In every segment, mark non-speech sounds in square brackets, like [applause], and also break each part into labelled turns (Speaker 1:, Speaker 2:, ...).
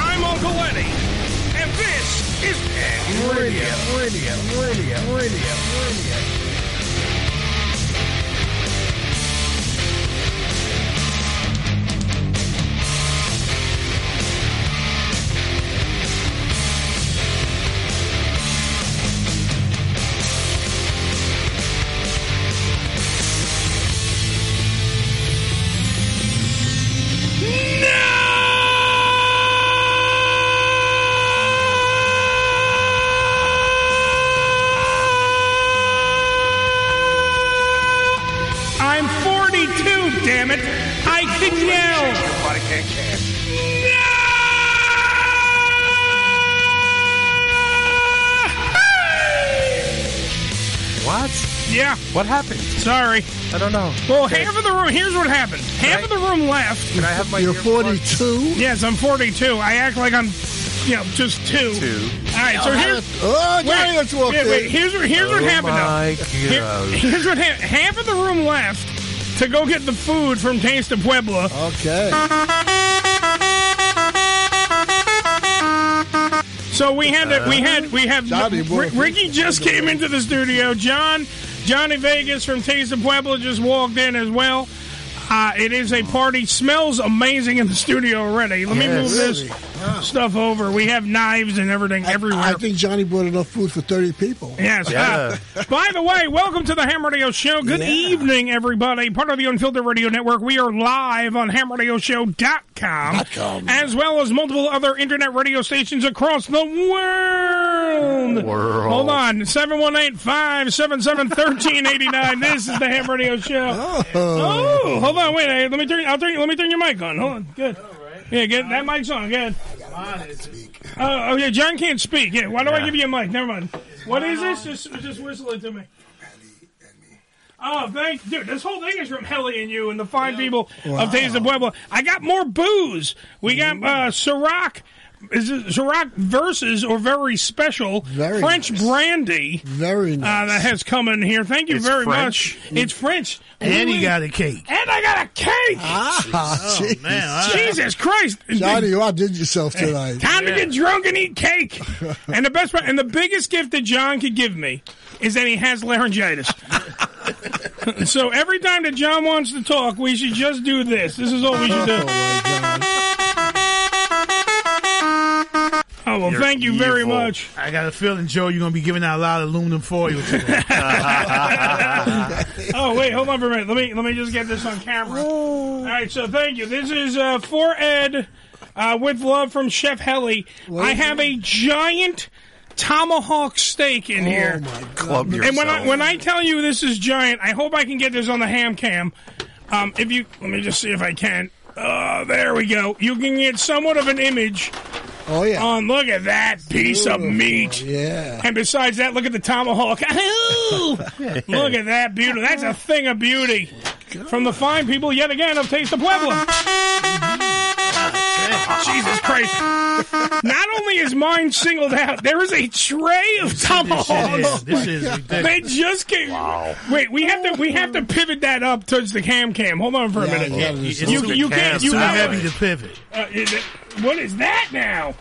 Speaker 1: I'm Uncle Lenny, and this is Ed Radio. Radio, radio, radio, radio. I'm 42, damn it! I can yell!
Speaker 2: But I can't cash. What?
Speaker 1: Yeah,
Speaker 2: What happened?
Speaker 1: sorry.
Speaker 2: I don't know.
Speaker 1: Well, half of the room, here's what happened. Half of the room left.
Speaker 2: Can I have my
Speaker 3: You're
Speaker 2: earplugs?
Speaker 3: 42?
Speaker 1: Yes, I'm 42. I act like I'm, you know, just two.
Speaker 2: Two.
Speaker 1: All right, so here's...
Speaker 3: Oh,
Speaker 1: Wait,
Speaker 3: Giants walked
Speaker 1: wait, wait.
Speaker 3: in.
Speaker 1: Here's, what- here's what
Speaker 2: Oh
Speaker 1: happened,
Speaker 2: my
Speaker 1: though. Here-
Speaker 2: God.
Speaker 1: here's what happened. Half of the room left to go get the food from Taste of Puebla.
Speaker 3: Okay.
Speaker 1: So we had to, we had we have
Speaker 3: Johnny boy.
Speaker 1: R- Ricky just came into the studio. John Johnny Vegas from Taste of Puebla just walked in as well. Uh, it is a party. Smells amazing in the studio already. Let me
Speaker 2: Yes.
Speaker 1: move this
Speaker 3: Really? Wow.
Speaker 1: stuff over. We have knives and everything everywhere.
Speaker 3: I think Johnny brought enough food for 30 people.
Speaker 1: Yes.
Speaker 2: Yeah.
Speaker 1: Uh, by the way, welcome to the Ham Radio Show. Good
Speaker 3: Yeah.
Speaker 1: evening, everybody. Part of the Unfiltered Radio Network. We are live on hamradioshow.com,
Speaker 3: com.
Speaker 1: as well as multiple other internet radio stations across the world.
Speaker 2: World.
Speaker 1: Hold on. 718-577-1389. this is the Ham Radio Show.
Speaker 3: Oh.
Speaker 1: Oh, hold on. Wait. hey, Let me turn I'll turn let me turn your mic on. Hold on. Good. Yeah, get that mic's on. Good. Oh, oh yeah, John can't speak. Yeah, why do I
Speaker 2: Yeah.
Speaker 1: give you a mic? Never mind. What is this? Just, just whistle it to me. Oh, thank dude. This whole thing is from Helly and you and the fine people of Days of Pueblo. I got more booze. We got uh, Ciroc. Is it Ciroc versus or very special
Speaker 3: Very
Speaker 1: French
Speaker 3: nice.
Speaker 1: brandy
Speaker 3: Very
Speaker 1: uh,
Speaker 3: nice.
Speaker 1: that has come in here? Thank you
Speaker 2: It's
Speaker 1: very
Speaker 2: French?
Speaker 1: much. It's French,
Speaker 4: And
Speaker 1: We-
Speaker 4: he got a cake.
Speaker 1: and I got a cake.
Speaker 3: ah, jeez.
Speaker 4: Man, I-
Speaker 1: Jesus Christ,
Speaker 3: Johnny, you outdid yourself tonight.
Speaker 1: Time to get drunk and eat
Speaker 3: [laughs]
Speaker 1: cake. and the best part, and the biggest gift that John could give me is that he has laryngitis. [laughs] so every time that John wants to talk, we should just do this. This is all we should
Speaker 3: Oh,
Speaker 1: do.
Speaker 3: my God.
Speaker 1: Oh well, thank you very
Speaker 2: evil.
Speaker 1: much.
Speaker 4: I got a feeling, Joe, you're going to be giving out a lot of aluminum
Speaker 1: [laughs]
Speaker 4: foil today.
Speaker 1: Oh wait, hold on for a minute. Let me let me just get this on camera.
Speaker 3: Oh.
Speaker 1: All right, so thank you. This is uh, for Ed uh, with love from Chef Helly. I have a giant tomahawk steak in
Speaker 3: Oh,
Speaker 1: here.
Speaker 3: my God.
Speaker 2: Club yourself.
Speaker 1: And when I when I tell you this is giant, I hope I can get this on the ham cam. Um, if you let me just see if I can. Oh, there we go. You can get somewhat of an image
Speaker 3: Oh, yeah.
Speaker 1: on. Look at that piece of meat.
Speaker 3: yeah.
Speaker 1: And besides that, look at
Speaker 3: [laughs]
Speaker 1: the tomahawk. [laughs] Ooh! look at that beauty. That's a thing of beauty from the fine people yet again of Taste of Puebla. Jesus Christ! Not only is mine singled out, there is a tray of tomahawks.
Speaker 4: this is, this is ridiculous.
Speaker 1: They just came.
Speaker 2: Wow.
Speaker 1: Wait, we have to we have to pivot that up towards the cam cam. Hold on for a
Speaker 3: Yeah,
Speaker 1: minute.
Speaker 3: yeah,
Speaker 4: You-
Speaker 3: this
Speaker 4: it's
Speaker 3: is-
Speaker 1: You
Speaker 2: the
Speaker 1: you
Speaker 2: cam
Speaker 1: can't you
Speaker 4: too
Speaker 2: side.
Speaker 1: have,
Speaker 4: heavy to pivot.
Speaker 1: uh, is it- What is that now?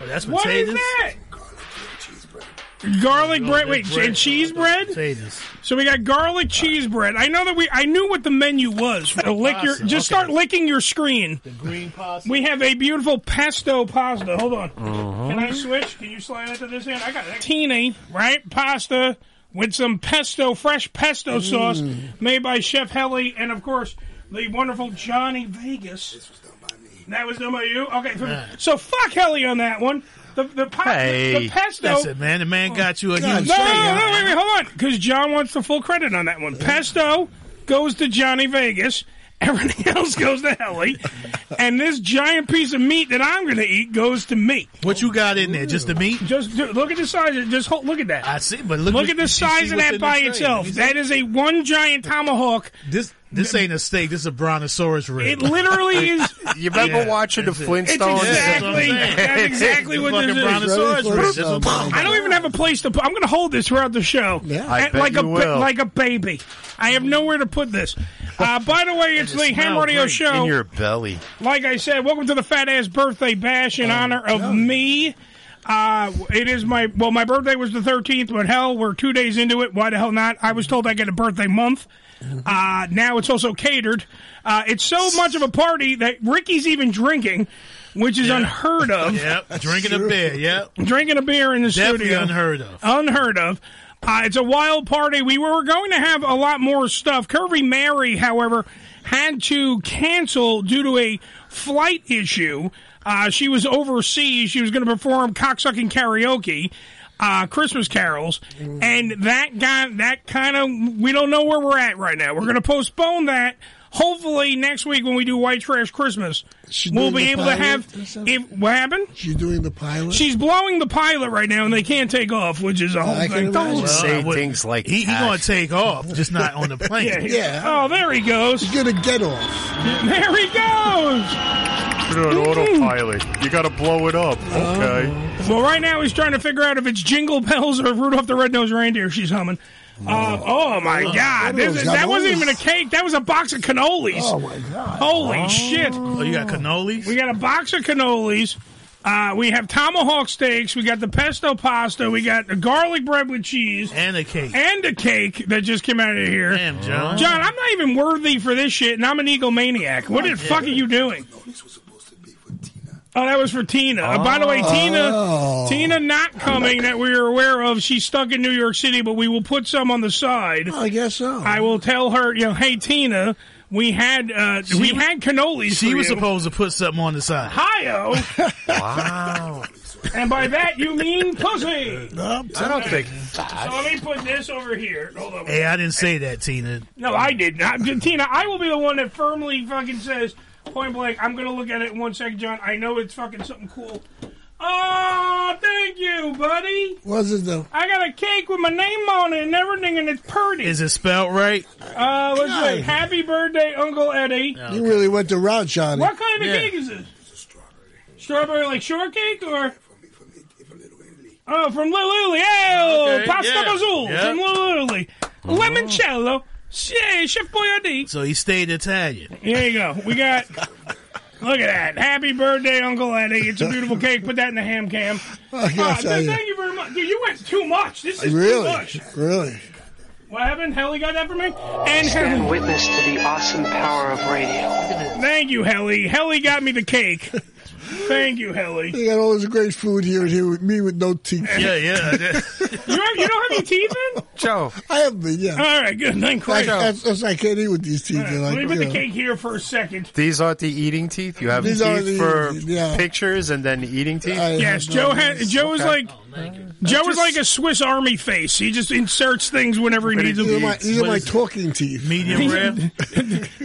Speaker 4: Oh, that's
Speaker 1: What is
Speaker 4: potatoes.
Speaker 1: that? Garlic bread, wait,
Speaker 4: bread.
Speaker 1: and cheese bread.
Speaker 4: Potatoes.
Speaker 1: So we got garlic cheese bread. I know that we, I knew what the menu was. Lick your,
Speaker 4: Awesome,
Speaker 1: just
Speaker 4: okay.
Speaker 1: start licking your screen.
Speaker 4: Green pasta.
Speaker 1: We have a beautiful pesto pasta. Hold on.
Speaker 5: Mm.
Speaker 2: Uh-huh.
Speaker 1: Can I switch? Can you slide it to this end? I got it. Teeny, right? Pasta with some pesto, fresh pesto sauce
Speaker 4: Mm.
Speaker 1: made by Chef Helly and, of course, the wonderful Johnny Vegas. This was done by me. That was done by you? Okay. So fuck Helly on that one. The, the, pa-
Speaker 2: Hey.
Speaker 1: the pesto. Oh.
Speaker 4: That's it, man. The man got you a huge
Speaker 1: No,
Speaker 4: steak.
Speaker 1: no, no, wait, wait, hold on. Because John wants the full credit on that one. Pesto goes to Johnny Vegas, [laughs] Everything else goes to Helly, and this giant piece of meat that I'm going to eat goes to me.
Speaker 4: What you got in there? Just the meat?
Speaker 1: Just dude, look at the size. of- Just hold, look at that.
Speaker 4: I see, but look,
Speaker 1: Look
Speaker 4: what-
Speaker 1: at the
Speaker 4: you
Speaker 1: size
Speaker 4: see
Speaker 1: of
Speaker 4: what's
Speaker 1: that
Speaker 4: in
Speaker 1: by
Speaker 4: this thing.
Speaker 1: itself.
Speaker 4: You see-
Speaker 1: That is a one giant tomahawk.
Speaker 4: This this ain't a steak. This is a brontosaurus rib.
Speaker 1: It
Speaker 4: [laughs]
Speaker 1: literally is.
Speaker 2: You remember
Speaker 4: Yeah,
Speaker 2: watching the
Speaker 4: that's it.
Speaker 1: It's
Speaker 2: Flintstones?
Speaker 1: exactly.
Speaker 4: Yeah, that's what I'm
Speaker 1: That's
Speaker 4: saying.
Speaker 1: exactly
Speaker 4: The
Speaker 1: what
Speaker 4: fucking
Speaker 1: this is.
Speaker 4: brontosaurus
Speaker 3: Really
Speaker 4: rib. That's what-
Speaker 3: close up.
Speaker 1: I don't even have a place to put. I'm going to hold this throughout the show.
Speaker 3: Yeah.
Speaker 2: I
Speaker 1: Uh,
Speaker 2: bet
Speaker 1: like a
Speaker 2: you
Speaker 1: ba-
Speaker 2: will.
Speaker 1: like a baby. I have nowhere to put this. Uh, by the way, it's the
Speaker 4: it
Speaker 1: [laughs] Ham
Speaker 4: smell
Speaker 1: Radio
Speaker 4: great.
Speaker 1: Show.
Speaker 2: In your belly.
Speaker 1: like I said, welcome to the Fat Ass Birthday Bash
Speaker 4: Oh,
Speaker 1: in honor of me. Uh, it is my well, my birthday was the 13th, but hell, we're two days into it. Why the hell not? I was told I get a birthday month. Uh, now it's also catered. Uh, it's so much of a party that Ricky's even drinking, which is unheard
Speaker 4: [laughs]
Speaker 1: of.
Speaker 4: Yep, drinking a
Speaker 3: true.
Speaker 4: beer. Yep,
Speaker 1: Drinking a beer in the
Speaker 4: definitely
Speaker 1: studio
Speaker 4: unheard of.
Speaker 1: unheard of. Uh, it's a wild party. We were going to have a lot more stuff. Curvy Mary, however, had to cancel due to a flight issue. Uh, she was overseas. She was going to perform cocksucking karaoke, uh, Christmas carols, and that got that kind of. We don't know where we're at right now. We're going to postpone that. Hopefully next week when we do White Trash Christmas,
Speaker 3: She
Speaker 1: we'll
Speaker 3: doing
Speaker 1: be
Speaker 3: the
Speaker 1: able to
Speaker 3: pilot
Speaker 1: have.
Speaker 3: or something?
Speaker 1: If what happened?
Speaker 3: She's doing the pilot.
Speaker 1: She's blowing the pilot right now, and they can't take off, which is a whole
Speaker 3: I
Speaker 1: thing.
Speaker 3: can
Speaker 1: Don't
Speaker 3: imagine.
Speaker 2: Say
Speaker 4: I would-
Speaker 2: things like
Speaker 4: he, he
Speaker 2: that.
Speaker 4: gonna take off, just
Speaker 3: [laughs]
Speaker 4: not on the plane.
Speaker 1: Yeah.
Speaker 3: Yeah.
Speaker 1: Oh, there he goes.
Speaker 3: She's gonna get off.
Speaker 1: There he goes.
Speaker 2: Put it on autopilot. You gotta blow it up. Okay.
Speaker 6: Oh.
Speaker 1: Well, right now he's trying to figure out if it's Jingle Bells or Rudolph the Red-Nosed Reindeer she's humming. Uh, oh my God! This is, that wasn't even a cake. That was a box of cannolis.
Speaker 3: Oh my god.
Speaker 1: Holy shit!
Speaker 4: Oh, you got cannolis.
Speaker 1: We got a box of cannolis. Uh, we have tomahawk steaks. We got the pesto pasta. We got the garlic bread with cheese
Speaker 4: and a cake.
Speaker 1: and a cake that just came out of here.
Speaker 4: Damn, John.
Speaker 1: John, I'm not even worthy for this shit, and I'm an egomaniac.
Speaker 4: Oh,
Speaker 1: What the fuck are you doing?
Speaker 5: This was supposed to be for Tina.
Speaker 1: Oh, that was for Tina. Uh, by the way, Tina,
Speaker 3: Oh.
Speaker 1: Tina not coming that we are aware of. She's stuck in New York City, but we will put some on the side.
Speaker 3: I guess so.
Speaker 1: I will tell her, you know, hey Tina, we had uh, we had cannolis.
Speaker 4: She
Speaker 1: for
Speaker 4: was
Speaker 1: you.
Speaker 4: supposed to put something on the side.
Speaker 1: Ohio,
Speaker 2: [laughs] Wow.
Speaker 1: and by that you
Speaker 4: [laughs]
Speaker 1: mean pussy. So
Speaker 2: I don't think.
Speaker 1: let me put this over here. Hold on.
Speaker 4: Hey, I didn't say that, Tina.
Speaker 1: No, I did not. [laughs] Tina, I will be the one that firmly fucking says, point blank, I'm going to look at it in one second, John. I know it's fucking something cool. Oh, thank you, buddy.
Speaker 3: Was it though?
Speaker 1: I got a cake with my name on it and everything, and it's pretty.
Speaker 4: Is it spelled right?
Speaker 1: uh, let's see. Happy birthday, Uncle Eddie.
Speaker 3: You really went the route, Johnny.
Speaker 1: What kind of
Speaker 4: Yeah.
Speaker 1: cake is this?
Speaker 5: It's a strawberry.
Speaker 1: Strawberry like shortcake or?
Speaker 5: For me, for me, for little Emily.
Speaker 1: Oh, from Little Italy. Oh,
Speaker 4: Okay,
Speaker 1: pasta
Speaker 4: yeah.
Speaker 1: mazzola
Speaker 4: Yeah. Uh-huh.
Speaker 1: from Little Italy. Limoncello. Yeah, Chef Boyardee.
Speaker 4: So he stayed Italian.
Speaker 1: There you go. We got. Look at that. Happy birthday, Uncle Eddie. It's a beautiful cake. Put that in the ham cam.
Speaker 3: Oh, I
Speaker 1: Uh,
Speaker 3: gotta
Speaker 1: th-
Speaker 3: tell you.
Speaker 1: thank you very much. Dude, you went too much. This is too
Speaker 3: Really?
Speaker 1: much.
Speaker 3: Really?
Speaker 1: What happened? Helly got that for me? And
Speaker 7: stand
Speaker 1: Helly.
Speaker 7: witness to the awesome power of radio.
Speaker 1: Thank you, Helly. Helly got me the cake.
Speaker 3: [laughs]
Speaker 1: Thank you, Helly.
Speaker 3: They got all this great food here and here with me with no teeth.
Speaker 4: Yeah,
Speaker 3: [laughs]
Speaker 4: yeah.
Speaker 1: You, have, you don't have any teeth in?
Speaker 2: Joe,
Speaker 3: I have been, yeah.
Speaker 1: All right, good. Thank
Speaker 3: I,
Speaker 1: Christ.
Speaker 3: that's, that's, I can't eat with these teeth. They're
Speaker 1: Let
Speaker 3: Like,
Speaker 1: me
Speaker 3: you
Speaker 1: put the
Speaker 3: know.
Speaker 1: cake here for a second.
Speaker 2: these aren't the eating teeth. You have
Speaker 3: These are
Speaker 2: teeth
Speaker 3: the-
Speaker 2: for
Speaker 3: yeah.
Speaker 2: pictures and then eating teeth.
Speaker 3: I
Speaker 1: Yes,
Speaker 3: have
Speaker 1: Joe.
Speaker 3: no
Speaker 1: Ha-
Speaker 3: idea.
Speaker 1: Joe is
Speaker 2: Okay.
Speaker 8: Oh,
Speaker 1: like Joe is like a Swiss Army face. He just inserts things whenever he
Speaker 2: But
Speaker 1: needs
Speaker 2: it-
Speaker 1: them.
Speaker 3: These are my, these are
Speaker 4: What
Speaker 3: my
Speaker 4: is it?
Speaker 3: talking teeth.
Speaker 4: Medium
Speaker 1: [laughs]
Speaker 4: rare.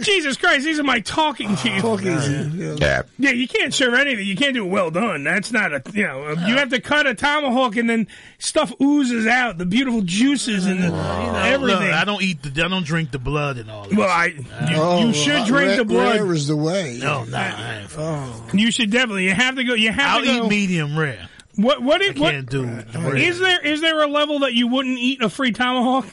Speaker 1: Jesus Christ, these are my talking teeth.
Speaker 3: Oh, Talking teeth. Yeah.
Speaker 1: Yeah, you can't serve anything. You can't do it well done. That's not a you know. You have to cut a tomahawk and then stuff oozes out the beautiful juices and the,
Speaker 3: Oh.
Speaker 1: Oh. everything.
Speaker 4: Look, I don't eat the. I don't drink the blood and all that. Uh,
Speaker 1: well, I you,
Speaker 3: Oh,
Speaker 1: you should
Speaker 3: well,
Speaker 1: drink
Speaker 3: rare,
Speaker 1: the blood.
Speaker 3: Rare is the way. Oh.
Speaker 4: no, nah. I ain't fuck-
Speaker 1: You should definitely. You have to go. You have
Speaker 4: I'll
Speaker 1: to go.
Speaker 4: eat medium rare.
Speaker 1: What what it, what
Speaker 4: Can't do the rare.
Speaker 1: is there? Is there a level that you wouldn't eat a free tomahawk?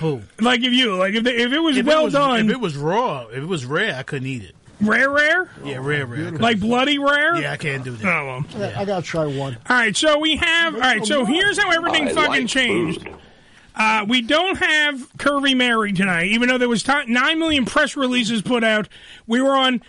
Speaker 4: Who?
Speaker 1: like if you like if the, if it was
Speaker 4: If
Speaker 1: well
Speaker 4: it was,
Speaker 1: done,
Speaker 4: If it was raw, if it was rare, I couldn't eat it.
Speaker 1: rare rare
Speaker 4: Yeah, rare, rare. I couldn't-
Speaker 1: like bloody rare.
Speaker 4: yeah, I can't do that.
Speaker 1: Oh, well.
Speaker 3: I gotta try one.
Speaker 1: All right, so we have. All right, so here's how everything fucking changed. Uh, we don't have Curvy Mary tonight, even though there was ti nine million press releases put out. We were on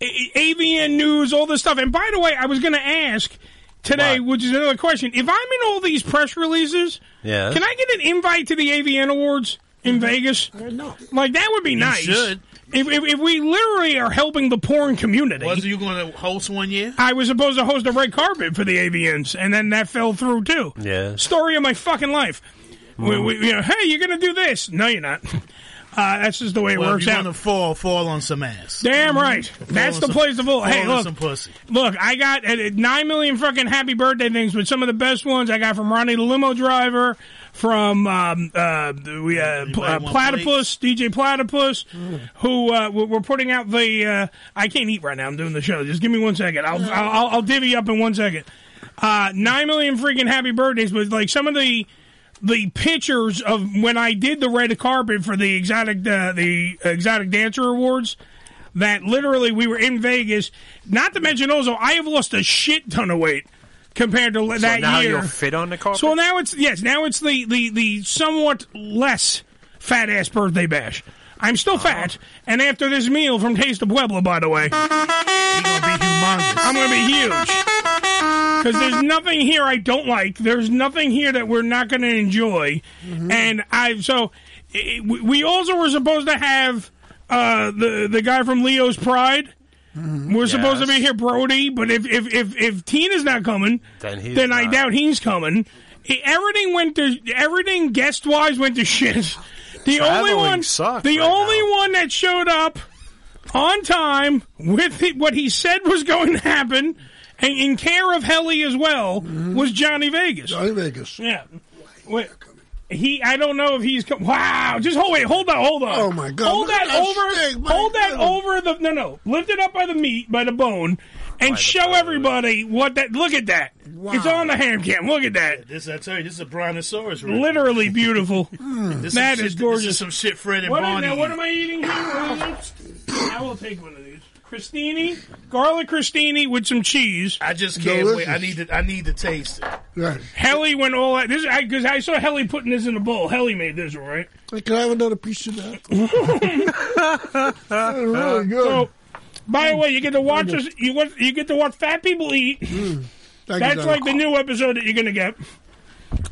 Speaker 1: A- A- AVN News, all this stuff. And by the way, I was going to ask today, which is another question: if I'm in all these press releases,
Speaker 2: Yes.
Speaker 1: can I get an invite to the AVN Awards in Vegas?
Speaker 3: Mm-hmm. Uh, No.
Speaker 1: Like that would be nice.
Speaker 4: should.
Speaker 1: If, if, if we literally are helping the porn community,
Speaker 4: Wasn't you going to host one year?
Speaker 1: I was supposed to host a red carpet for the AVNs, and then that fell through too.
Speaker 2: Yes.
Speaker 1: Story of my fucking life. We, we, you know, hey, you're gonna do this? No, you're not. [laughs] Uh, that's just the way it
Speaker 4: Well,
Speaker 1: works
Speaker 4: if you're
Speaker 1: out.
Speaker 4: gonna fall, fall on some ass.
Speaker 1: Damn right.
Speaker 4: Fall
Speaker 1: That's
Speaker 4: on
Speaker 1: the
Speaker 4: some-
Speaker 1: place to pull. Hey,
Speaker 4: fall on
Speaker 1: look,
Speaker 4: some pussy.
Speaker 1: Look, I got uh, uh, nine million fucking happy birthday things, but some of the best ones I got from Ronnie the limo driver, from um, uh, we, uh, P- uh,
Speaker 4: want
Speaker 1: Platypus, DJ Platypus, who uh, we're we're putting out the. Uh, I can't eat right now. I'm doing the show. Just give me one second. I'll I'll, I'll, I'll divvy up in one second. Uh, nine million freaking happy birthdays, but like some of the the pictures of when I did the red carpet for the exotic uh, the exotic dancer awards that literally we were in Vegas. Not to mention also, I have lost a shit ton of weight compared to
Speaker 8: So
Speaker 1: that
Speaker 8: now
Speaker 1: year.
Speaker 8: you're fit on the carpet.
Speaker 1: so now it's yes, now it's the the the somewhat less fat ass birthday bash. I'm still fat,
Speaker 8: Uh-huh.
Speaker 1: and after this meal from Taste of Pueblo, by the way,
Speaker 4: You're gonna be humongous.
Speaker 1: I'm gonna be huge.
Speaker 5: [laughs]
Speaker 1: Because there's nothing here I don't like. There's nothing here that we're not gonna enjoy, and I so it, we- we also were supposed to have uh, the the guy from Leo's Pride. We're supposed to be
Speaker 8: Yes.
Speaker 1: here, Brody. But if if if, if Tina's not coming,
Speaker 8: Then he's
Speaker 1: then I
Speaker 8: not.
Speaker 1: doubt he's coming. I- Everything went to everything guest wise went to [laughs] shit. The only
Speaker 8: Traveling
Speaker 1: one,
Speaker 8: sucked
Speaker 1: the
Speaker 8: right
Speaker 1: only
Speaker 8: now.
Speaker 1: one that showed up on time with the, what he said was going to happen, and in care of Helly as well, was Johnny Vegas.
Speaker 3: I Mm-hmm. Vegas.
Speaker 1: Yeah. Wait. He, I don't know if he's. Co- wow! Just hold wait, hold on, hold on.
Speaker 3: Oh, my God.
Speaker 1: Hold
Speaker 3: Look
Speaker 1: that
Speaker 3: at that
Speaker 1: over,
Speaker 3: steak, my
Speaker 1: hold that
Speaker 4: Oh.
Speaker 3: God.
Speaker 1: over the no no. Lift it up by the meat, by the bone, and show everybody what that. Look at that! It's on the ham cam. Look at that!
Speaker 4: This I tell you, this is a brontosaurus. Rick.
Speaker 1: Literally beautiful.
Speaker 4: [laughs] This
Speaker 1: that
Speaker 4: some
Speaker 1: is
Speaker 4: shit-
Speaker 1: gorgeous.
Speaker 4: This is some shit Fred and
Speaker 1: What,
Speaker 4: Barney.
Speaker 1: now, what am I eating here? What is it? I will take one of these. Christini, garlic Christini with some cheese.
Speaker 4: I just can't wait. I
Speaker 3: Delicious.
Speaker 4: need to. I need to taste it.
Speaker 3: Yeah.
Speaker 1: Helly went all out. This because I, saw Helly putting this in a bowl. Helly made this one, right?
Speaker 3: Can I have another piece of that?
Speaker 1: [laughs]
Speaker 3: That's really good.
Speaker 1: So, by the way, you get to watch us. You want you get to watch fat people eat.
Speaker 3: Mm. Thank you,
Speaker 1: That's
Speaker 3: Donna.
Speaker 1: like the new episode that you're gonna get.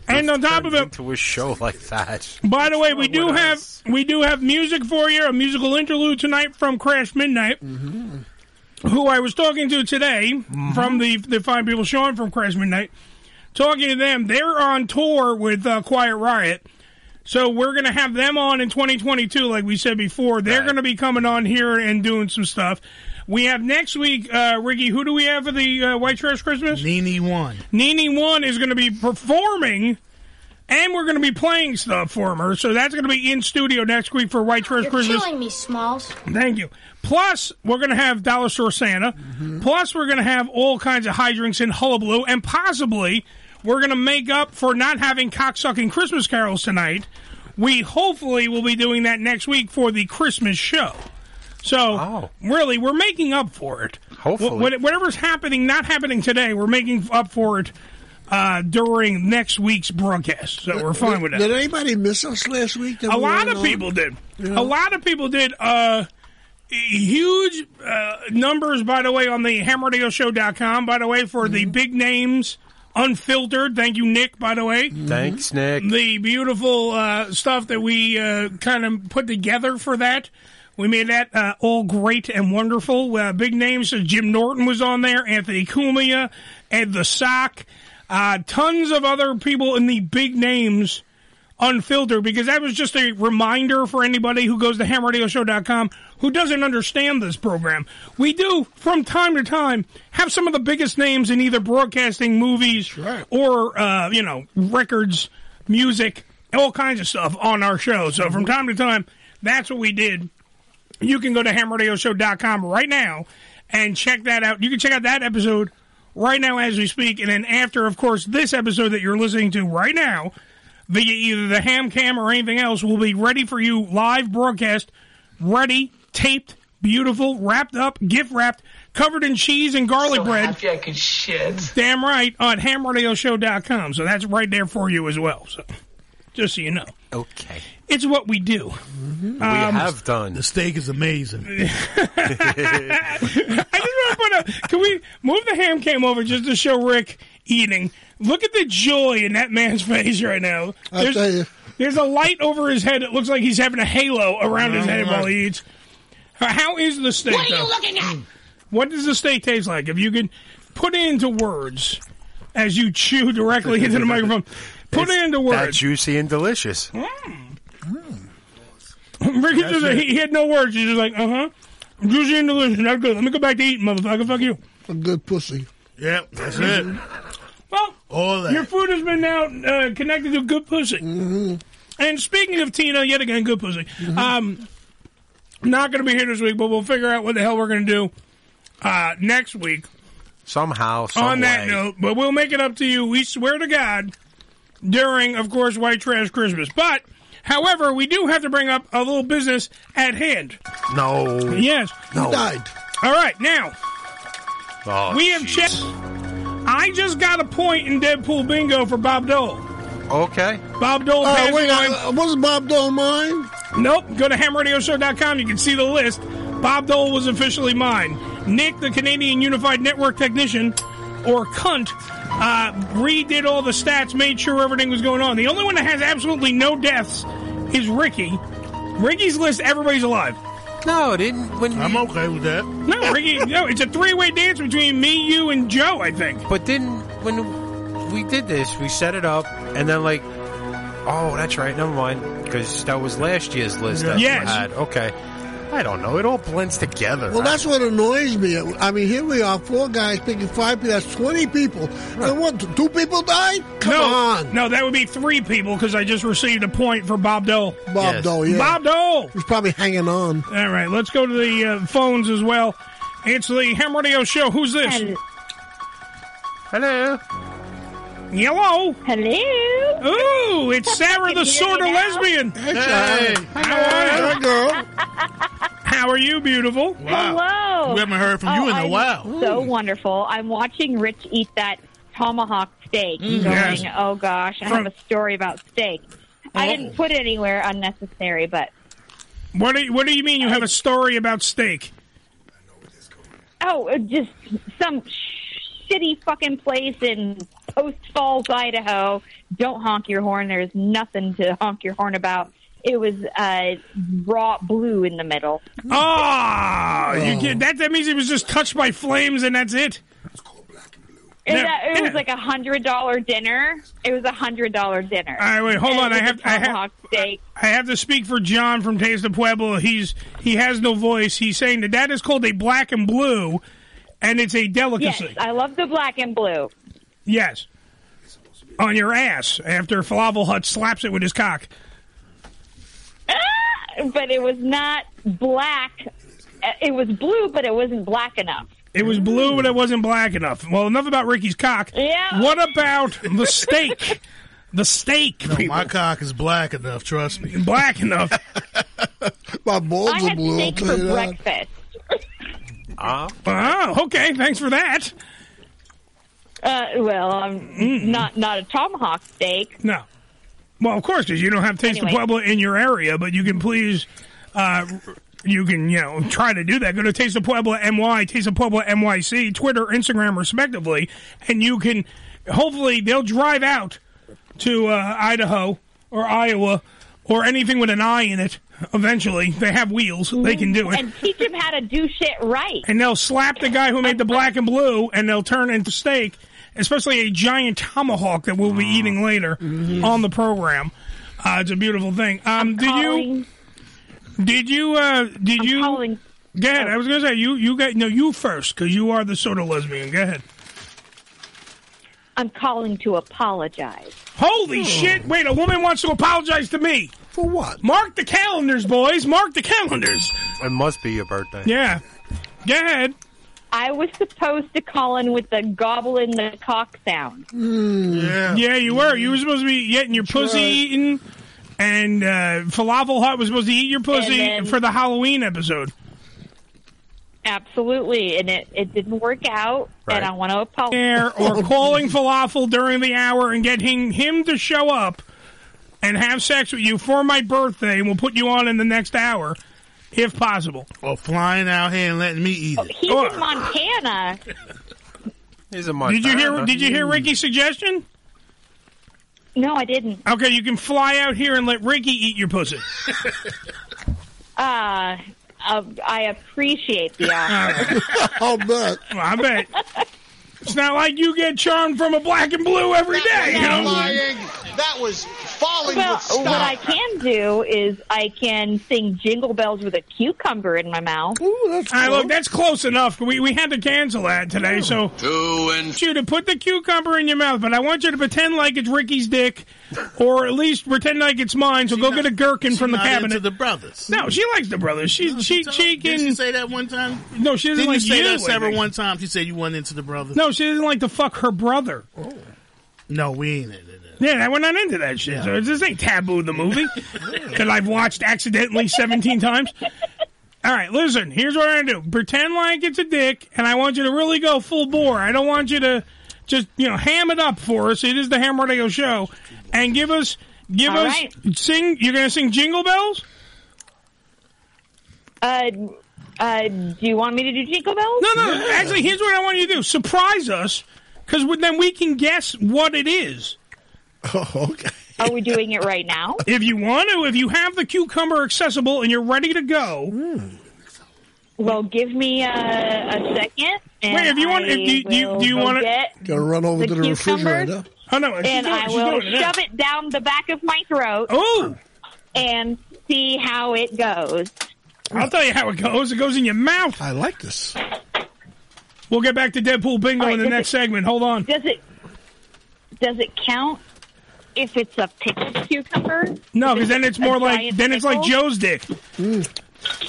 Speaker 1: And on top of it,
Speaker 8: to a show like that.
Speaker 1: By the way, we do
Speaker 8: with
Speaker 1: have
Speaker 8: us?
Speaker 1: we do have music for you, a musical interlude tonight from Crash
Speaker 3: Mm.
Speaker 1: Midnight,
Speaker 3: Mm-hmm.
Speaker 1: who I was talking to today from the the fine people Sean from Crash Midnight. Talking to them, they're on tour with uh, Quiet Riot, so we're gonna have them on in 2022, like we said before. They're gonna be coming on here and doing some stuff. We have next week, uh, Ricky. Who do we have for the uh, White Trash Christmas?
Speaker 4: Nini one.
Speaker 1: Nini One is going to be performing, and we're going to be playing stuff for her. So that's going to be in studio next week for White Trash
Speaker 9: You're
Speaker 1: Christmas.
Speaker 9: killing me, Smalls.
Speaker 1: Thank you. Plus, we're going to have Dollar Store Santa. Plus, we're going to have all kinds of high drinks in hullabaloo, and possibly we're going to make up for not having cocksucking Christmas carols tonight. We hopefully will be doing that next week for the Christmas show. So
Speaker 8: Wow.
Speaker 1: really, we're making up for it.
Speaker 8: Hopefully.
Speaker 1: Wh- what- whatever's happening, not happening today, we're making up for it uh, during next week's broadcast. So we're fine with that.
Speaker 3: Did anybody miss us last week? that
Speaker 1: A
Speaker 3: we
Speaker 1: lot
Speaker 3: weren't
Speaker 1: of
Speaker 3: on?
Speaker 1: people did. A lot of people did. Uh, huge uh, numbers, by the way, on the HammerDealShow.com, by the way, for the
Speaker 3: Mm-hmm.
Speaker 1: big names, unfiltered. Thank you, Nick, by the way.
Speaker 8: Thanks, Nick.
Speaker 1: The beautiful uh, stuff that we uh, kind of put together for that. We made that uh, all great and wonderful. Uh, big names. So Jim Norton was on there, Anthony Cumia, Ed the Sock, uh, tons of other people in the big names unfiltered because that was just a reminder for anybody who goes to hamradioshow.com who doesn't understand this program. We do, from time to time, have some of the biggest names in either broadcasting, movies, or, uh, you know, records, music, all kinds of stuff on our show. So from time to time, that's what we did. You can go to hamradioshow.com right now and check that out. You can check out that episode right now as we speak. And then after, of course, this episode that you're listening to right now, via either the ham cam or anything else will be ready for you live broadcast, ready, taped, beautiful, wrapped up, gift wrapped, covered in cheese and garlic bread.
Speaker 7: I could shit.
Speaker 1: Damn right on hamradioshow.com. So that's right there for you as well. So just so you know,
Speaker 8: Okay.
Speaker 1: it's what we do.
Speaker 3: Mm-hmm.
Speaker 1: Um,
Speaker 8: we have done.
Speaker 4: The steak is [laughs] amazing.
Speaker 1: I just want to put a. Can we move the ham cam over just to show Rick eating? Look at the joy in that man's [laughs] face right now.
Speaker 3: I
Speaker 1: There's,
Speaker 3: tell you.
Speaker 1: there's a light over his head. It looks like he's having a halo around his head while
Speaker 3: Uh-huh.
Speaker 1: he eats. Uh, How is the steak?
Speaker 9: What are
Speaker 1: though?
Speaker 9: you looking at?
Speaker 1: What does the steak taste like? If you could put it into words as you chew directly into the microphone, put it into
Speaker 8: That
Speaker 1: words.
Speaker 8: juicy and delicious.
Speaker 1: Ricky
Speaker 8: That's
Speaker 1: just,
Speaker 8: it.
Speaker 1: he, he had no words. He's just like, uh huh. Juicy and delicious. That's good. Let me go back to eating, motherfucker. Fuck you.
Speaker 3: A good pussy.
Speaker 4: Yep, that's it.
Speaker 1: Well,
Speaker 4: All that.
Speaker 1: your food has been now uh, connected to good pussy. And speaking of Tina, yet again, good pussy. Um, not going to be here this week, but we'll figure out what the hell we're going to do uh, next week.
Speaker 8: Somehow, Oh, some
Speaker 1: on that
Speaker 8: way.
Speaker 1: note, but we'll make it up to you. We swear to God during, of course, White Trash Christmas. But, however, we do have to bring up a little business at hand.
Speaker 8: no,
Speaker 1: Yes.
Speaker 8: no.
Speaker 3: Died.
Speaker 1: All right. Now,
Speaker 8: Oh,
Speaker 1: we have
Speaker 8: jeez.
Speaker 1: checked. I just got a point in Deadpool bingo for Bob Dole.
Speaker 8: Okay,
Speaker 1: Bob Dole
Speaker 3: Oh,
Speaker 1: passed
Speaker 3: wait,
Speaker 1: away.
Speaker 3: uh, wasn't Bob Dole mine?
Speaker 1: Nope. Go to hamradioshow.com. You can see the list. Bob Dole was officially mine. Nick, the Canadian Unified Network technician, or cunt, uh, redid all the stats, made sure everything was going on. The only one that has absolutely no deaths is Ricky. Ricky's list, everybody's alive.
Speaker 8: no, it didn't. When
Speaker 4: I'm
Speaker 8: you-
Speaker 4: okay with that.
Speaker 1: No, Ricky, no, it's a three way dance between me, you, and Joe, I think.
Speaker 8: But didn't when we did this, we set it up, and then like, oh, that's right, never mind, because that was last year's list. That
Speaker 1: Yes.
Speaker 8: we had. Okay. I don't know. It all blends together.
Speaker 3: Well, that's what annoys me. I mean, here we are, four guys picking five people. That's 20 people. And what, two people died? Come
Speaker 4: [laughs]
Speaker 1: no,
Speaker 3: on.
Speaker 1: no, that would be three people because I just received a point for Bob Dole.
Speaker 3: Bob
Speaker 8: Yes.
Speaker 3: Dole, yeah.
Speaker 1: Bob Dole!
Speaker 3: He's probably hanging on.
Speaker 1: All right, let's go to the uh, phones as well. It's the Ham Radio Show. Who's this?
Speaker 9: Hel-
Speaker 8: hello.
Speaker 1: Yellow.
Speaker 9: Hello.
Speaker 1: Ooh,
Speaker 9: [laughs]
Speaker 1: it's Sarah the
Speaker 9: Can you hear
Speaker 1: Sorta
Speaker 9: me now?
Speaker 1: lesbian.
Speaker 8: Hey.
Speaker 1: How are you?
Speaker 3: girl.
Speaker 1: How are you, beautiful?
Speaker 4: Wow.
Speaker 9: Hello. Oh,
Speaker 4: We haven't heard from you in a
Speaker 9: I'm
Speaker 4: while.
Speaker 9: So wonderful. I'm watching Rich eat that tomahawk steak. going,
Speaker 4: Mm.
Speaker 1: Yes.
Speaker 9: oh gosh, I have a story about steak. I
Speaker 4: Oh.
Speaker 9: didn't put it anywhere unnecessary, but
Speaker 1: What do you, What do you mean you have a story about steak?
Speaker 9: oh, it just some shitty fucking place in Post Falls, Idaho. Don't honk your horn. There's nothing to honk your horn about. It was uh, raw blue in the middle.
Speaker 4: Ah!
Speaker 1: Oh, you get that? That means it was just touched by flames, and that's it.
Speaker 5: It's called black and blue.
Speaker 9: It,
Speaker 1: Now-
Speaker 9: that- it
Speaker 1: yeah.
Speaker 9: was like a hundred dollar dinner. It was a hundred dollar dinner.
Speaker 1: All right, wait, hold
Speaker 9: And
Speaker 1: on.
Speaker 9: it was
Speaker 1: I
Speaker 9: a
Speaker 1: have, I have,
Speaker 9: tomahawk steak.
Speaker 1: I have to speak for John from Taste of Pueblo. He's he has no voice. He's saying that that is called a black and blue, and it's a
Speaker 9: Yes,
Speaker 1: delicacy.
Speaker 9: I love the black and blue.
Speaker 1: Yes. On your ass after Falafel Hut slaps it with his cock.
Speaker 9: Ah! But it was not black. Uh, It was blue, but it wasn't black enough.
Speaker 1: It was blue, but it wasn't black enough. Well, enough about Ricky's cock.
Speaker 9: Yeah.
Speaker 1: What about the steak? the steak, people.
Speaker 4: My cock is black enough, trust me.
Speaker 1: Black enough.
Speaker 3: My balls
Speaker 9: I
Speaker 3: are
Speaker 9: had
Speaker 3: blue. I'll
Speaker 9: steak for
Speaker 3: tell you that.
Speaker 9: breakfast.
Speaker 8: Ah,
Speaker 1: oh, okay. Thanks for that. Mm.
Speaker 9: Uh, well, um, not not a tomahawk steak.
Speaker 1: No. Well, of course, because you don't have Taste of
Speaker 9: Anyway.
Speaker 1: Pueblo in your area, but you can please, uh, you can, you know, try to do that. Go to Taste of Pueblo NY, Taste of Pueblo NYC, Twitter, Instagram, respectively, and you can, hopefully, they'll drive out to uh, Idaho or Iowa or anything with an I in it eventually. They have wheels, they can do it.
Speaker 9: And teach him how to do shit right.
Speaker 1: And they'll slap the guy who made the black and blue, and they'll turn into steak, especially a giant tomahawk that we'll be
Speaker 9: Ah.
Speaker 1: eating later
Speaker 9: Mm-hmm.
Speaker 1: on the program. Uh, it's a beautiful thing. Um, did
Speaker 9: calling,
Speaker 1: you did you uh, did you
Speaker 9: calling
Speaker 1: go ahead? I was gonna say you you got no you first because you are the sort of lesbian. Go ahead.
Speaker 9: I'm calling to apologize. Oh.
Speaker 1: Holy shit! Wait, a woman wants to apologize to me.
Speaker 3: For what?
Speaker 1: Mark the calendars, boys. Mark the calendars.
Speaker 8: it must be your birthday.
Speaker 1: Yeah. Go ahead.
Speaker 9: I was supposed to call in with the goblin the cock sound.
Speaker 3: Hmm.
Speaker 4: Yeah.
Speaker 1: Yeah, you were. You were supposed to be getting your pussy
Speaker 3: right.
Speaker 1: eaten, and uh, Falafel Hut was supposed to eat your pussy
Speaker 9: And then-
Speaker 1: for the Halloween episode.
Speaker 9: Absolutely, and it, it didn't work out,
Speaker 8: Right.
Speaker 9: and I want to apologize. [laughs]
Speaker 1: Air or calling Falafel during the hour and getting him to show up and have sex with you for my birthday, and we'll put you on in the next hour if possible.
Speaker 4: Or Oh, flying out here and letting me eat it.
Speaker 9: He's
Speaker 1: Oh.
Speaker 9: in Montana.
Speaker 8: He's a Mm. Montana.
Speaker 1: Did you hear? Did you hear Ricky's suggestion?
Speaker 9: No, I didn't.
Speaker 1: Okay, you can fly out here and let Ricky eat your pussy.
Speaker 9: [laughs] Uh, uh, I appreciate the offer. [laughs]
Speaker 3: I'll bet.
Speaker 1: Well, I bet. It's not like you get charmed from a black and blue every day, you know.
Speaker 10: lying. That That was falling
Speaker 9: Well,
Speaker 10: with style.
Speaker 9: what I can do is I can sing Jingle Bells with a cucumber in my mouth.
Speaker 1: All right, look, that's close enough. We, we had to cancel that today, so
Speaker 10: To and
Speaker 1: want you to put the cucumber in your mouth, but I want you to pretend like it's Ricky's dick, or at least pretend like it's mine. So go get a gherkin from the
Speaker 4: Not into
Speaker 1: cabinet.
Speaker 4: the brothers.
Speaker 1: no, she likes the brothers. She she
Speaker 4: Didn't
Speaker 1: she
Speaker 4: she
Speaker 1: can.
Speaker 4: say that one time?
Speaker 1: No, she
Speaker 4: Didn't
Speaker 1: doesn't
Speaker 4: you
Speaker 1: like
Speaker 4: say
Speaker 1: you, I
Speaker 4: that several
Speaker 1: think.
Speaker 4: one time? She said you went into the brothers.
Speaker 1: No, she doesn't like to fuck her brother.
Speaker 4: Oh. no, we ain't into that.
Speaker 1: Yeah, that- we're not into that shit. So this ain't taboo.
Speaker 4: [laughs]
Speaker 1: The movie that I've watched accidentally seventeen times. All right, listen. Here's what I'm gonna do. Pretend like it's a dick, and I want you to really go full bore. I don't want you to just you know ham it up for us. It is the Ham Radio Show, and give us give
Speaker 9: All
Speaker 1: us
Speaker 9: right.
Speaker 1: sing. You're gonna sing Jingle Bells?
Speaker 9: Uh, uh, do you want me to do Jingle Bells?
Speaker 1: No, no. Actually, here's what I want you to do. Surprise us, because then we can guess what it is.
Speaker 3: Oh, okay.
Speaker 9: Are we doing it right now?
Speaker 1: If you want to, if you have the cucumber accessible and you're ready to go.
Speaker 9: Well, give me uh, a second. And
Speaker 1: Wait, if you want-
Speaker 9: I
Speaker 1: if you- do you-
Speaker 9: will
Speaker 1: do you
Speaker 9: go
Speaker 1: wanna-
Speaker 9: get-
Speaker 3: Gotta run over
Speaker 9: The
Speaker 3: to the
Speaker 9: cucumber?
Speaker 3: refrigerator.
Speaker 1: Oh no, she's
Speaker 9: and
Speaker 1: doing,
Speaker 9: I
Speaker 1: she's
Speaker 9: will
Speaker 1: doing it now.
Speaker 9: shove it down the back of my throat
Speaker 1: Oh,
Speaker 9: and see how it goes.
Speaker 1: I'll tell you how it goes. It goes in your mouth.
Speaker 3: I like this.
Speaker 1: We'll get back to Deadpool Bingo
Speaker 9: All right,
Speaker 1: in the
Speaker 9: this
Speaker 1: next
Speaker 9: is-
Speaker 1: segment. Hold on.
Speaker 9: Does it? Does it count if it's a pickled cucumber?
Speaker 1: No, because then it's
Speaker 9: a
Speaker 1: more like
Speaker 9: giant
Speaker 1: then it's like
Speaker 9: pickle?
Speaker 1: Joe's dick.
Speaker 3: Mm.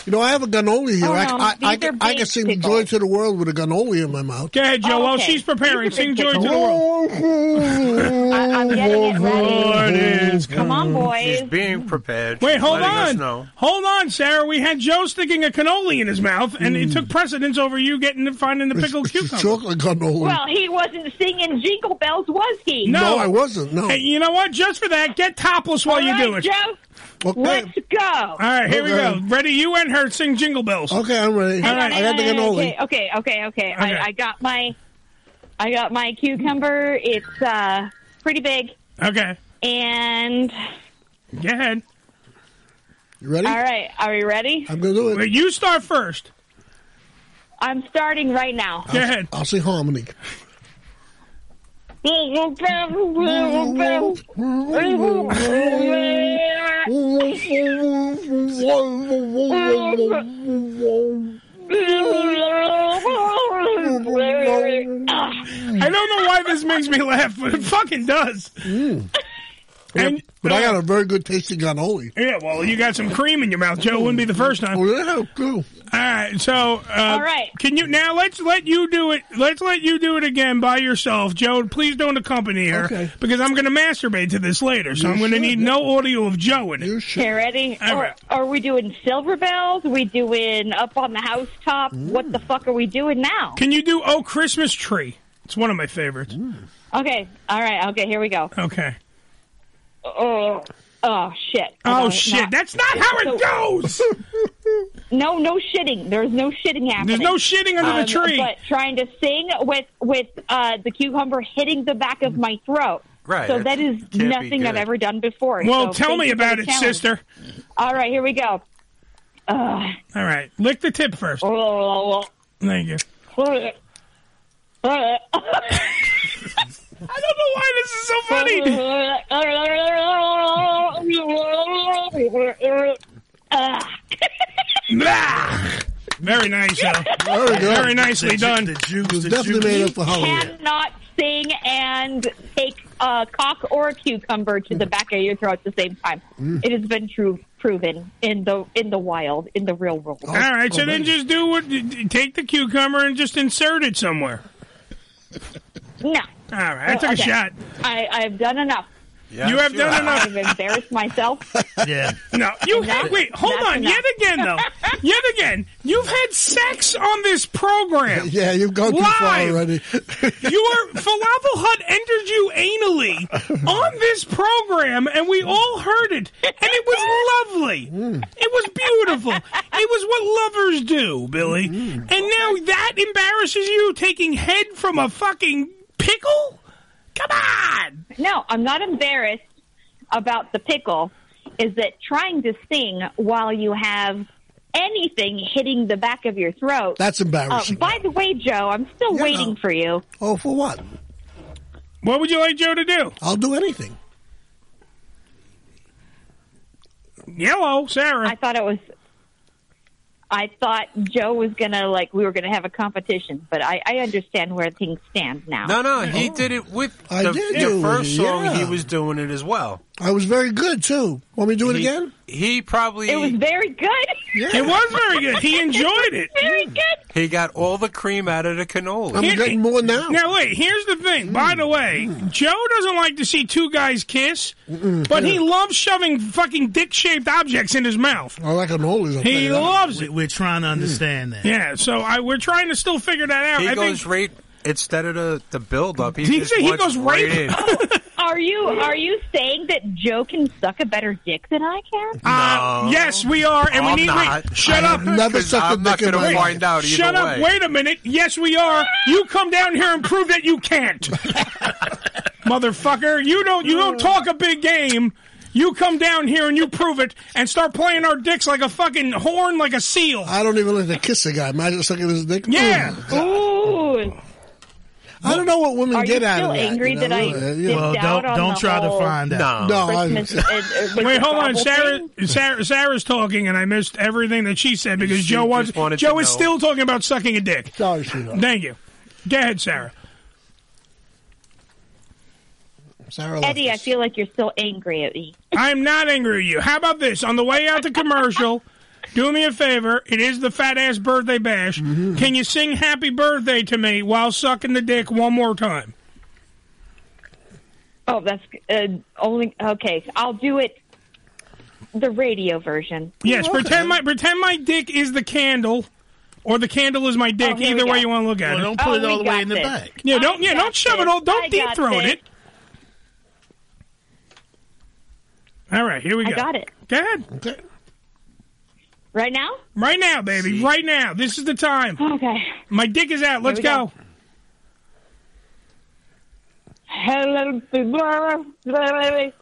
Speaker 3: You know, I have a gunoli here.
Speaker 9: Oh,
Speaker 3: I,
Speaker 9: no,
Speaker 3: I, I,
Speaker 9: these are
Speaker 3: I can
Speaker 9: big
Speaker 3: sing
Speaker 9: pickles.
Speaker 3: joy to the world with a gunoli in my mouth. Oh,
Speaker 1: Go ahead, Joe.
Speaker 9: Oh,
Speaker 1: While
Speaker 9: okay.
Speaker 1: she's preparing,
Speaker 9: He's a
Speaker 1: sing
Speaker 9: big
Speaker 1: joy to the
Speaker 9: pickle.
Speaker 1: world.
Speaker 9: I- I'm getting it ready. Come on,
Speaker 8: He's
Speaker 9: boys.
Speaker 8: being prepared.
Speaker 1: Wait, hold
Speaker 8: letting Us
Speaker 1: on.
Speaker 8: know.
Speaker 1: Hold on, Sarah. We had Joe sticking a cannoli in his mouth, and
Speaker 3: Hmm.
Speaker 1: it took precedence over you getting to finding the pickled cucumber.
Speaker 3: Chocolate cannoli.
Speaker 9: Well, he wasn't singing Jingle Bells, was he?
Speaker 1: No.
Speaker 3: no, I wasn't. No.
Speaker 1: Hey, you know what? Just for that, get topless while
Speaker 9: All
Speaker 1: you
Speaker 9: right,
Speaker 1: do it.
Speaker 9: Joe,
Speaker 3: okay.
Speaker 9: let's go.
Speaker 1: All right, here
Speaker 3: Okay.
Speaker 1: we go. Ready? You and her sing Jingle Bells.
Speaker 3: Okay, I'm ready.
Speaker 9: Hang on,
Speaker 3: I got the
Speaker 9: hang on, Okay,
Speaker 3: cannoli.
Speaker 9: okay, okay. okay.
Speaker 1: Okay.
Speaker 9: I, I got my, I got my cucumber. It's uh, pretty big,
Speaker 1: Okay,
Speaker 9: and
Speaker 1: go ahead.
Speaker 3: You ready?
Speaker 9: all right, are we ready?
Speaker 3: I'm gonna do
Speaker 1: But
Speaker 3: it.
Speaker 1: you start first.
Speaker 9: I'm starting right now.
Speaker 1: Go ahead.
Speaker 3: I'll sing harmony.
Speaker 9: Jingle bells,
Speaker 3: Uh.
Speaker 9: [laughs] jingle bells, jingle bells, jingle bells.
Speaker 1: I don't know why this makes me laugh, but it fucking does. [laughs] And,
Speaker 3: Mm. But I got a very good tasting cannoli.
Speaker 1: yeah, well, you got some cream in your mouth, Joe. It wouldn't be the first time.
Speaker 3: Oh,
Speaker 1: All
Speaker 3: yeah, cool.
Speaker 1: right, so uh, all
Speaker 9: right.
Speaker 1: can you now? Let's let you do it. Let's let you do it again by yourself, Joe. Please don't accompany her
Speaker 3: Okay.
Speaker 1: because I'm going to masturbate to this later. So
Speaker 3: You
Speaker 1: I'm going to
Speaker 3: should.
Speaker 1: need no audio of Joe in it.
Speaker 3: You
Speaker 9: Okay,
Speaker 3: should.
Speaker 9: ready? Are,
Speaker 1: All right.
Speaker 9: are we doing silver bells? Are we doing up on the housetop? What
Speaker 1: Mm.
Speaker 9: the fuck are we doing now?
Speaker 1: Can you do Oh Christmas Tree? It's one of my favorites.
Speaker 9: Okay, all right, okay, here we go.
Speaker 1: Okay.
Speaker 9: Oh, oh shit!
Speaker 1: Oh
Speaker 9: No, it's
Speaker 1: shit,
Speaker 9: not-
Speaker 1: that's not how it goes.
Speaker 9: [laughs] no, no shitting. There's no shitting happening.
Speaker 1: There's no shitting under the
Speaker 9: Um,
Speaker 1: tree.
Speaker 9: But trying to sing with with uh, the cucumber hitting the back of my throat.
Speaker 8: Right,
Speaker 9: So
Speaker 8: it
Speaker 9: that is
Speaker 8: can't be
Speaker 9: nothing I've
Speaker 8: good.
Speaker 9: ever done before.
Speaker 1: well,
Speaker 9: So
Speaker 1: tell
Speaker 9: thank
Speaker 1: me
Speaker 9: you for
Speaker 1: about
Speaker 9: the
Speaker 1: it,
Speaker 9: challenge.
Speaker 1: sister.
Speaker 9: All right, here we go. Ugh.
Speaker 1: All right, lick the tip first. Thank you. I don't know why this is so funny.
Speaker 9: [laughs]
Speaker 1: Blah. Very nice, though.
Speaker 3: Very good.
Speaker 1: Very nicely done.
Speaker 4: The juice,
Speaker 3: It was
Speaker 4: the
Speaker 3: definitely
Speaker 4: juice.
Speaker 3: made up for Halloween.
Speaker 9: Cannot sing and take a cock or a cucumber to the back of your throat at the same time.
Speaker 1: Mm.
Speaker 9: It has been true proven in the in the wild, in the real world.
Speaker 3: Oh,
Speaker 1: All right, so then just do what. d- d- Take the cucumber and just insert it somewhere.
Speaker 9: No.
Speaker 1: All right, I took
Speaker 9: Okay.
Speaker 1: a shot.
Speaker 9: I, I've done enough.
Speaker 8: Yeah,
Speaker 1: you have
Speaker 8: sure.
Speaker 1: done enough.
Speaker 9: I've embarrassed myself.
Speaker 4: Yeah.
Speaker 1: No, you had. Wait, hold
Speaker 9: That's
Speaker 1: on.
Speaker 9: enough.
Speaker 1: Yet again, though.
Speaker 9: [laughs]
Speaker 1: Yet again, you've had sex on this program.
Speaker 3: [laughs] Yeah, you've gone too far
Speaker 1: Live.
Speaker 3: already.
Speaker 1: Your falafel hut entered you anally on this program, and we all heard it, and it was lovely. It was beautiful. It was what lovers do, Billy. And now that embarrasses you taking head from a fucking pickle. Come on.
Speaker 9: No, I'm not embarrassed about the pickle. Is that trying to sing while you have anything hitting the back of your throat?
Speaker 3: That's
Speaker 9: Uh,
Speaker 3: embarrassing.
Speaker 9: by the way, Joe, I'm still
Speaker 3: Yeah.
Speaker 9: waiting for you.
Speaker 3: oh, for what?
Speaker 1: What would you like Joe to do?
Speaker 3: I'll do anything.
Speaker 1: Yellow, Sarah.
Speaker 9: I thought it was. I thought Joe was gonna like we were gonna have a competition, but I, I understand where things stand now.
Speaker 8: No, no, he did it with
Speaker 3: I
Speaker 8: the,
Speaker 3: did
Speaker 8: the
Speaker 3: do it,
Speaker 8: first song.
Speaker 3: yeah.
Speaker 8: He was doing it as well.
Speaker 3: I was very good too. Want me to do it
Speaker 8: He-
Speaker 3: again?
Speaker 8: He probably
Speaker 9: It was very good.
Speaker 1: It was very good. He enjoyed it.
Speaker 9: very good.
Speaker 8: he got all the cream out of the
Speaker 3: I'm
Speaker 8: cannoli.
Speaker 3: getting more now. Mm.
Speaker 1: Now wait, here's the thing. By the way, Joe doesn't like to see two guys kiss, but he loves shoving fucking dick-shaped objects in his mouth.
Speaker 3: I like an oldies. I'll tell
Speaker 1: He
Speaker 3: you that.
Speaker 1: loves
Speaker 5: We,
Speaker 1: it.
Speaker 5: we're trying to understand that.
Speaker 1: Yeah, so I, we're trying to still figure that out.
Speaker 8: He
Speaker 1: I
Speaker 8: goes
Speaker 1: think
Speaker 8: right instead of the, the build up. He,
Speaker 1: Did he
Speaker 8: just
Speaker 1: say he
Speaker 8: wants
Speaker 1: goes
Speaker 8: right
Speaker 1: right-
Speaker 8: in.
Speaker 9: Are you are you saying that Joe can suck a better dick than I can?
Speaker 1: Uh,
Speaker 8: No.
Speaker 1: yes, we are, and
Speaker 8: I'm
Speaker 1: we need.
Speaker 8: not.
Speaker 1: Wait, shut
Speaker 3: I
Speaker 1: up!
Speaker 3: have never
Speaker 8: 'Cause
Speaker 3: sucked a
Speaker 8: I'm not
Speaker 3: dick in
Speaker 8: gonna
Speaker 3: my
Speaker 8: find
Speaker 3: life.
Speaker 8: out either
Speaker 1: Shut up!
Speaker 8: way.
Speaker 1: Wait a minute. Yes, we are. You come down here and prove that
Speaker 3: [laughs]
Speaker 1: you can't, motherfucker. You don't. You don't talk a big game. You come down here and you prove it, and start playing our dicks like a fucking horn, like a seal.
Speaker 3: I don't even like to kiss a guy. Imagine sucking his dick.
Speaker 1: Yeah.
Speaker 3: Ugh.
Speaker 9: Ooh,
Speaker 3: I don't know what women
Speaker 9: are you
Speaker 3: get out
Speaker 9: still
Speaker 3: of that.
Speaker 9: angry
Speaker 3: you
Speaker 9: that I
Speaker 3: know?
Speaker 9: did
Speaker 3: Yeah.
Speaker 5: Well,
Speaker 9: Doubt
Speaker 5: don't
Speaker 9: on
Speaker 5: don't
Speaker 9: the
Speaker 5: try
Speaker 9: whole-
Speaker 5: to find out.
Speaker 8: No.
Speaker 3: No, I,
Speaker 9: Christmas.
Speaker 1: [laughs]
Speaker 9: uh, uh, was
Speaker 1: Wait,
Speaker 9: the
Speaker 1: hold on.
Speaker 9: bubble
Speaker 1: Sarah,
Speaker 9: thing?
Speaker 1: Sarah, Sarah's talking, and I missed everything that she said because
Speaker 8: She
Speaker 1: Joe was
Speaker 8: just wanted
Speaker 1: Joe
Speaker 8: to
Speaker 1: is
Speaker 8: know.
Speaker 1: still talking about sucking a dick.
Speaker 3: sorry, sweetheart.
Speaker 1: Thank you. Go ahead, Sarah.
Speaker 3: Sarah left
Speaker 9: Eddie, I
Speaker 3: us.
Speaker 9: feel like you're still angry at me.
Speaker 1: I'm not angry at you. How about this? On the way out to commercial, do me a favor. It is the fat ass birthday bash.
Speaker 3: Mm-hmm.
Speaker 1: Can you sing happy birthday to me while sucking the dick one more time?
Speaker 9: Oh, that's uh, only okay. I'll do it. The radio version.
Speaker 1: Yes, pretend my pretend my dick is the candle or the candle is my dick.
Speaker 9: Oh, here
Speaker 1: Either
Speaker 9: we
Speaker 1: way
Speaker 9: go.
Speaker 1: you want to look at
Speaker 5: Well,
Speaker 1: it.
Speaker 5: don't put
Speaker 9: Oh,
Speaker 5: it all
Speaker 9: we
Speaker 5: the way
Speaker 9: got
Speaker 5: in the
Speaker 9: this.
Speaker 5: back.
Speaker 1: yeah, don't yeah,
Speaker 9: I
Speaker 1: don't
Speaker 9: got
Speaker 1: shove it all.
Speaker 9: this.
Speaker 1: Don't
Speaker 9: I
Speaker 1: deep
Speaker 9: got
Speaker 1: throat
Speaker 9: this.
Speaker 1: it. All right, here we go.
Speaker 9: I got it
Speaker 1: Go ahead.
Speaker 3: Okay.
Speaker 9: right now.
Speaker 1: Right now, baby. Right now. This is the time.
Speaker 9: Okay.
Speaker 1: My dick is out. Let's
Speaker 9: Here we
Speaker 1: go.
Speaker 9: go. Hello, [laughs]
Speaker 1: [laughs]
Speaker 9: happy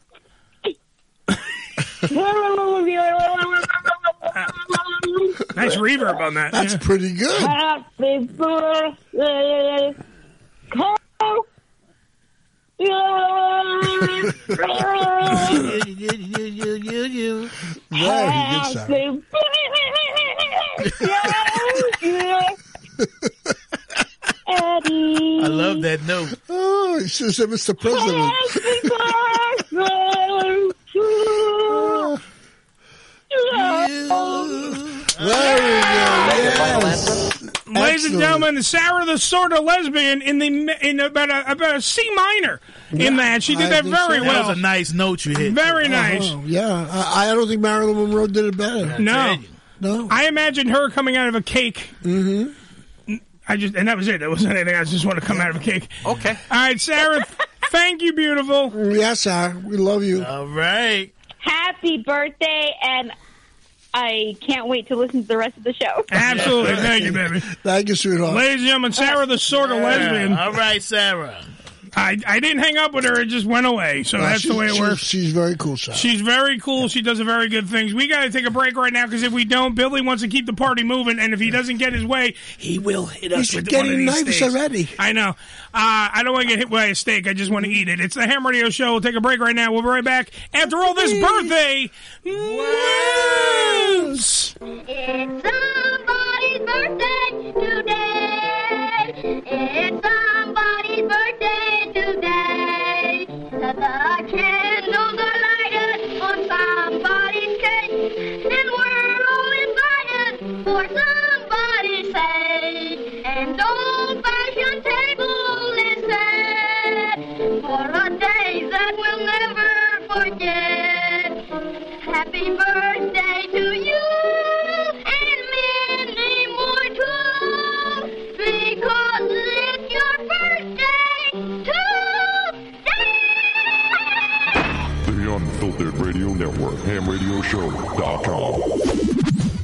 Speaker 1: Nice reverb on that.
Speaker 3: That's
Speaker 1: Yeah.
Speaker 3: pretty good.
Speaker 9: birthday,
Speaker 5: You- you- you- you- you- you.
Speaker 3: Very good, Sarah.
Speaker 9: Eddie.
Speaker 5: I love that note.
Speaker 3: Oh, you should have said Mr. President. [laughs] Very good.
Speaker 1: Ladies and
Speaker 3: Excellent.
Speaker 1: gentlemen, the Sarah the sort of lesbian in the in about a, about a C minor in that she did
Speaker 3: I
Speaker 1: that
Speaker 3: think
Speaker 1: very
Speaker 3: so.
Speaker 5: That
Speaker 1: well,
Speaker 5: was a nice note you hit.
Speaker 1: very nice.
Speaker 3: Oh, yeah, I, I don't think Marilyn Monroe did it better.
Speaker 1: No,
Speaker 3: No.
Speaker 1: I imagine her coming out of a cake. Mm-hmm. I just and that was it. That wasn't anything. I just want to come out of a cake.
Speaker 8: Okay.
Speaker 1: All right,
Speaker 5: [laughs]
Speaker 1: Sarah, thank you, beautiful.
Speaker 3: Yes, Sarah. We love you.
Speaker 5: All right.
Speaker 9: Happy birthday, and I can't wait to listen to the rest of the show.
Speaker 1: Absolutely, [laughs] thank you, baby.
Speaker 3: Thank you, sweetheart.
Speaker 1: Ladies and gentlemen, Sarah the sort of lesbian.
Speaker 5: All right, Sarah.
Speaker 1: I I didn't hang up with her. It just went away. So
Speaker 3: Uh,
Speaker 1: that's
Speaker 3: she's-
Speaker 1: the way it
Speaker 3: she's-
Speaker 1: works.
Speaker 3: She's very cool, Sarah.
Speaker 1: She's very cool. She does a very good things. We got to take a break right now because if we don't, Billy wants to keep the party moving, and if he doesn't get his way, he will hit us
Speaker 3: He's
Speaker 1: with one of
Speaker 3: getting
Speaker 1: these
Speaker 3: knives
Speaker 1: steaks.
Speaker 3: already.
Speaker 1: I know. Uh, I don't want to get hit by a steak. I just want to eat it. It's the Ham Radio Show. We'll take a break right now. We'll be right back after all this birthday news.
Speaker 11: It's somebody's birthday today. It's somebody's birthday today. The, the candles are lighted on somebody's cake, and we're all invited for somebody's sake. And old-fashioned table is set for a day that we'll never forget. Happy birthday to you and many more too, because it's your birthday today.
Speaker 12: The Unfiltered Radio Network, hamradioshow.com.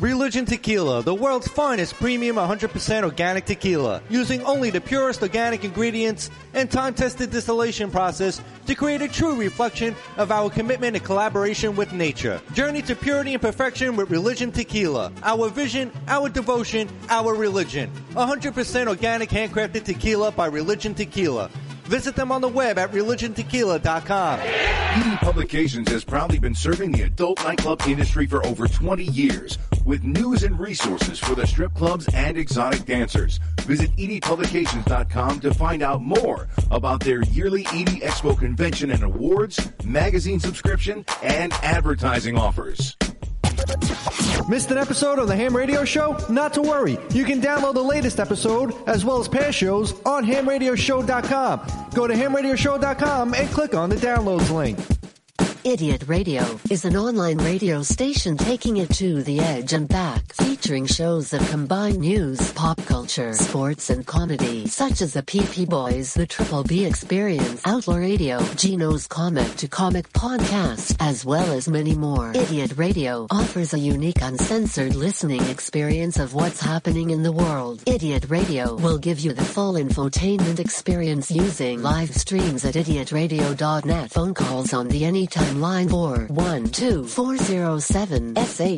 Speaker 13: Religion Tequila, the world's finest premium 100% organic tequila, using only the purest organic ingredients and time-tested distillation process to create a true reflection of our commitment and collaboration with nature. Journey to purity and perfection with Religion Tequila. Our vision, our devotion, our religion. 100% organic handcrafted tequila by Religion Tequila. Visit them on the web at religiontequila.com.
Speaker 14: Eden Publications has proudly been serving the adult nightclub industry for over 20 years with news and resources for the strip clubs and exotic dancers. Visit ediepublications.com to find out more about their yearly Edie Expo convention and awards, magazine subscription, and advertising offers.
Speaker 13: Missed an episode of the Ham Radio Show? Not to worry. You can download the latest episode, as well as past shows, on hamradioshow.com. Go to hamradioshow.com and click on the downloads link.
Speaker 15: Idiot Radio is an online radio station taking it to the edge and back, featuring shows that combine news, pop culture, sports, and comedy, such as the PP Boys, the Triple B Experience, Outlaw Radio, Gino's Comic to Comic Podcast, as well as many more. Idiot Radio offers a unique, uncensored listening experience of what's happening in the world. Idiot Radio will give you the full infotainment experience using live streams at idiotradio.net. Phone calls on the anytime line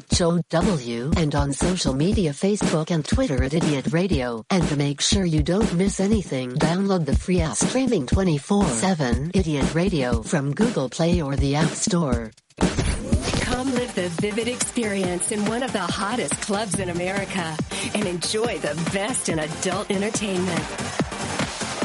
Speaker 15: 412-407-SHOW and on social media Facebook and Twitter at Idiot Radio. And to make sure you don't miss anything, download the free app streaming 24-7 Idiot Radio from Google Play or the App Store.
Speaker 16: Come live the vivid experience in one of the hottest clubs in America and enjoy the best in adult entertainment.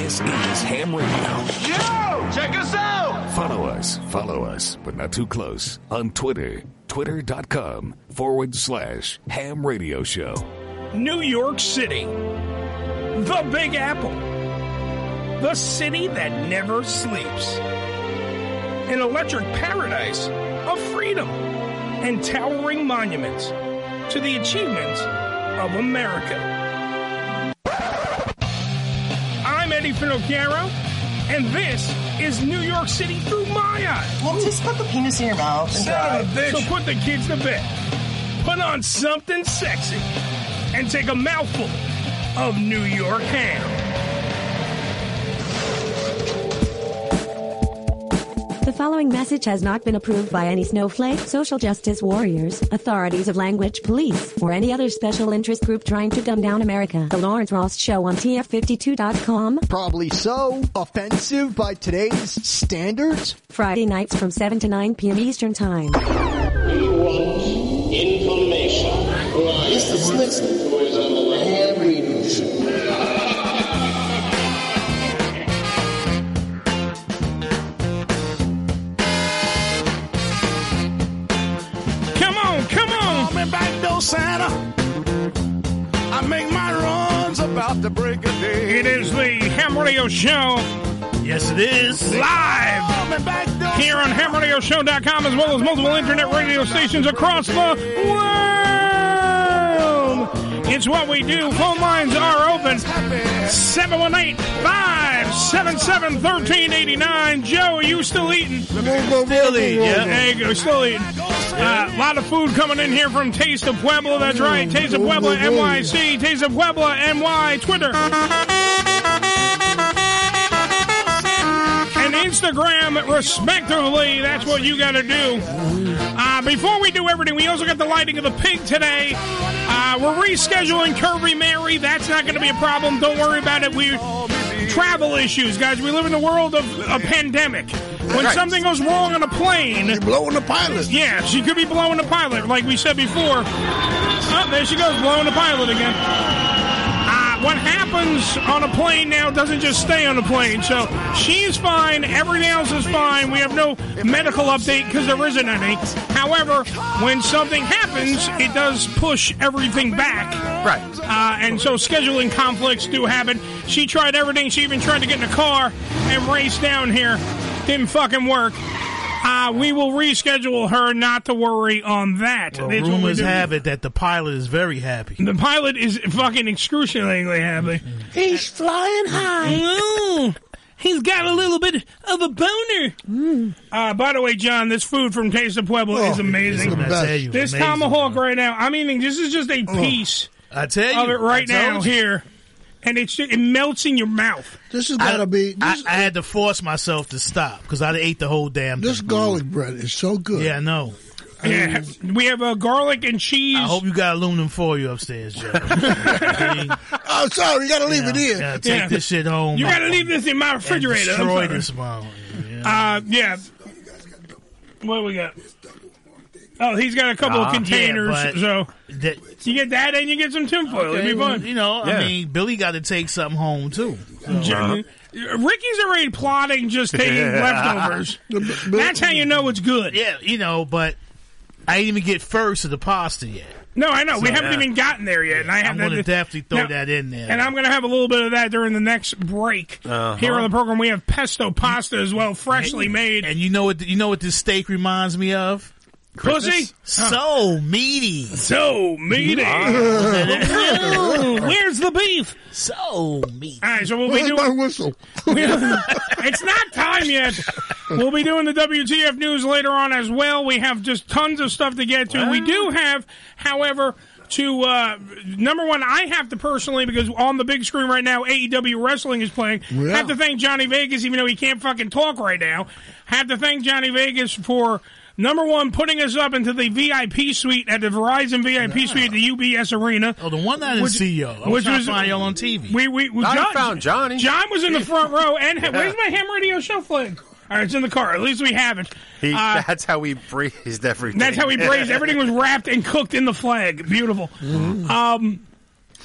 Speaker 17: This is Ham Radio.
Speaker 10: Yo! Check us out!
Speaker 17: Follow us, follow us, but not too close on Twitter. Twitter.com forward slash Ham Radio Show.
Speaker 1: New York City. The Big Apple. The city that never sleeps. An electric paradise of freedom and towering monuments to the achievements of America. I'm Eddie Finocchiaro, and this is New York City through my eyes. Well, just put the penis in your mouth.
Speaker 10: and
Speaker 1: Son of a
Speaker 10: drive.
Speaker 1: bitch. So put the kids to bed. Put on something sexy and take a mouthful of New York ham.
Speaker 18: The following message has not been approved by any snowflake, social justice warriors, authorities of language police, or any other special interest group trying to dumb down America. The Lawrence Ross Show on TF52.com.
Speaker 19: Probably so. Offensive by today's standards?
Speaker 18: Friday nights from 7 to 9 p.m. Eastern Time.
Speaker 10: Information. This is listening to us on the Ham Radio
Speaker 1: Come on, come on.
Speaker 20: Call me back, no Santa. I make my runs about the break of day.
Speaker 1: It is the Ham Radio Show. Yes, it is. Live here on hamradioshow.com as well as multiple internet radio stations across the world. It's what we do. Phone lines are open 718 577 1389. Joe, are you still eating? Still
Speaker 10: eating, yeah.
Speaker 1: There you go, still eating. A lot of food coming in here from Taste of Pueblo. That's right. Taste of Pueblo, NYC. Taste of Pueblo, NY. Twitter and Instagram, respectively. That's what you got to do. Uh, before we do everything, we also got the lighting of the pig today. Uh, we're rescheduling Curvy Mary. That's not going to be a problem. Don't worry about it. We travel issues, guys. We live in the world of a pandemic. When
Speaker 3: Right.
Speaker 1: something goes wrong on a plane, you're blowing the pilot. Yeah, she could be blowing the pilot, like we said before. Oh, there she goes, blowing the pilot again uh, what happens on a plane now doesn't just stay on a plane. So she's fine. Everything else is fine. We have no medical update because there isn't any. However, when something happens, it does push everything back. Right. Uh, and so scheduling conflicts do happen. She tried everything. She even tried to get in a car and race down here. Didn't fucking work. Uh, we will reschedule her. Not to worry on that.
Speaker 4: Well,
Speaker 1: That's what we
Speaker 4: rumors
Speaker 1: do.
Speaker 4: have it that the pilot is very happy.
Speaker 1: The pilot is fucking excruciatingly happy. He's flying high. Mm. He's got a little bit of a boner. Uh, by the way, John, this food from Taste of Pueblo
Speaker 4: Oh,
Speaker 1: is amazing.
Speaker 4: it's the best. I tell you,
Speaker 1: This
Speaker 4: amazing. Oh,
Speaker 1: tomahawk right now. I'm eating. This is just a piece
Speaker 4: I tell you,
Speaker 1: of it right
Speaker 4: I told
Speaker 1: now
Speaker 4: you.
Speaker 1: here, and it's it melts in your mouth.
Speaker 3: This has
Speaker 4: I- I, I had to force myself to stop because I ate the whole damn. This
Speaker 3: garlic bread is so good.
Speaker 4: Yeah, I know.
Speaker 1: Yeah, we have a garlic and cheese.
Speaker 4: I hope you got aluminum foil upstairs,
Speaker 1: [laughs]
Speaker 4: Joe.
Speaker 3: oh, sorry, you got to leave it in.
Speaker 4: Yeah, take this shit home.
Speaker 1: You gotta leave this in my refrigerator. I'm
Speaker 4: Destroy
Speaker 1: sorry.
Speaker 4: this mom.
Speaker 1: Uh, yeah. What we got? Oh, he's got a couple
Speaker 4: Ah.
Speaker 1: of containers.
Speaker 4: Yeah, but
Speaker 1: so you get that, and you get some tinfoil. It'd
Speaker 4: Okay,
Speaker 1: be
Speaker 4: well,
Speaker 1: fun.
Speaker 4: You know, I mean, Billy got to take something home too. uh-huh.
Speaker 1: Jimmy- Ricky's already
Speaker 4: [laughs]
Speaker 1: plotting just taking leftovers. That's how you know it's good.
Speaker 4: Yeah, you know, but I didn't even get first of the pasta yet.
Speaker 1: No, I know. we
Speaker 4: So,
Speaker 1: haven't
Speaker 4: yeah.
Speaker 1: even gotten there yet, and I have
Speaker 4: I'm
Speaker 1: that-
Speaker 4: gonna definitely throw
Speaker 1: Now-
Speaker 4: that in there.
Speaker 1: And I'm going to have a little bit of that during the next break.
Speaker 4: Uh-huh.
Speaker 1: Here on the program, we have pesto pasta as well, freshly made.
Speaker 4: And you know what? You know what this steak reminds me of?
Speaker 1: Pussy?
Speaker 4: So meaty.
Speaker 1: So
Speaker 4: [laughs]
Speaker 1: meaty.
Speaker 4: Ah.
Speaker 1: [laughs] Ooh, Where's the beef?
Speaker 4: So meaty.
Speaker 1: All right, so we'll be
Speaker 3: Where's
Speaker 1: doing
Speaker 3: my
Speaker 4: [laughs]
Speaker 1: [laughs]
Speaker 3: whistle?
Speaker 1: it's not time yet. We'll be doing the WTF news later on as well. We have just tons of stuff to get to. we do have, however, to uh, number one, I have to personally because on the big screen right now, AEW wrestling is playing.
Speaker 3: Yeah.
Speaker 1: Have to thank Johnny Vegas, even though he can't fucking talk right now. Have to thank Johnny Vegas for. Number one, putting us up into the VIP suite at the Verizon VIP suite at the UBS Arena.
Speaker 4: Oh, the one I didn't
Speaker 1: which,
Speaker 4: see y'all. I was
Speaker 1: which
Speaker 4: trying to
Speaker 1: was
Speaker 4: find y'all on TV.
Speaker 1: We we we
Speaker 4: I
Speaker 1: John,
Speaker 4: found Johnny.
Speaker 1: John was in the front row, and
Speaker 8: Yeah.
Speaker 1: where's my ham radio show flag? All right, it's in the car. At least we have it.
Speaker 8: [laughs] He,
Speaker 1: Uh,
Speaker 8: that's how we braised everything.
Speaker 1: that's
Speaker 8: [laughs]
Speaker 1: how we braised. Everything was wrapped and cooked in the flag. Beautiful. Um,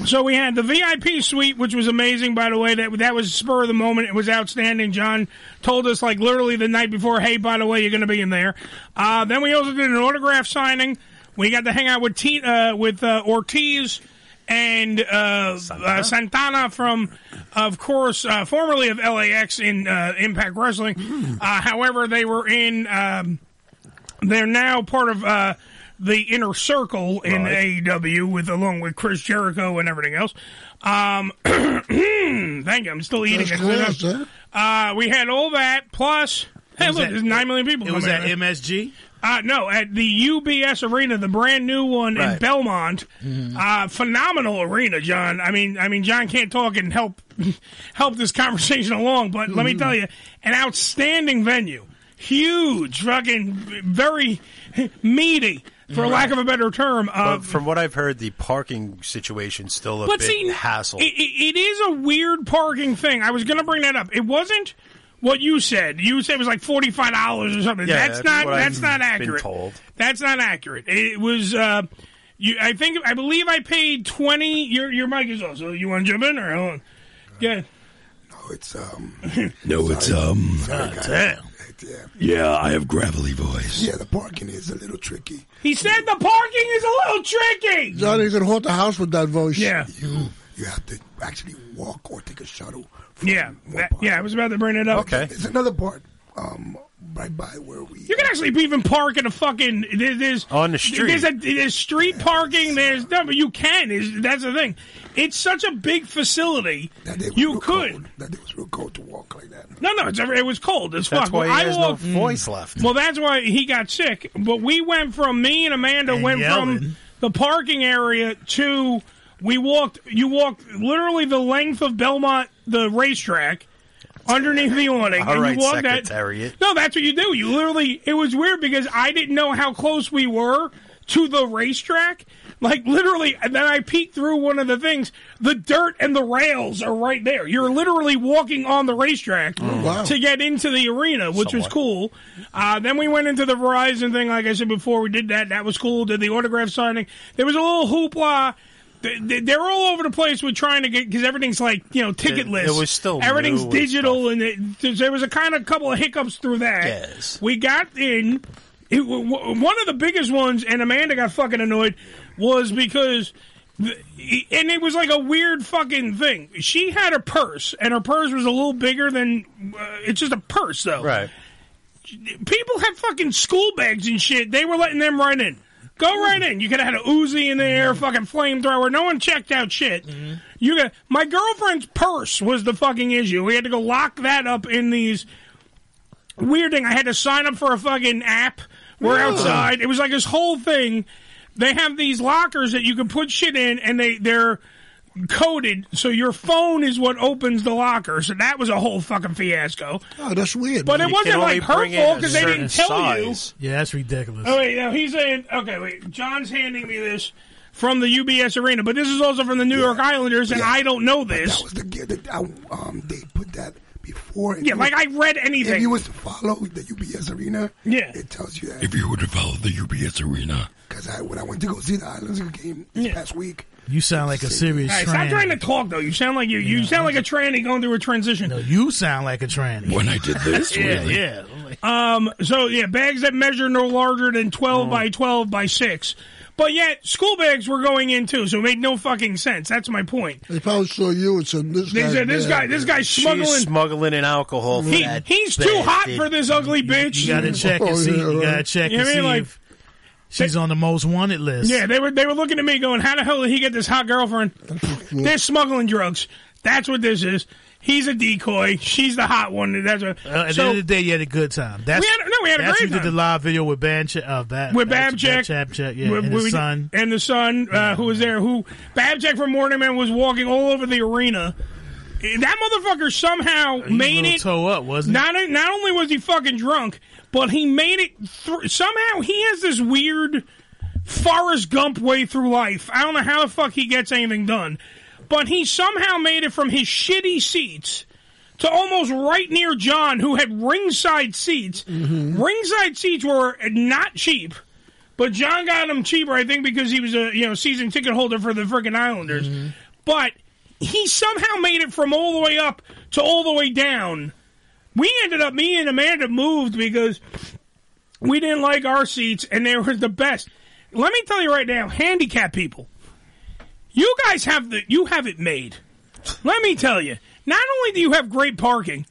Speaker 1: so we had the VIP suite, which was amazing, by the way. That that was spur of the moment. It was outstanding. John told us like literally the night before, "Hey, by the way, you're going to be in there." Uh, then we also did an autograph signing. We got to hang out with T- uh, with uh, Ortiz and uh, Uh, Santana from, of course, uh, formerly of LAX in uh, Impact Wrestling. Uh, however, they were in. Um, they're now part of uh, the inner circle in AEW with along with Chris Jericho and everything else. Um, [clears throat] thank you. I'm still eating.
Speaker 4: That's
Speaker 1: it.
Speaker 4: close,
Speaker 1: uh, we had all that plus. Hey,
Speaker 4: was
Speaker 1: look,
Speaker 4: at-
Speaker 1: there's nine million people.
Speaker 4: it was
Speaker 1: coming
Speaker 4: at
Speaker 1: in.
Speaker 4: MSG.
Speaker 1: Uh, no, at the UBS Arena, the brand new one in
Speaker 4: Right. Mm-hmm.
Speaker 1: Belmont. Uh, phenomenal arena, John. I mean, I mean, John can't talk and help [laughs] help this conversation along, but let
Speaker 4: Mm-hmm.
Speaker 1: me tell you, an outstanding venue, huge, fucking, very [laughs] meaty, for lack of a better term. Uh,
Speaker 8: But from what I've heard, the parking situation's still a
Speaker 1: but
Speaker 8: big
Speaker 1: see,
Speaker 8: hassle.
Speaker 1: It, it, it is a weird parking thing. I was going to bring that up. It wasn't what you said. You said it was like forty five dollars or something.
Speaker 8: Yeah,
Speaker 1: that's
Speaker 8: that's
Speaker 1: not.
Speaker 8: what I've
Speaker 1: That's not
Speaker 8: been
Speaker 1: accurate.
Speaker 8: told.
Speaker 1: That's not accurate. It was. Uh, you, I think. I believe I paid twenty. Your your mic is also. You want to jump in or hold on? Yeah.
Speaker 5: No, it's um.
Speaker 21: [laughs] No, it's um.
Speaker 1: Ah,
Speaker 5: damn.
Speaker 21: Yeah, I have gravelly voice.
Speaker 5: Yeah, the parking is a little tricky.
Speaker 1: He said the parking is a little tricky.
Speaker 3: Johnny, you can haunt the house with that voice.
Speaker 1: Yeah.
Speaker 5: You you have to actually walk or take a shuttle.
Speaker 1: Yeah. that- yeah. I was about to bring it up.
Speaker 5: There's another part um right by where we
Speaker 1: You can actually even park in a fucking there- there's on the
Speaker 5: street.
Speaker 1: There's, a, there's street parking. There's no, but you can. Is that's the thing. It's such a big facility. You could.
Speaker 5: that it was real cold to walk like that.
Speaker 1: No, no, it's, it was cold as
Speaker 5: That's
Speaker 1: fuck.
Speaker 5: why
Speaker 1: Well,
Speaker 5: he
Speaker 1: I Mm.
Speaker 5: has no
Speaker 1: walked-
Speaker 5: voice left.
Speaker 1: Well, that's why he got sick. But we went from me and Amanda
Speaker 4: And
Speaker 1: went
Speaker 4: yelling.
Speaker 1: from the parking area to we walked. You walked literally the length of Belmont, the racetrack, underneath the awning,
Speaker 8: All
Speaker 1: and
Speaker 8: right,
Speaker 1: you walked that.
Speaker 8: Secretariat.
Speaker 1: No, that's what you do. You literally. It was weird because I didn't know how close we were to the racetrack. Like literally, and then I peeked through one of the things. The dirt and the rails are right there. You're literally walking on the racetrack
Speaker 3: wow.
Speaker 1: to get into the arena, which was cool. Uh, then we went into the Verizon thing. Like I said before, we did that. That was cool. Did the autograph signing. There was a little hoopla. They- they- They're all over the place with trying to get because everything's like you know ticketless.
Speaker 8: it was still
Speaker 1: everything's
Speaker 8: new and
Speaker 1: digital, and it, there was a kind of couple of hiccups through that. Yes, we got in. It, w- w- one of the biggest ones, and Amanda got fucking annoyed, was because, the, and it was like a weird fucking thing. She had a purse, and her purse was a little bigger than. Uh, it's just a purse, though. Right. People have fucking school bags and shit. They were letting them right in. Go right in. You could have had an Uzi in there,
Speaker 3: Mm-hmm.
Speaker 1: fucking flamethrower. No one checked out shit. You got my girlfriend's purse was the fucking issue. We had to go lock that up in these weird thing. I had to sign up for a fucking app. We're
Speaker 22: Really?
Speaker 1: outside. It was like this whole thing. They have these lockers that you can put shit in, and they they're coded, so your phone is what opens the locker. So that was a whole fucking fiasco.
Speaker 3: Oh, that's weird.
Speaker 1: But it
Speaker 4: You
Speaker 1: wasn't
Speaker 4: can only
Speaker 1: like
Speaker 4: bring in
Speaker 1: hurtful
Speaker 4: a
Speaker 1: because they didn't tell
Speaker 4: certain
Speaker 1: you.
Speaker 4: size. Yeah, that's ridiculous.
Speaker 1: Oh wait, no, he's saying okay. Wait, John's handing me this from the UBS Arena, but this is also from the New York Islanders, and I don't know this.
Speaker 5: um, they put that before.
Speaker 1: Yeah, like I read anything.
Speaker 5: If you was to follow the UBS Arena,
Speaker 1: yeah,
Speaker 5: it tells you that.
Speaker 21: If you would have followed the UBS arena,
Speaker 5: Because I, when I went to go see the Islanders game this past week,
Speaker 4: You sound like a serious
Speaker 1: Hey, stop
Speaker 4: tranny.
Speaker 1: trying to talk though. You sound like you. You sound like a tranny going through a transition. No,
Speaker 4: you sound like a tranny.
Speaker 21: When I did
Speaker 1: [laughs]
Speaker 21: this,
Speaker 4: yeah,
Speaker 21: really.
Speaker 4: yeah.
Speaker 1: Um. So yeah, bags that measure no larger than twelve
Speaker 21: Mm.
Speaker 1: by twelve by six. But yet, school bags were going in too, so it made no fucking sense. That's my point.
Speaker 3: They probably saw you and said, "This
Speaker 1: They
Speaker 3: guy's
Speaker 1: said this
Speaker 3: bad."
Speaker 1: guy, this guy's
Speaker 8: She's
Speaker 1: smuggling.
Speaker 8: smuggling in alcohol. For
Speaker 1: He-
Speaker 8: that
Speaker 1: he's
Speaker 8: bad
Speaker 1: too hot
Speaker 8: bitch.
Speaker 1: for this ugly bitch. Oh,
Speaker 4: You gotta check and see. You gotta check
Speaker 1: You know
Speaker 4: and
Speaker 1: what I
Speaker 4: see
Speaker 1: mean? Like,
Speaker 4: if she's on the most wanted list.
Speaker 1: Yeah, they were they were looking at me going, "How the hell did he get this
Speaker 4: [laughs]
Speaker 1: hot girlfriend?" They're smuggling drugs. That's what this is. He's a decoy. She's the hot one. That's what.
Speaker 4: Uh, at the
Speaker 1: so
Speaker 4: end of the day, you had a good time. That's
Speaker 1: We had- no, we had a
Speaker 4: that's
Speaker 1: great
Speaker 4: who did
Speaker 1: time.
Speaker 4: the live video with Banchek. Uh, ba-
Speaker 1: with
Speaker 4: Bab-
Speaker 1: Babjack,
Speaker 4: Babchik, yeah, and his son.
Speaker 1: and the son uh, who was there. Who Babjack from Morning Man was walking all over the arena. Eh, That motherfucker somehow made
Speaker 4: little
Speaker 1: it
Speaker 4: toe up, wasn't he?
Speaker 1: not not only was he fucking drunk, but he made it through. Somehow he has this weird Forrest Gump way through life. I don't know how the fuck he gets anything done, but he somehow made it from his shitty seats to almost right near John, who had ringside seats. Ringside seats were not cheap. But John got him cheaper, I think, because he was a you know season ticket holder for the freaking Islanders. But he somehow made it from all the way up to all the way down. We ended up, me and Amanda moved because we didn't like our seats, and they were the best. Let me tell you right now, handicap people, you guys have the you have it made. Let me tell you, not only do you have great parking,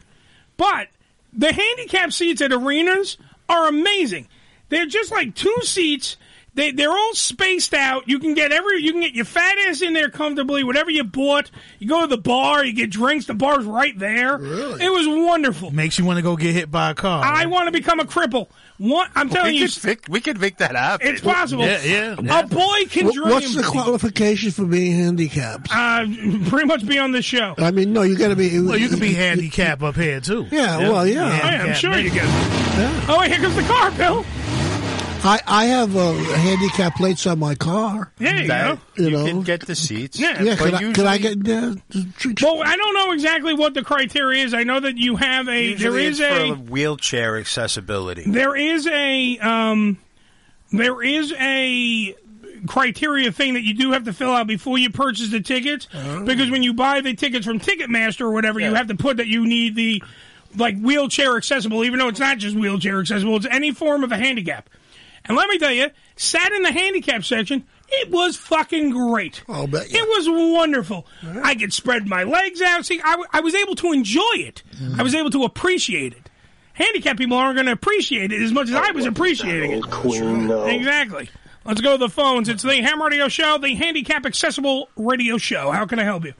Speaker 1: but the handicap seats at arenas are amazing. They're just like two seats. They they're all spaced out. You can get every you can get your fat ass in there comfortably. Whatever you bought, you go to the bar, you get drinks. The bar's right there. It was wonderful.
Speaker 4: Makes you want to go get hit by a car.
Speaker 1: I want to become a cripple. One, I'm telling
Speaker 8: we
Speaker 1: you,
Speaker 8: could make, we could make that happen.
Speaker 1: It's possible. Yeah, yeah, yeah. A boy can
Speaker 3: Wh-
Speaker 1: dream.
Speaker 3: What's the qualification for being handicapped?
Speaker 1: uh, pretty much be on the show.
Speaker 3: I mean, no, you got to be.
Speaker 4: Well, you could be handicapped up here too.
Speaker 3: Yeah, well, yeah.
Speaker 1: I am
Speaker 3: Handicap,
Speaker 1: sure you can. Oh, here comes the car, Bill.
Speaker 3: I, I have uh, handicap plates on my car.
Speaker 1: Yeah, you go.
Speaker 3: You, know,
Speaker 8: can get the seats.
Speaker 1: Yeah,
Speaker 3: yeah. Could
Speaker 1: but
Speaker 3: I, could I get uh,
Speaker 1: Well, I don't know exactly what the criteria is. I know that you have a there
Speaker 8: Usually
Speaker 1: is
Speaker 8: it's
Speaker 1: a
Speaker 8: for wheelchair accessibility.
Speaker 1: there is a um, there is a criteria thing that you do have to fill out before you purchase the tickets
Speaker 3: Oh.
Speaker 1: because when you buy the tickets from Ticketmaster or whatever, you have to put that you need the like wheelchair accessible, even though it's not just wheelchair accessible; it's any form of a handicap. And let me tell you, sat in the handicap section. It was fucking great. Oh, bet It was wonderful. I could spread my legs out. See, I, w- I was able to enjoy it. I was able to appreciate it. Handicapped people aren't going to appreciate it as much as I was appreciating it.
Speaker 7: Queen, though.
Speaker 1: Exactly. Let's go to the phones. It's the Ham Radio Show, the handicap accessible radio show. How can I help you?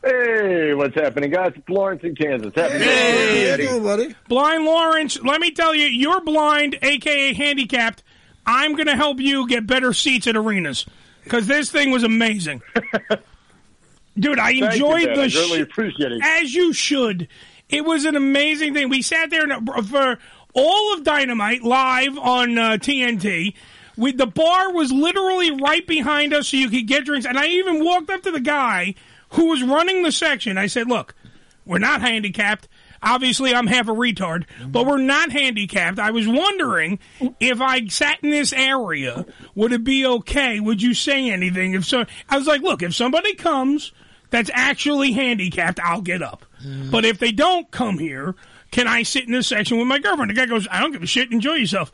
Speaker 6: Hey, what's happening, guys? It's Lawrence in Kansas. Happy Eddie.
Speaker 3: buddy?
Speaker 1: Blind Lawrence, let me tell you, you're blind, aka handicapped. I'm going to help you get better seats at arenas because this thing
Speaker 6: [laughs]
Speaker 1: was amazing. Dude, I
Speaker 6: Thank you,
Speaker 1: enjoyed
Speaker 6: Ben.
Speaker 1: the
Speaker 6: I really
Speaker 1: shi-
Speaker 6: appreciate it.
Speaker 1: as you should. It was an amazing thing. We sat there and- uh, for all of Dynamite live on uh, TNT. We, the bar was literally right behind us, so you could get drinks. And I even walked up to the guy who was running the section. I said, "Look, we're not handicapped. Obviously, I'm half a retard, but we're not handicapped. I was wondering if I sat in this area, would it be okay? Would you say anything? If so, I was like, look, if somebody comes that's actually handicapped, I'll get up. But if they don't come here, can I sit in this section with my girlfriend? The guy goes, I don't give a shit. Enjoy yourself.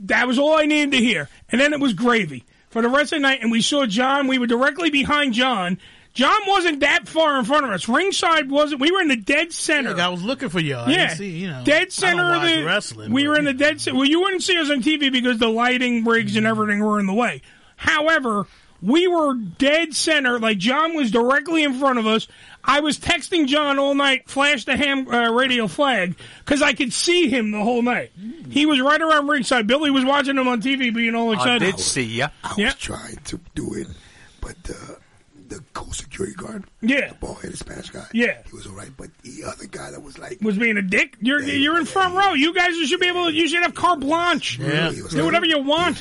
Speaker 1: That was all I needed to hear. And then it was gravy for the rest of the night. And we saw John. We were directly behind John. John wasn't that far in front of us. Ringside wasn't. We were in the dead center.
Speaker 4: I was looking for y'all. I
Speaker 1: yeah,
Speaker 4: didn't see, Uh, you know. I
Speaker 1: dead
Speaker 4: don't
Speaker 1: center of
Speaker 4: watch
Speaker 1: the
Speaker 4: wrestling,
Speaker 1: We were in the dead center. Well, you wouldn't see us on TV because the lighting rigs and everything were in the way. However, we were dead center. Like John was directly in front of us. I was texting John all night. Flash the ham uh, radio flag because I could see him the whole night. He was right around ringside. Billy was watching him on TV, being all
Speaker 8: I
Speaker 1: excited.
Speaker 8: did see ya.
Speaker 1: I yeah. was
Speaker 5: trying to do it, but uh, the co-security guard,
Speaker 1: Yeah.
Speaker 5: the bald-headed Spanish guy,
Speaker 1: Yeah.
Speaker 5: he was all right. But the other guy that was like,
Speaker 1: was being a dick. You're you're in front row. You guys should be able. to, You should have carte blanche.
Speaker 5: Yeah.
Speaker 1: Do whatever you want.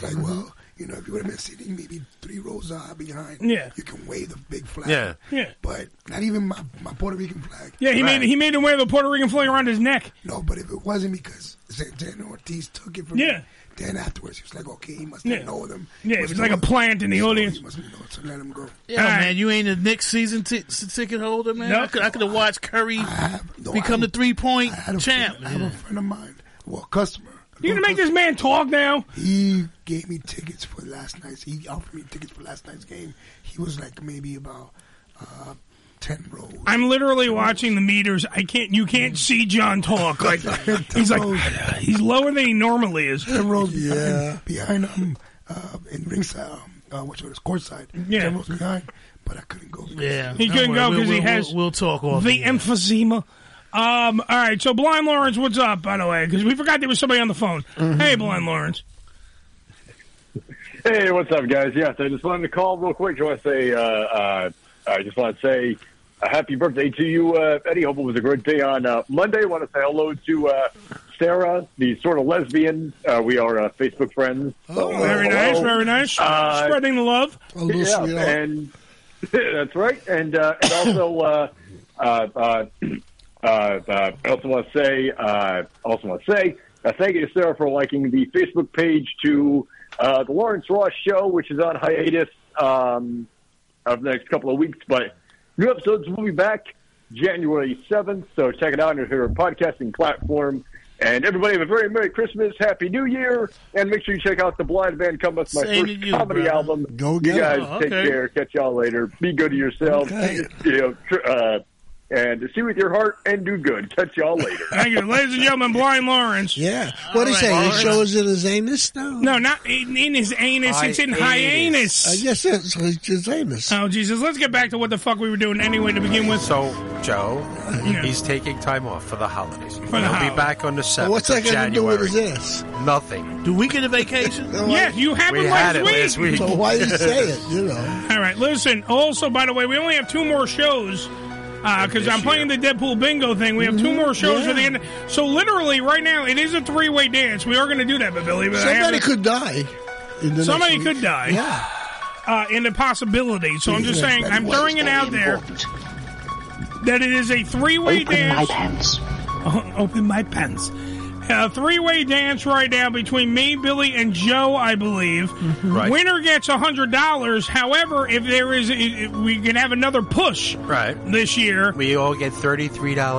Speaker 5: you know, if you would have been sitting maybe three rows uh, behind,
Speaker 1: Mm-hmm. Yeah.
Speaker 5: you can wave the big flag.
Speaker 1: Yeah. Yeah.
Speaker 5: But not even my, my Puerto Rican flag.
Speaker 1: Yeah, he made he made him wear the Puerto Rican flag around his neck.
Speaker 5: No, but if it wasn't because Santana Ortiz took it from
Speaker 1: Yeah.
Speaker 5: me, then afterwards he was like, okay, he must not
Speaker 1: Yeah.
Speaker 5: know them.
Speaker 1: Yeah, it was like a plant in the audience.
Speaker 5: So let him go.
Speaker 4: Yeah, man, you ain't a Knicks season t- t- ticket holder, man.
Speaker 5: No.
Speaker 4: I could I could have watched Curry become the three point champ. I have a
Speaker 5: friend of mine, well, customer.
Speaker 1: You gonna make this man talk now?
Speaker 5: He gave me tickets for last night's. He offered me tickets for last night's game. He was like maybe about uh, ten rows.
Speaker 1: I'm literally watching the meters. I can't. You can't see John talk.
Speaker 5: [laughs]
Speaker 1: Like he's like he's lower than he normally is.
Speaker 5: Ten rows behind, behind him uh, in ringside, um, uh, which was courtside.
Speaker 1: Yeah.
Speaker 5: ten rows behind.
Speaker 4: Yeah,
Speaker 1: He
Speaker 4: don't
Speaker 1: couldn't
Speaker 4: worry.
Speaker 1: go
Speaker 4: We'll-
Speaker 1: because he
Speaker 4: we'll-
Speaker 1: has.
Speaker 4: We'll, we'll talk off.
Speaker 1: the emphysema. Um, all right, so Blind Lawrence, what's up? By the way, because we forgot there was somebody on the phone.
Speaker 6: Mm-hmm.
Speaker 1: Hey, Blind Lawrence.
Speaker 6: Hey, what's up, guys? Yes, I just wanted to call real quick. Just want to say, uh, uh, I just want to say a happy birthday to you, uh, Eddie. Hope it was a great day on uh, Monday. want to say hello to uh, Sarah, the sort of lesbian. Uh, we are uh, Facebook friends. Oh,
Speaker 1: Very nice, very nice.
Speaker 6: Uh,
Speaker 1: Spreading the love.
Speaker 6: yeah, and [laughs] that's right. And uh, and also, uh, uh, uh, uh, uh, I also want to say, uh, also want to say, uh, thank you to Sarah for liking the Facebook page to uh, the Lawrence Ross Show, which is on hiatus um, of the next couple of weeks, but new episodes will be back January seventh. So check it out on your favorite podcasting platform. And everybody have a very Merry Christmas, Happy New Year, and make sure you check out the Blind Man Come With My
Speaker 4: Same
Speaker 6: first
Speaker 4: to you,
Speaker 6: comedy
Speaker 4: brother.
Speaker 6: album.
Speaker 4: Go
Speaker 6: you
Speaker 4: get it.
Speaker 6: guys
Speaker 4: Oh,
Speaker 6: take
Speaker 4: okay.
Speaker 6: care. Catch y'all later. Be good to yourselves. You know, tr- uh, and see with your heart and do good. Catch y'all later.
Speaker 1: Thank you, ladies and gentlemen. Blind Lawrence.
Speaker 3: Yeah. What do you
Speaker 1: All
Speaker 3: say?
Speaker 1: right.
Speaker 3: It shows in his anus now?
Speaker 1: No, not in, in his anus. It's in hyenas.
Speaker 3: Uh, yes, it's it's his anus.
Speaker 1: Oh Jesus! Let's get back to what the fuck we were doing anyway to begin with.
Speaker 8: So, Joe, he's taking time off for the holidays. He'll
Speaker 1: holidays.
Speaker 8: be back on the seventh.
Speaker 1: what's that
Speaker 8: of
Speaker 1: gotta do
Speaker 8: January.
Speaker 1: with
Speaker 3: this?
Speaker 8: Nothing.
Speaker 4: Do we get a vacation?
Speaker 1: [laughs] Yeah, you have
Speaker 8: we
Speaker 1: it
Speaker 8: had
Speaker 1: last
Speaker 8: it
Speaker 1: week.
Speaker 8: last week.
Speaker 3: You know.
Speaker 1: [laughs] All right, listen. Also, by the way, we only have two more shows because I'm playing the Deadpool Bingo thing. We have two
Speaker 3: Mm-hmm.
Speaker 1: more shows for the end. So literally, right now, it is a three way dance. We are going to do that, but Billy. But I have
Speaker 3: Somebody
Speaker 1: to-
Speaker 3: could die. in the
Speaker 1: Somebody
Speaker 3: next week.
Speaker 1: could die.
Speaker 3: Yeah.
Speaker 1: Uh, in the possibility. So I'm just
Speaker 3: Yeah,
Speaker 1: saying,
Speaker 3: that
Speaker 1: I'm
Speaker 3: was
Speaker 1: throwing it
Speaker 3: very
Speaker 1: out there that it is a three way
Speaker 7: Open
Speaker 1: dance.
Speaker 7: my pants.
Speaker 1: [laughs] Open my pants. A three way dance right now between me, Billy, and Joe, I believe.
Speaker 3: Mm-hmm.
Speaker 8: Right.
Speaker 1: Winner gets $100. However, if there is, if we can have another push.
Speaker 8: Right.
Speaker 1: This year.
Speaker 8: We all get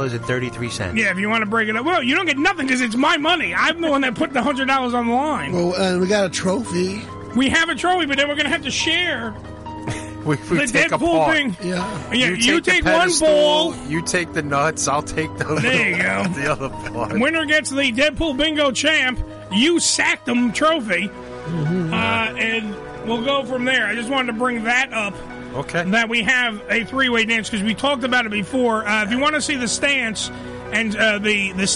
Speaker 8: $33.33.
Speaker 1: Yeah, if you want to break it up. Well, you don't get nothing because it's my money. I'm the one that put the $100 on the line.
Speaker 3: Well, and we got a trophy.
Speaker 1: We have a trophy, but then we're going to have to share.
Speaker 8: We, we
Speaker 1: The
Speaker 8: take a
Speaker 1: Deadpool
Speaker 8: part.
Speaker 1: thing.
Speaker 3: Yeah.
Speaker 1: Yeah, you take
Speaker 8: the
Speaker 1: one
Speaker 8: pedestal,
Speaker 1: ball.
Speaker 8: You take the nuts. I'll take the
Speaker 1: There you go.
Speaker 8: [laughs] the other part.
Speaker 1: Winner gets the Deadpool Bingo Champ. You sacked them trophy. Uh, and we'll go from there. I just wanted to bring that up.
Speaker 8: Okay.
Speaker 1: That we have a three way dance because we talked about it before. Uh, if you want to see the stance and uh, the the standings,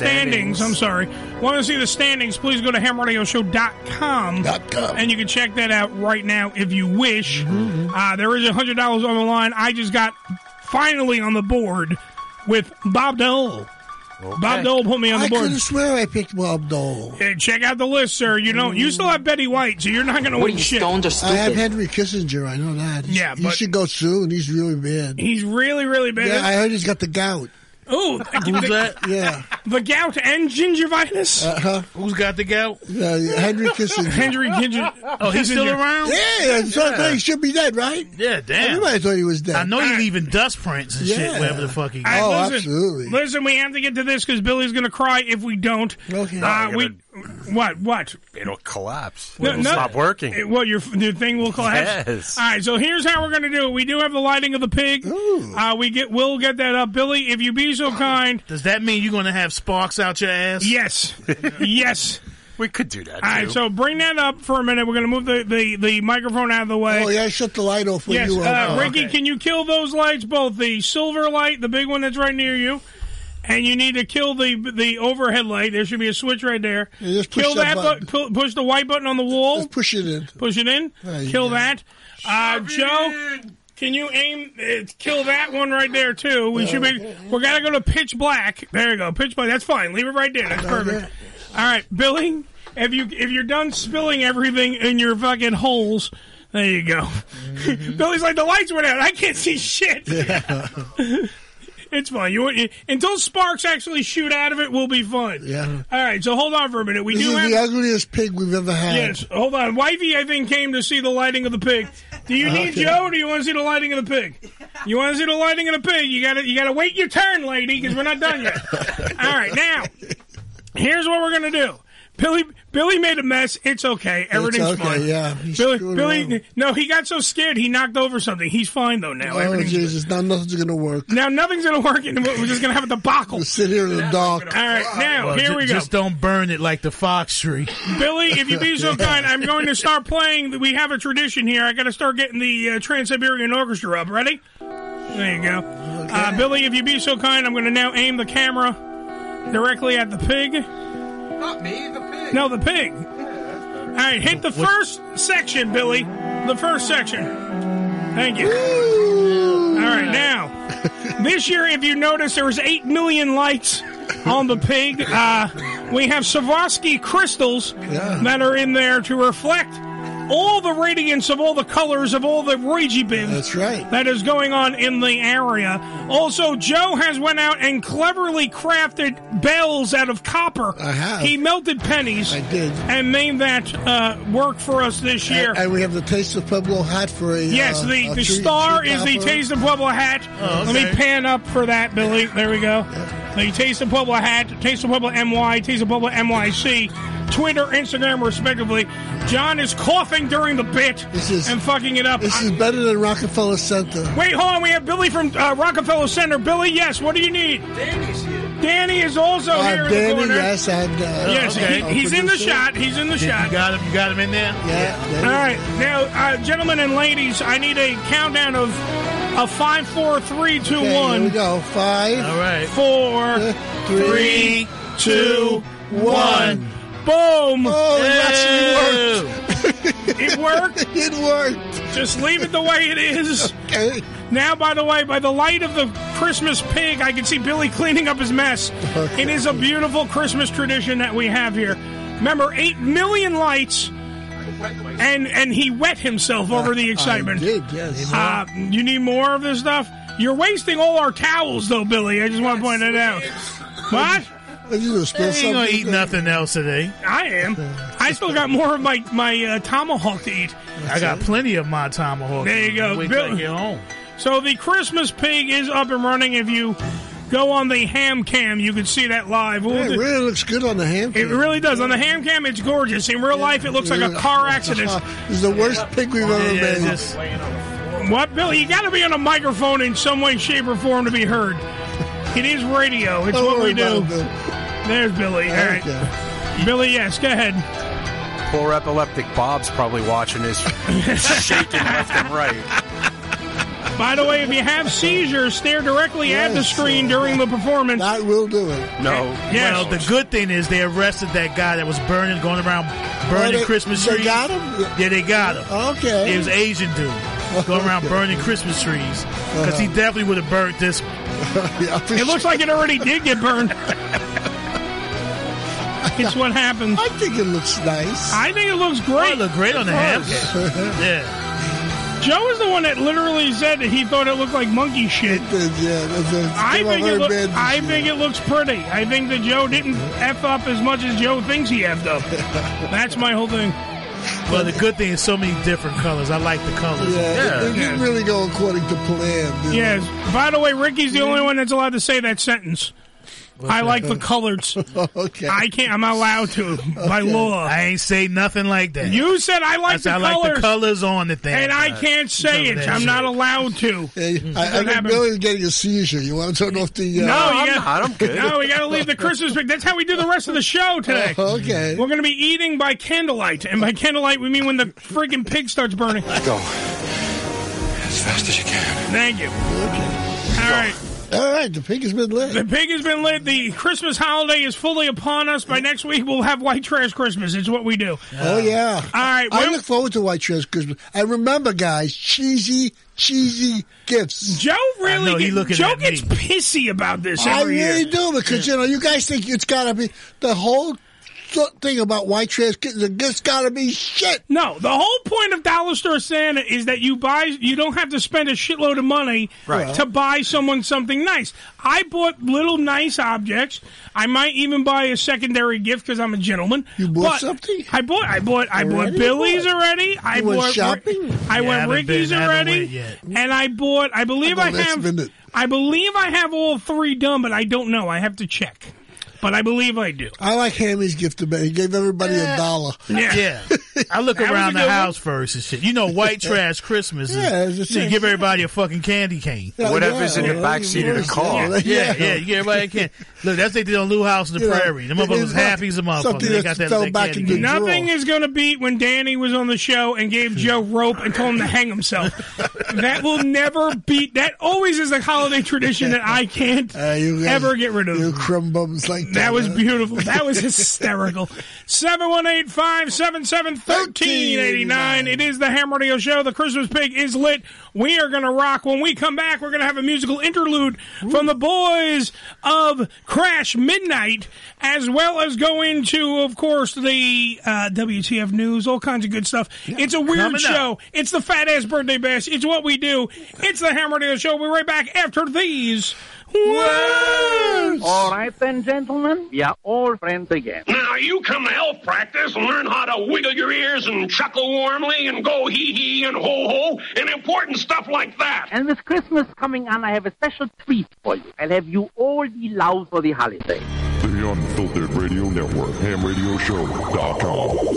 Speaker 8: Standings.
Speaker 1: I'm sorry, want to see the standings, please go to hamradioshow.com.
Speaker 5: .com.
Speaker 1: And you can check that out right now if you wish. Uh, there is $100 on the line. I just got finally on the board with Bob Dole. Bob Dole put me on the
Speaker 3: I
Speaker 1: board.
Speaker 3: couldn't swear I picked Bob Dole.
Speaker 1: Hey, check out the list, sir. You don't. You still have Betty White, so you're not going to win shit.
Speaker 3: I have Henry Kissinger. I know that. He's-
Speaker 1: Yeah,
Speaker 3: he
Speaker 1: but-
Speaker 3: should go soon. He's really bad. [laughs]
Speaker 1: He's really, really bad.
Speaker 3: Yeah, I heard he's got the gout. [laughs]
Speaker 1: Ooh,
Speaker 4: Who's that?
Speaker 3: Yeah.
Speaker 1: the gout and gingivitis.
Speaker 3: Uh-huh.
Speaker 4: Who's got the gout?
Speaker 3: Uh, Henry Kissinger.
Speaker 1: [laughs] Henry Kissinger.
Speaker 4: Oh, he's still around?
Speaker 3: Yeah, so I thought
Speaker 4: Yeah.
Speaker 3: he should be dead, right?
Speaker 4: Yeah, damn.
Speaker 3: Everybody thought he was dead.
Speaker 4: I know you're leaving dust prints and
Speaker 3: Yeah.
Speaker 4: shit wherever the fuck he
Speaker 1: All
Speaker 4: goes.
Speaker 1: right, listen, Listen, we have to get to this because Billy's going to cry if we don't. Okay.
Speaker 3: No,
Speaker 1: Uh,
Speaker 3: you're
Speaker 1: we
Speaker 3: gonna
Speaker 1: What? What?
Speaker 8: It'll collapse.
Speaker 1: No,
Speaker 8: It'll
Speaker 1: no.
Speaker 8: stop working.
Speaker 1: It- well, your, your thing will collapse.
Speaker 8: Yes.
Speaker 1: All right. So here's how we're going to do it. We do have the lighting of the pig. Uh, we get. We'll get that up, Billy. If you be
Speaker 8: [gasps]
Speaker 1: so kind.
Speaker 4: Does that mean you're going to have sparks out your ass? [laughs]
Speaker 1: Yes. yes.
Speaker 8: We could do that.
Speaker 1: All right,
Speaker 4: too.
Speaker 1: so bring that up for a minute. We're going to move the, the, the microphone out of the way.
Speaker 3: Oh, yeah, I shut the light off when
Speaker 1: yes,
Speaker 3: you Oh, were
Speaker 1: uh,
Speaker 3: on.
Speaker 1: Ricky, can you kill those lights? Both the silver light, the big one that's right near you, and you need to kill the the overhead light. There should be a switch right there.
Speaker 3: just push
Speaker 1: kill
Speaker 3: that
Speaker 1: button. push the white button on the wall.
Speaker 3: push it in.
Speaker 1: Push it in.
Speaker 3: you
Speaker 1: kill that. Uh, Joe, can you aim? Uh, kill that one right there too. We should be. We're gonna go to pitch black. There you go. Pitch black. That's fine. Leave it right there. That's perfect. All right, Billy. If you if you're done spilling everything in your fucking holes, there you go.
Speaker 3: Mm-hmm.
Speaker 1: [laughs] Billy's like the lights went out. I can't see shit. [laughs] it's fine. You, you until sparks actually shoot out of it, we'll be fine.
Speaker 3: Yeah.
Speaker 1: All right. So hold on for a minute. We
Speaker 3: this
Speaker 1: do
Speaker 3: is
Speaker 1: have
Speaker 3: the ugliest pig we've ever had.
Speaker 1: Yes, hold on. Wifey, I think, came to see the lighting of the pig. Do you need
Speaker 3: Okay.
Speaker 1: Joe, or do you want to see the lighting of the pig? You want to see the lighting of the pig? You gotta, you gotta wait your turn, lady, because we're not
Speaker 3: [laughs]
Speaker 1: done yet. All right, now here's what we're gonna do. Billy, Billy made a mess. It's okay. Everything's
Speaker 3: okay,
Speaker 1: fine.
Speaker 3: yeah. He
Speaker 1: Billy,
Speaker 3: screwed
Speaker 1: Billy,
Speaker 3: around.
Speaker 1: no, he got so scared he knocked over something. He's fine though now.
Speaker 3: Oh,
Speaker 1: Everything's
Speaker 3: Jesus. Now nothing's going to work.
Speaker 1: now nothing's gonna work, and we're just gonna have a debacle.
Speaker 3: sit here in the dark.
Speaker 1: All right, now
Speaker 4: Well,
Speaker 1: here
Speaker 4: ju-
Speaker 1: we go.
Speaker 4: Just don't burn it like the fox
Speaker 1: [laughs]
Speaker 4: tree.
Speaker 1: Billy, if you be so kind, I'm going to start playing. We have a tradition here. I got to start getting the uh, Trans Siberian Orchestra up. Ready? There you go. Uh, Billy, if you be so kind, I'm going to now aim the camera directly at the pig. Not me, the pig. No, the pig. All right, hit the first section, Billy. The first section. Thank you. All right, now this year, if you notice, there was eight million lights on the pig. Uh, we have Swarovski crystals that are in there to reflect all the radiance of all the colors of all the roigi bins. That's
Speaker 3: right.
Speaker 1: That is going on in the area. Also, Joe has went out and cleverly crafted bells out of copper. I
Speaker 3: have.
Speaker 1: He melted pennies. I
Speaker 3: did.
Speaker 1: And made that uh, work for us this year.
Speaker 3: And we have the taste of Pueblo hat for a.
Speaker 1: Yes,
Speaker 3: uh,
Speaker 1: the,
Speaker 3: a
Speaker 1: the
Speaker 3: tree-
Speaker 1: star
Speaker 3: tree
Speaker 1: is the
Speaker 3: topper.
Speaker 1: Taste of Pueblo hat.
Speaker 3: Oh, okay.
Speaker 1: Let me pan up for that, Billy. There we go. The Taste of Pueblo hat, Taste of Pueblo MY, Taste of Pueblo MYC, Twitter, Instagram, respectively. John is coughing during the bit and fucking it up.
Speaker 3: This is better than Rockefeller Center.
Speaker 1: Wait, hold on. We have Billy from uh, Rockefeller Center. Billy, yes. What do you need? Danny's here. Danny is also
Speaker 3: Uh,
Speaker 1: Oh, here. in the
Speaker 3: Danny,
Speaker 1: corner.
Speaker 3: yes, and uh,
Speaker 1: Yes,
Speaker 3: our
Speaker 1: he, he's in the
Speaker 3: producer.
Speaker 1: shot. He's in the
Speaker 4: You
Speaker 1: shot.
Speaker 4: got him. You got him in there.
Speaker 3: Yeah.
Speaker 1: All right, now, uh, gentlemen and ladies, I need a countdown of a five, four, three, two, one.
Speaker 3: Okay, here we go. Five.
Speaker 1: All right. Four, three,
Speaker 3: three, two,
Speaker 1: two, one.
Speaker 3: one.
Speaker 1: Boom!
Speaker 3: Oh, it actually
Speaker 1: it worked.
Speaker 3: [laughs] it worked.
Speaker 1: Just leave it the way it is.
Speaker 3: Okay.
Speaker 1: Now, by the way, by the light of the Christmas pig, I can see Billy cleaning up his mess. It is a beautiful Christmas tradition that we have here. Remember, eight million lights, and and he wet himself over the excitement.
Speaker 3: did, yes.
Speaker 1: Uh, you need more of this stuff. You're wasting all our towels, though, Billy. I just want to point that out. What?
Speaker 4: You ain't gonna eat nothing else today.
Speaker 1: I am. I still got more of my my uh, tomahawk to eat.
Speaker 4: I got plenty of my tomahawk.
Speaker 1: There you go.
Speaker 4: Wait till I
Speaker 1: Bill-
Speaker 4: get home.
Speaker 1: So the Christmas pig is up and running. If you go on the ham cam, you can see that live. We'll
Speaker 3: It
Speaker 1: do-
Speaker 3: really looks good on the ham.
Speaker 1: it really does. On the ham cam, it's gorgeous. In real life, it looks like a car
Speaker 3: [laughs]
Speaker 1: accident.
Speaker 3: This is the worst pig we've ever
Speaker 1: Yeah,
Speaker 3: made.
Speaker 1: just- What, Billy? You got to be on a microphone in some way, shape, or form to be heard. It is radio. It's
Speaker 3: Don't
Speaker 1: what
Speaker 3: worry
Speaker 1: we do.
Speaker 3: about it,
Speaker 1: There's Billy. All right. Billy, yes, go ahead.
Speaker 8: Poor epileptic Bob's probably watching
Speaker 1: [laughs]
Speaker 8: this, shaking left and right.
Speaker 1: By the way, if you have seizures, stare directly at the screen during the performance.
Speaker 3: That will do it.
Speaker 8: No.
Speaker 1: Yes.
Speaker 4: Well, the good thing is they arrested that guy that was burning, going around burning
Speaker 3: Oh, they-
Speaker 4: Christmas
Speaker 3: they
Speaker 4: trees.
Speaker 3: got him?
Speaker 4: Yeah, they got him.
Speaker 3: Okay.
Speaker 4: It was Asian dude going around burning Christmas trees because he definitely would have burnt this.
Speaker 3: [laughs]
Speaker 1: It looks like it already did get burned. it's what happens.
Speaker 3: I think it looks nice.
Speaker 1: I think it looks great.
Speaker 4: look great on the ham.
Speaker 3: [laughs]
Speaker 1: [laughs]
Speaker 4: yeah.
Speaker 1: Joe is the one that literally said that he thought it looked like monkey shit.
Speaker 3: Yeah, that's a-
Speaker 1: I
Speaker 3: came out
Speaker 1: think it
Speaker 3: very
Speaker 1: look,
Speaker 3: bad.
Speaker 1: I think it looks pretty. I think that Joe didn't f up as much as Joe thinks he
Speaker 3: [laughs]
Speaker 1: effed up. That's my whole thing.
Speaker 4: Well, the good thing is so many different colors. I like the colors.
Speaker 3: Yeah, it, it didn't really go according to plan. you know.
Speaker 1: Yes. By the way, Ricky's the only one that's allowed to say that sentence. I like
Speaker 3: [laughs]
Speaker 1: the coloreds. okay. I can't. I'm not allowed to by law.
Speaker 4: I ain't say nothing like that.
Speaker 1: You said I like
Speaker 4: I said
Speaker 1: the
Speaker 4: I like the
Speaker 1: colors.
Speaker 4: colors on the thing,
Speaker 1: And I can't say it. I'm not allowed
Speaker 3: I,
Speaker 1: to.
Speaker 3: I
Speaker 1: What
Speaker 3: think
Speaker 1: happened?
Speaker 3: Billy's getting a seizure. You want to turn off the? Uh,
Speaker 1: no, you got, [laughs] No, we got to leave the Christmas break. That's how we do the rest of the
Speaker 3: [laughs]
Speaker 1: show today. okay. We're going to be eating by candlelight. And by candlelight, we mean when the friggin' pig starts burning.
Speaker 21: Go. As fast as you can.
Speaker 1: Thank you. All right.
Speaker 3: All right, the pig has been lit.
Speaker 1: The pig has been lit. The Christmas holiday is fully upon us. By next week, we'll have white trash Christmas. It's what we do.
Speaker 3: Oh yeah.
Speaker 1: All right.
Speaker 3: I look forward to White Trash Christmas. And remember, guys, cheesy, cheesy gifts.
Speaker 1: Joe really get- Joe gets pissy about this
Speaker 3: I
Speaker 1: every
Speaker 3: really
Speaker 1: year.
Speaker 3: do because you know you guys think it's got to be the whole th- thing about White Trash. Christmas, The gifts got to be shit.
Speaker 1: No, the whole point of Dollar Store Santa is that you buy, you don't have to spend a shitload of money
Speaker 3: Right.
Speaker 1: to buy someone something nice. I bought little nice objects. I might even buy a secondary gift because I'm a gentleman. You
Speaker 3: bought
Speaker 1: something? I bought, I bought, I bought
Speaker 3: Already?
Speaker 1: Billy's
Speaker 3: What?
Speaker 1: already. I
Speaker 3: You went
Speaker 1: bought,
Speaker 3: shopping?
Speaker 1: I
Speaker 3: Yeah, I
Speaker 1: went
Speaker 3: haven't
Speaker 1: Ricky's
Speaker 3: been- I haven't
Speaker 1: already,
Speaker 3: went yet.
Speaker 1: and I bought. I believe I,
Speaker 3: I know that's
Speaker 1: have.
Speaker 3: been it.
Speaker 1: I believe I have all three done, but I don't know. I have to check. But I believe I do.
Speaker 3: I like Hammy's gift to me. He gave everybody a dollar.
Speaker 4: [laughs]
Speaker 1: Yeah.
Speaker 4: I look
Speaker 1: That was
Speaker 4: around
Speaker 1: a
Speaker 4: the
Speaker 1: good one.
Speaker 4: house first and shit. You know, white trash Christmas. Is,
Speaker 1: Yeah, it's
Speaker 4: you
Speaker 1: just-
Speaker 4: know, give everybody a fucking candy cane.
Speaker 1: Yeah, Whatever's yeah, in the yeah, back
Speaker 8: seat of the yeah, car.
Speaker 4: Yeah, yeah,
Speaker 8: yeah.
Speaker 4: you get everybody a can. Look, that's what they did on Lou House in the
Speaker 1: You know,
Speaker 4: Prairie. The
Speaker 1: it
Speaker 4: motherfuckers
Speaker 1: is
Speaker 4: happy as a motherfucker.
Speaker 1: something
Speaker 4: They
Speaker 1: that
Speaker 4: got that,
Speaker 1: fell
Speaker 4: that
Speaker 1: back
Speaker 4: candy
Speaker 1: in the
Speaker 4: cane.
Speaker 1: Nothing is going to beat when Danny was on the show
Speaker 4: [laughs]
Speaker 1: and gave Joe rope and told him to hang himself. that will never beat. That always is a holiday tradition that I [laughs] can't ever get rid of. Uh, You
Speaker 3: crumb bums like that.
Speaker 1: was beautiful. That was [laughs] hysterical. 718 577 1389. It is the Ham Radio Show. The Christmas Pig is lit. We are going to rock. When we come back, we're going to have a musical interlude from the boys of Crash Midnight, as well as go into, of course, the uh, WTF news, all kinds of good stuff. It's a weird
Speaker 4: Coming up.
Speaker 1: show. It's the Fat Ass Birthday Bash. It's what we do. It's the Ham Radio Show. We'll be right back after these. Words.
Speaker 22: All right then, gentlemen, you're all friends again.
Speaker 23: Now you come to health practice and learn how to wiggle your ears and chuckle warmly and go hee hee and ho ho and important stuff like that.
Speaker 22: And with Christmas coming on, I have a special treat for you. I'll have you all be loud for the holiday.
Speaker 12: The Unfiltered Radio Network, hamradioshow.com.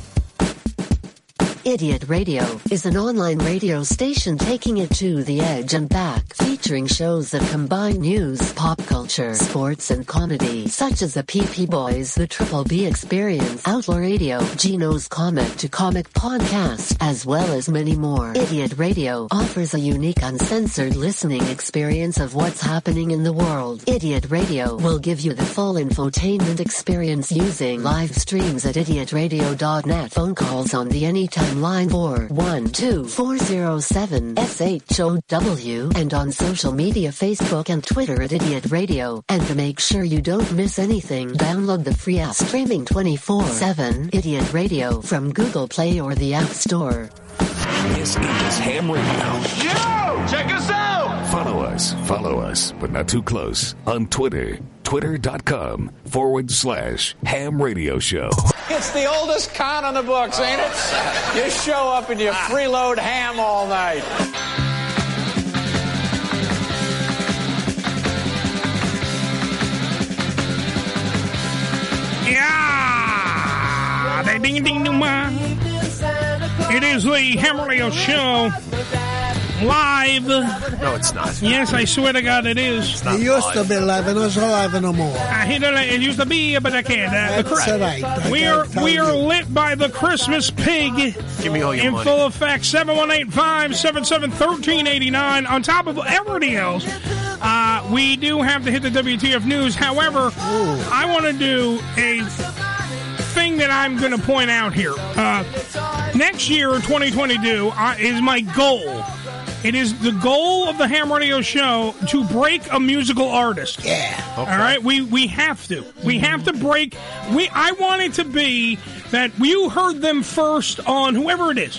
Speaker 15: Idiot Radio is an online radio station taking it to the edge and back, featuring shows that combine news, pop culture, sports, and comedy, such as the PP Boys, the Triple B Experience, Outlaw Radio, Gino's Comic to Comic Podcast, as well as many more. Idiot Radio offers a unique uncensored listening experience of what's happening in the world. Idiot Radio will give you the full infotainment experience using live streams at idiotradio.net, phone calls on the anytime on line 412407SHOW and on social media Facebook and Twitter at Idiot Radio. And to make sure you don't miss anything, download the free app streaming 24-7 Idiot Radio from Google Play or the App Store.
Speaker 17: This is Ham Radio.
Speaker 23: Yo! Check us out!
Speaker 17: Follow us, follow us, but not too close on Twitter. Twitter.com forward slash Ham Radio Show.
Speaker 2: [laughs] It's the oldest con on the books, ain't it? You show up and you freeload ham all night.
Speaker 1: Yeah! They ding ding ding ma. It is the Ham Radio Show. Live. No,
Speaker 8: it's not.
Speaker 1: Yes, I swear to God, it is.
Speaker 3: It used to be live, and it's not live no more.
Speaker 1: I hate it. It used to be, but I can't. Uh,
Speaker 3: That's
Speaker 1: correct.
Speaker 3: right. I
Speaker 1: We
Speaker 3: gotta
Speaker 1: are
Speaker 3: tell
Speaker 1: we are
Speaker 3: you.
Speaker 1: lit by the Christmas pig.
Speaker 8: Give me all your
Speaker 1: in
Speaker 8: money.
Speaker 1: full effect. 7185-77-1389. On top of everything else, uh, we do have to hit the WTF news. However, I want to do a thing that I'm going to point out here. Uh, next year, 2022, I, is my goal. It is the goal of the Ham Radio Show to break a musical artist. Yeah. All right. We we have to. We
Speaker 4: Mm-hmm.
Speaker 1: have to break. We I want it to be that you heard them first on whoever it is.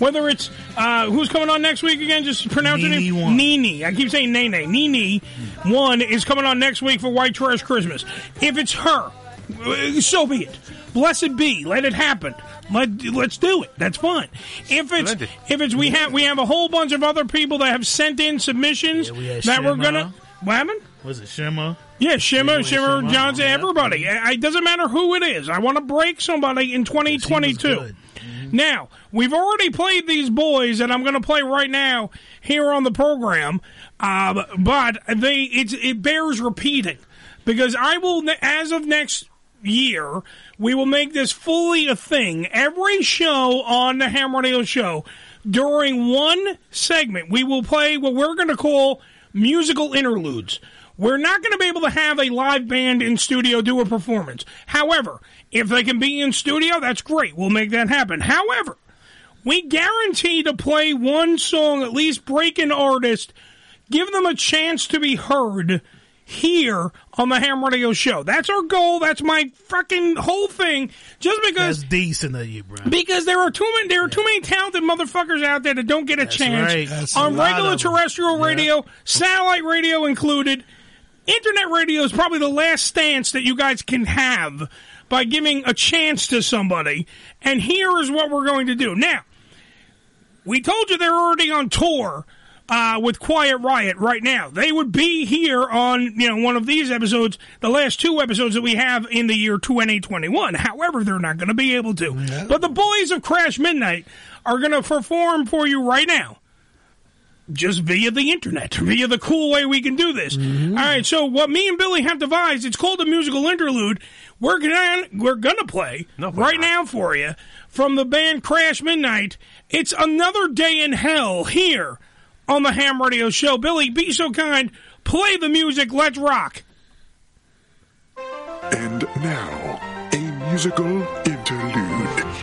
Speaker 1: Whether it's uh, who's coming on next week again, just pronounce it.
Speaker 4: Nene
Speaker 1: name.
Speaker 4: one.
Speaker 1: Nene. I keep saying Nene. Nene one is coming on next week for White Trash Christmas. If it's her, uh, so be it. Blessed be. Let it happen. Let let's do it. That's fine. If it's if it's we have we have a whole bunch of other people that have sent in submissions
Speaker 4: had
Speaker 1: that we're
Speaker 4: Shemma.
Speaker 1: gonna. What happened?
Speaker 4: Was it Shimmer?
Speaker 1: Yeah, Shimmer,
Speaker 4: Yeah,
Speaker 1: Shimmer, Mm-hmm.
Speaker 4: Shimmer,
Speaker 1: Johnson, everybody. I- It doesn't matter who it is. I want to break somebody in 2022. Now, we've already played these boys that I'm going to play right now here on the program, um, but they it's, it bears repeating because I will, ne- as of next year, we will make this fully a thing. Every show on the Ham Radio Show, during one segment, we will play what we're going to call musical interludes. We're not going to be able to have a live band in studio do a performance. However, if they can be in studio, that's great. We'll make that happen. However, we guarantee to play one song, at least break an artist, give them a chance to be heard here on the Ham Radio Show. That's our goal. That's my fucking whole thing. Just because
Speaker 4: That's decent of you, bro.
Speaker 1: because there are too many there are too many talented motherfuckers out there that don't get a chance
Speaker 4: right. That's
Speaker 1: on
Speaker 4: a lot
Speaker 1: regular
Speaker 4: of 'em.
Speaker 1: terrestrial
Speaker 4: Yeah.
Speaker 1: radio, satellite radio included. Internet radio is probably the last stance that you guys can have by giving a chance to somebody. And here is what we're going to do. Now, we told you they're already on tour uh, with Quiet Riot right now. They would be here on you know one of these episodes, the last two episodes that we have in the year 2021. However, they're not going to be able to. But the boys of Crash Midnight are going to perform for you right now just via the internet, via the cool way we can do this. All right, so what me and Billy have devised, it's called a musical interlude. We're gonna we're gonna play right now for you from the band Crash Midnight. It's another day in hell here on the Ham Radio Show. Billy, be so kind, play the music. Let's rock.
Speaker 12: And now, a musical interlude.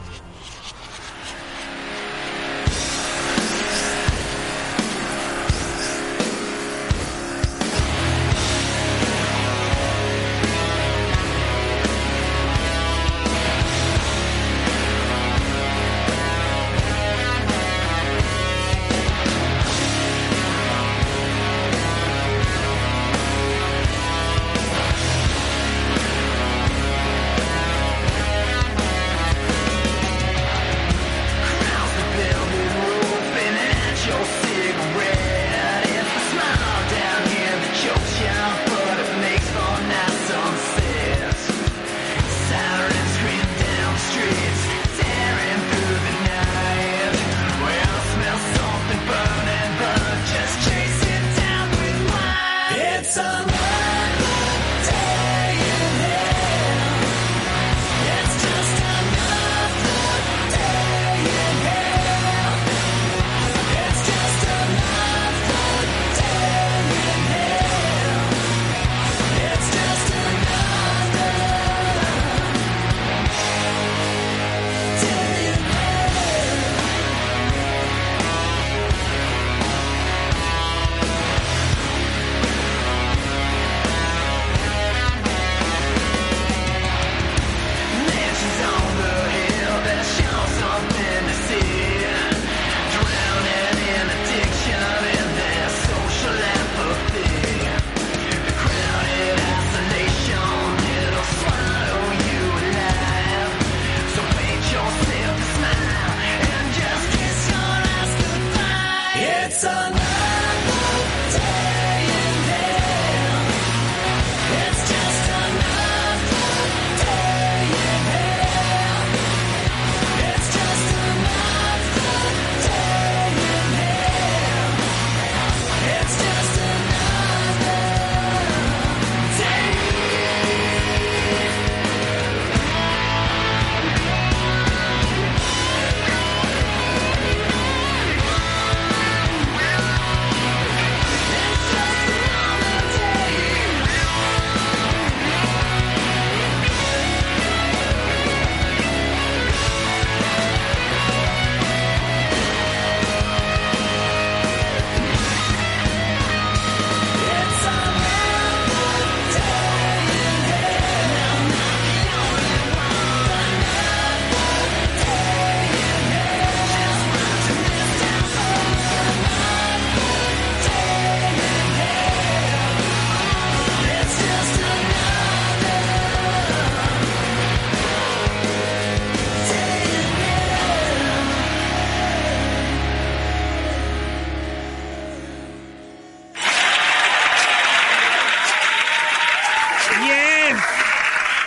Speaker 10: Thank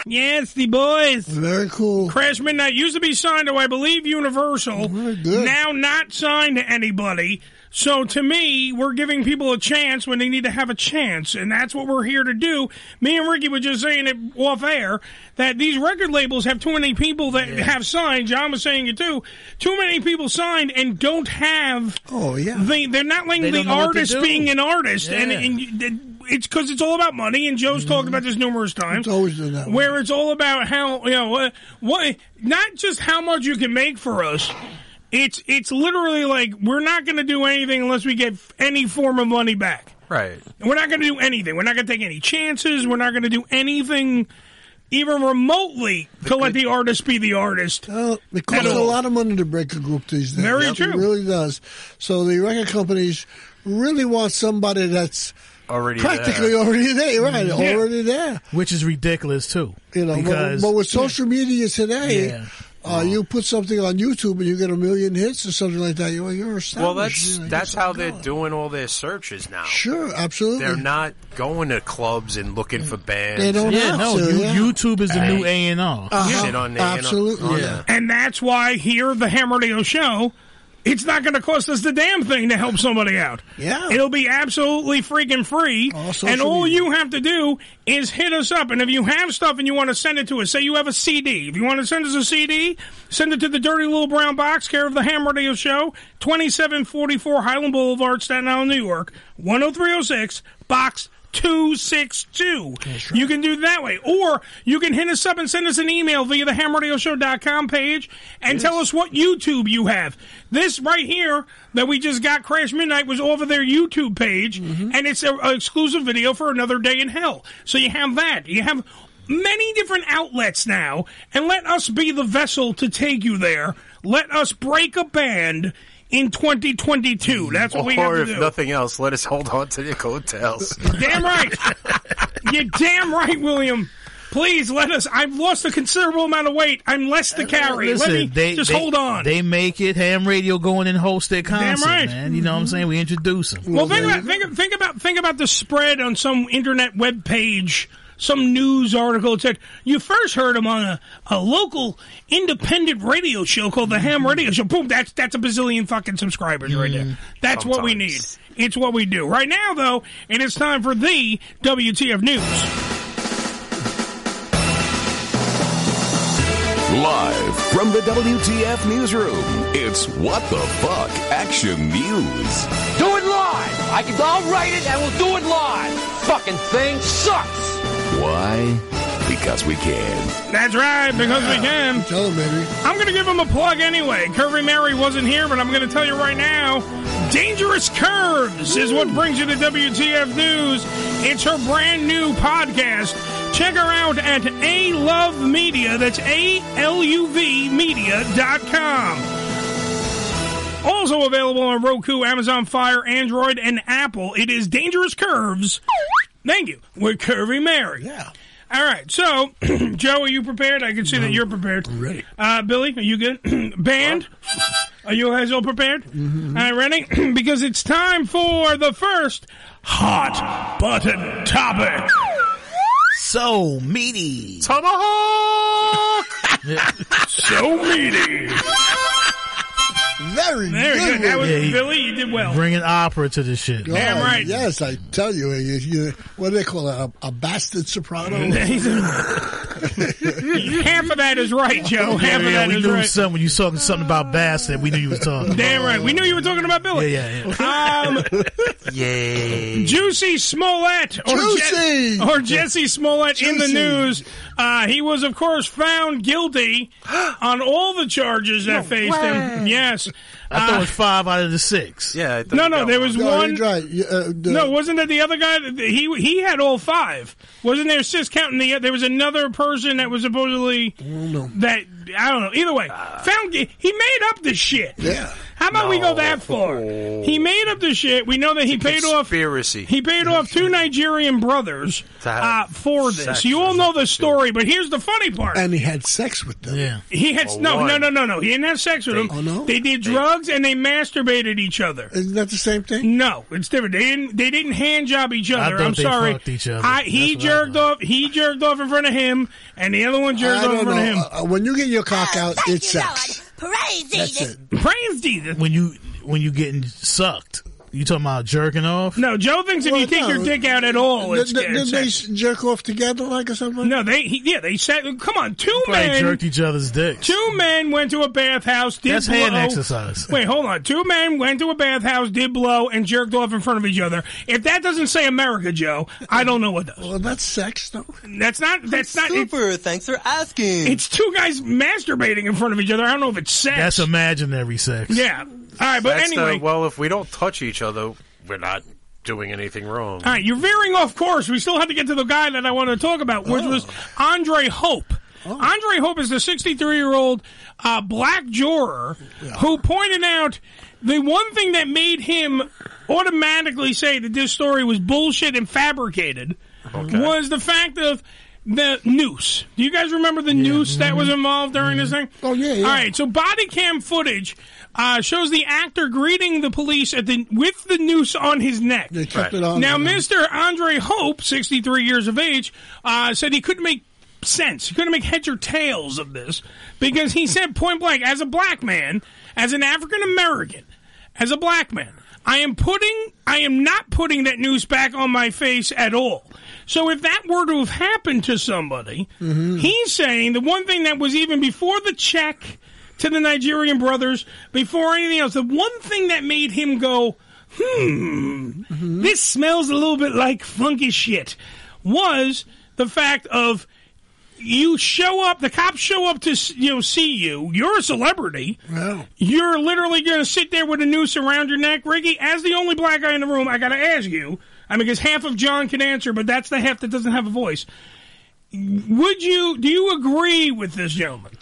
Speaker 1: Yes, the boys.
Speaker 3: Very cool.
Speaker 1: Crash Midnight used to be signed to, I believe, Universal. Now not signed to anybody. So to me, we're giving people a chance when they need to have a chance, and that's what we're here to do. Me and Ricky were just saying it off air that these record labels have too many people that have signed. John was saying it too. Too many people signed and don't have.
Speaker 3: Oh yeah.
Speaker 1: They they're not letting
Speaker 3: They don't
Speaker 1: the
Speaker 3: know what to
Speaker 1: artist
Speaker 3: do.
Speaker 1: being an artist, and,
Speaker 3: Yeah.
Speaker 1: and you- that- it's because it's all about money. And Joe's talked about this numerous times. always
Speaker 3: been that
Speaker 1: where it's all about how you know uh, what not just how much you can make for us. It's it's literally like we're not going to do anything unless we get any form of money back.
Speaker 8: Right.
Speaker 1: We're not going to do anything. We're not going to take any chances. We're not going to do anything even remotely to let the artist be the artist.
Speaker 3: It costs
Speaker 1: At
Speaker 3: a
Speaker 1: all.
Speaker 3: lot of money to break a group these days.
Speaker 1: Very
Speaker 3: It
Speaker 1: true.
Speaker 3: really does. So the record companies really want somebody that's
Speaker 8: Already
Speaker 3: practically already there, right?
Speaker 4: Yeah.
Speaker 3: Already there.
Speaker 4: Which is ridiculous too.
Speaker 3: You know, but-
Speaker 4: because
Speaker 3: but, with social media today,
Speaker 4: Yeah.
Speaker 3: uh, you put something on YouTube and you get a million hits or something like that. You're, you're
Speaker 8: Well,
Speaker 3: established.
Speaker 8: that's
Speaker 3: You know,
Speaker 8: that's how they're doing all their searches now.
Speaker 3: Sure, absolutely.
Speaker 8: They're not going to clubs and looking for bands.
Speaker 3: They don't
Speaker 4: yeah, no, you- YouTube is the
Speaker 8: Hey.
Speaker 4: new A and R.
Speaker 8: Uh-huh. Shit on the A&R. Absolutely. Yeah.
Speaker 1: And that's why here at the Ham Radio Show, it's not going to cost us the damn thing to help somebody out.
Speaker 3: Yeah.
Speaker 1: It'll be absolutely freaking free. and all you have to do is hit us up. And if you have stuff and you want to send it to us, say you have a CD. If you want to send us a CD, send it to the Dirty Little Brown Box, care of the Ham Radio Show, 2744 Highland Boulevard, Staten Island, New York, 10306, Box 262. You can do it that way. Or you can hit us up and send us an email via the hamradioshow.com page and tell us what YouTube you have. This right here that we just got, Crash Midnight, was over their YouTube page,
Speaker 8: Mm-hmm.
Speaker 1: and it's an exclusive video for Another Day in Hell. So you have that. You have many different outlets now, and let us be the vessel to take you there. Let us break a band in 2022. That's what we have
Speaker 8: or
Speaker 1: to
Speaker 8: if
Speaker 1: do.
Speaker 8: nothing else, let us hold on to your coattails.
Speaker 1: Damn
Speaker 4: [laughs]
Speaker 1: right. You're damn right, William. Please let us. I've lost a considerable amount of weight. I'm less to carry.
Speaker 4: Uh, Listen,
Speaker 1: let me
Speaker 4: they,
Speaker 1: just
Speaker 4: they-
Speaker 1: hold on.
Speaker 4: They make it ham radio going and host their concert,
Speaker 1: right.
Speaker 4: man. You know what I'm saying? We introduce them.
Speaker 1: well, think about, think, think about think about the spread on some internet web page, some news article that said you first heard him on a, a local independent radio show called the Ham Radio Show. Boom, that's that's a bazillion fucking subscribers right
Speaker 4: Mm,
Speaker 1: there. That's what we need. It's what we do right now, though, and it's time for the WTF news.
Speaker 17: Live from the WTF newsroom, it's What the Fuck Action News.
Speaker 2: Do it live. I can. I'll write it and we'll do it live. Fucking thing sucks.
Speaker 17: Why? Because we can.
Speaker 1: That's right, because we can.
Speaker 3: Tell him, baby.
Speaker 1: I'm going to give him a plug anyway. Curvy Mary wasn't here, but I'm going to tell you right now Dangerous Curves is what brings you to WTF News. It's her brand new podcast. Check her out at A Love Media. That's A L U V Media.com. Also available on Roku, Amazon Fire, Android, and Apple. It is Dangerous Curves. Thank you. We're Curvy Mary. Yeah. All right. So, [clears throat] Joe, are you prepared? I can see that you're prepared. ready. Uh, Billy, are you good? [clears throat] Band, are you guys all prepared? All right, ready? [clears throat] because it's time for the first hot button topic.
Speaker 4: So meaty.
Speaker 1: Tomahawk. [laughs] so meaty.
Speaker 3: Very
Speaker 1: There you
Speaker 3: good.
Speaker 1: go. That was
Speaker 4: Yeah, he-
Speaker 1: Billy. You did well.
Speaker 4: Bringing opera to this shit.
Speaker 1: Damn
Speaker 3: Oh,
Speaker 1: right.
Speaker 3: Yes, I tell you, you, you what do they call it? A, a bastard soprano.
Speaker 1: [laughs] Half of that is right, Joe.
Speaker 4: Yeah,
Speaker 1: Half of
Speaker 4: yeah,
Speaker 1: that
Speaker 4: we
Speaker 1: is
Speaker 4: knew
Speaker 1: right.
Speaker 4: something when you talking something about bass that we knew you was talking.
Speaker 1: Damn right. We knew you were talking about Billy.
Speaker 4: Yeah,
Speaker 1: yeah,
Speaker 4: [laughs]
Speaker 1: yeah.
Speaker 4: Um, yeah.
Speaker 1: Juicy Smollett or,
Speaker 4: Juicy!
Speaker 1: Je- or Jesse Smollett in the
Speaker 4: Juicy.
Speaker 1: news. Uh, he was, of course, found
Speaker 4: [gasps]
Speaker 1: guilty on all the charges that faced him. Yes.
Speaker 4: I thought it
Speaker 1: Uh,
Speaker 4: was five out of the six.
Speaker 8: Yeah.
Speaker 1: no, no, there was one.
Speaker 3: he's right. You, uh, the-
Speaker 1: no, wasn't that the other guy? that- He he had all five. Wasn't there six counting the? There was another person that was
Speaker 4: Uh,
Speaker 1: supposedly that I don't know. Either way, found he made up this shit.
Speaker 3: Yeah.
Speaker 1: How about we go that far? He made up the shit. We know that he paid off
Speaker 8: conspiracy.
Speaker 1: He paid off two Nigerian brothers
Speaker 8: To have
Speaker 1: uh, for
Speaker 8: sex
Speaker 1: this. You all know the story, but here's the funny part.
Speaker 3: And he had sex with them.
Speaker 4: Yeah.
Speaker 1: He had
Speaker 3: Well,
Speaker 8: Oh,
Speaker 1: no,
Speaker 3: one.
Speaker 1: no, no, no, no. He didn't have sex with them.
Speaker 3: Oh, no?
Speaker 1: They did drugs and they masturbated each other.
Speaker 3: Isn't that the same thing?
Speaker 1: No, it's different. They didn't. They didn't hand job each
Speaker 3: I
Speaker 1: other.
Speaker 3: thought
Speaker 1: I'm
Speaker 3: they
Speaker 1: sorry.
Speaker 3: fucked each other.
Speaker 1: I, he jerked off. He jerked off in front of him, and the other one jerked
Speaker 3: I
Speaker 1: off in
Speaker 3: don't
Speaker 1: front
Speaker 3: know.
Speaker 1: of him.
Speaker 3: Uh, uh, when you get your cock out, it's sex.
Speaker 10: Praise
Speaker 4: That's
Speaker 3: it.
Speaker 1: Praise Jesus.
Speaker 4: When you when you getting sucked, you talking about jerking off?
Speaker 1: No, Joe thinks if you take your dick out at all,
Speaker 4: Did-
Speaker 1: it's
Speaker 4: did- did they
Speaker 3: jerk off together like or something?
Speaker 1: No, they he, yeah they sat. Come on, two
Speaker 4: Probably
Speaker 1: men
Speaker 4: jerked each other's dicks.
Speaker 1: Two men went to a bathhouse. Did
Speaker 4: That's
Speaker 1: blow.
Speaker 4: hand exercise.
Speaker 1: Wait, hold on. Two men went to a bathhouse, did blow, and jerked off in front of each other. If that doesn't say America, Joe, I don't know what does.
Speaker 3: Well, that's sex, though.
Speaker 1: That's not. That's not. Super.
Speaker 19: thanks for asking.
Speaker 1: It's two guys masturbating in front of each other. I don't know if it's sex.
Speaker 4: That's imaginary sex.
Speaker 1: [laughs] yeah. All right, but
Speaker 8: That's the-
Speaker 1: anyway.
Speaker 8: well, if we don't touch each other, we're not doing anything wrong.
Speaker 1: All right, you're veering off course. We still have to get to the guy that I want to talk about, which was Andre Hope. Andre Hope is the 63 year old uh, black juror who pointed out the one thing that made him automatically say that this story was bullshit and fabricated was the fact of the noose. Do you guys remember the noose that was involved during this thing? Mm-hmm. Oh yeah, All right, so body cam footage uh, shows the actor greeting the police at the with the noose on his neck. They
Speaker 3: kept it on
Speaker 1: Now,
Speaker 3: him.
Speaker 1: Mr. Andre Hope, 63 years of age, uh, said he couldn't make sense. He couldn't make heads or tails of this because he said point blank, as a black man, as an African American, as a black man, I am putting, I am not putting that news back on my face at all. So if that were to have happened to somebody, he's saying the one thing that was even before the check to the Nigerian brothers, before anything else, the one thing that made him go, hmm, this smells a little bit like funky shit, was the fact of you show up, the cops show up to s- you know see you. You're a celebrity. You're literally going to sit there with a noose around your neck, Ricky. As the only black guy in the room, I got to ask you. I mean, because half of John can answer, but that's the half that doesn't have a voice. Would you? Do you agree with this gentleman?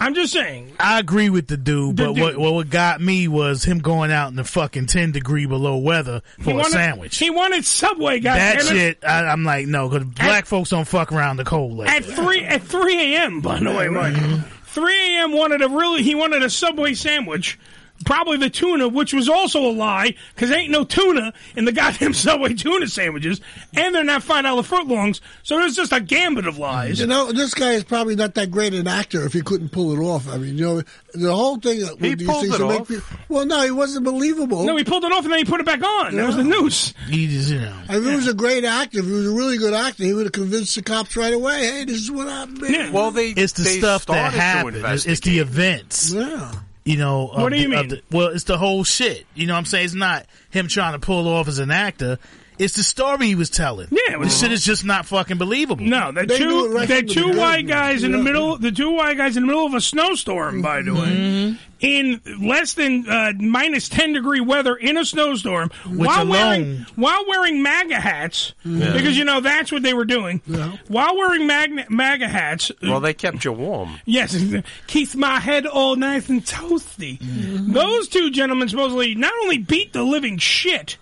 Speaker 1: I'm just saying.
Speaker 4: I agree with the dude,
Speaker 1: The
Speaker 4: but
Speaker 1: dude.
Speaker 4: what what what got me was him going out in the fucking ten degree below weather for a
Speaker 1: wanted,
Speaker 4: sandwich.
Speaker 1: He wanted Subway. Guys.
Speaker 4: that shit, I, I'm like, no, because black folks don't fuck around the cold like mm-hmm.
Speaker 1: at three at three a.m. By the way, Mike, three a.m. wanted a really he wanted a Subway sandwich, probably the tuna, which was also a lie because ain't no tuna in the [laughs] goddamn Subway tuna sandwiches, and they're not five dollar footlongs, so it's just a gambit of lies.
Speaker 3: You know, this guy is probably not that great an actor if he couldn't pull it off. I mean, you know, the whole thing. with
Speaker 1: He
Speaker 3: these
Speaker 1: pulled
Speaker 3: things
Speaker 1: it
Speaker 3: to
Speaker 1: off.
Speaker 3: Make people, well, no, he wasn't believable.
Speaker 1: No, he pulled it off and then he put it back on. That was the noose.
Speaker 4: He just, you know.
Speaker 3: If he was a great actor, if he was a really good actor, he would have convinced the cops right away. Hey, this is what happened.
Speaker 8: Well, they
Speaker 4: it's the
Speaker 8: they
Speaker 4: stuff that
Speaker 8: started to
Speaker 4: happened. It's, it's the events.
Speaker 3: Yeah.
Speaker 4: You know,
Speaker 3: What do you
Speaker 4: the-
Speaker 3: mean?
Speaker 4: the- well, it's the whole shit. You know what I'm saying? It's not him trying to pull off as an actor. It's the story he was telling. Yeah,
Speaker 1: it
Speaker 4: the
Speaker 1: was-
Speaker 4: shit is just not fucking believable.
Speaker 1: No, the two the two white guys in the middle the two white guys in the middle of a snowstorm. By the
Speaker 8: Mm-hmm.
Speaker 1: way, in less than uh, minus ten degree weather in a snowstorm, while wearing
Speaker 4: alone-
Speaker 1: while wearing MAGA hats
Speaker 8: Yeah.
Speaker 1: because you know that's what they were doing. While wearing mag- MAGA hats,
Speaker 8: Well, they kept you warm.
Speaker 1: Yes, [laughs] keeps my head all nice and toasty. Mm-hmm. Those two gentlemen supposedly not only beat the living shit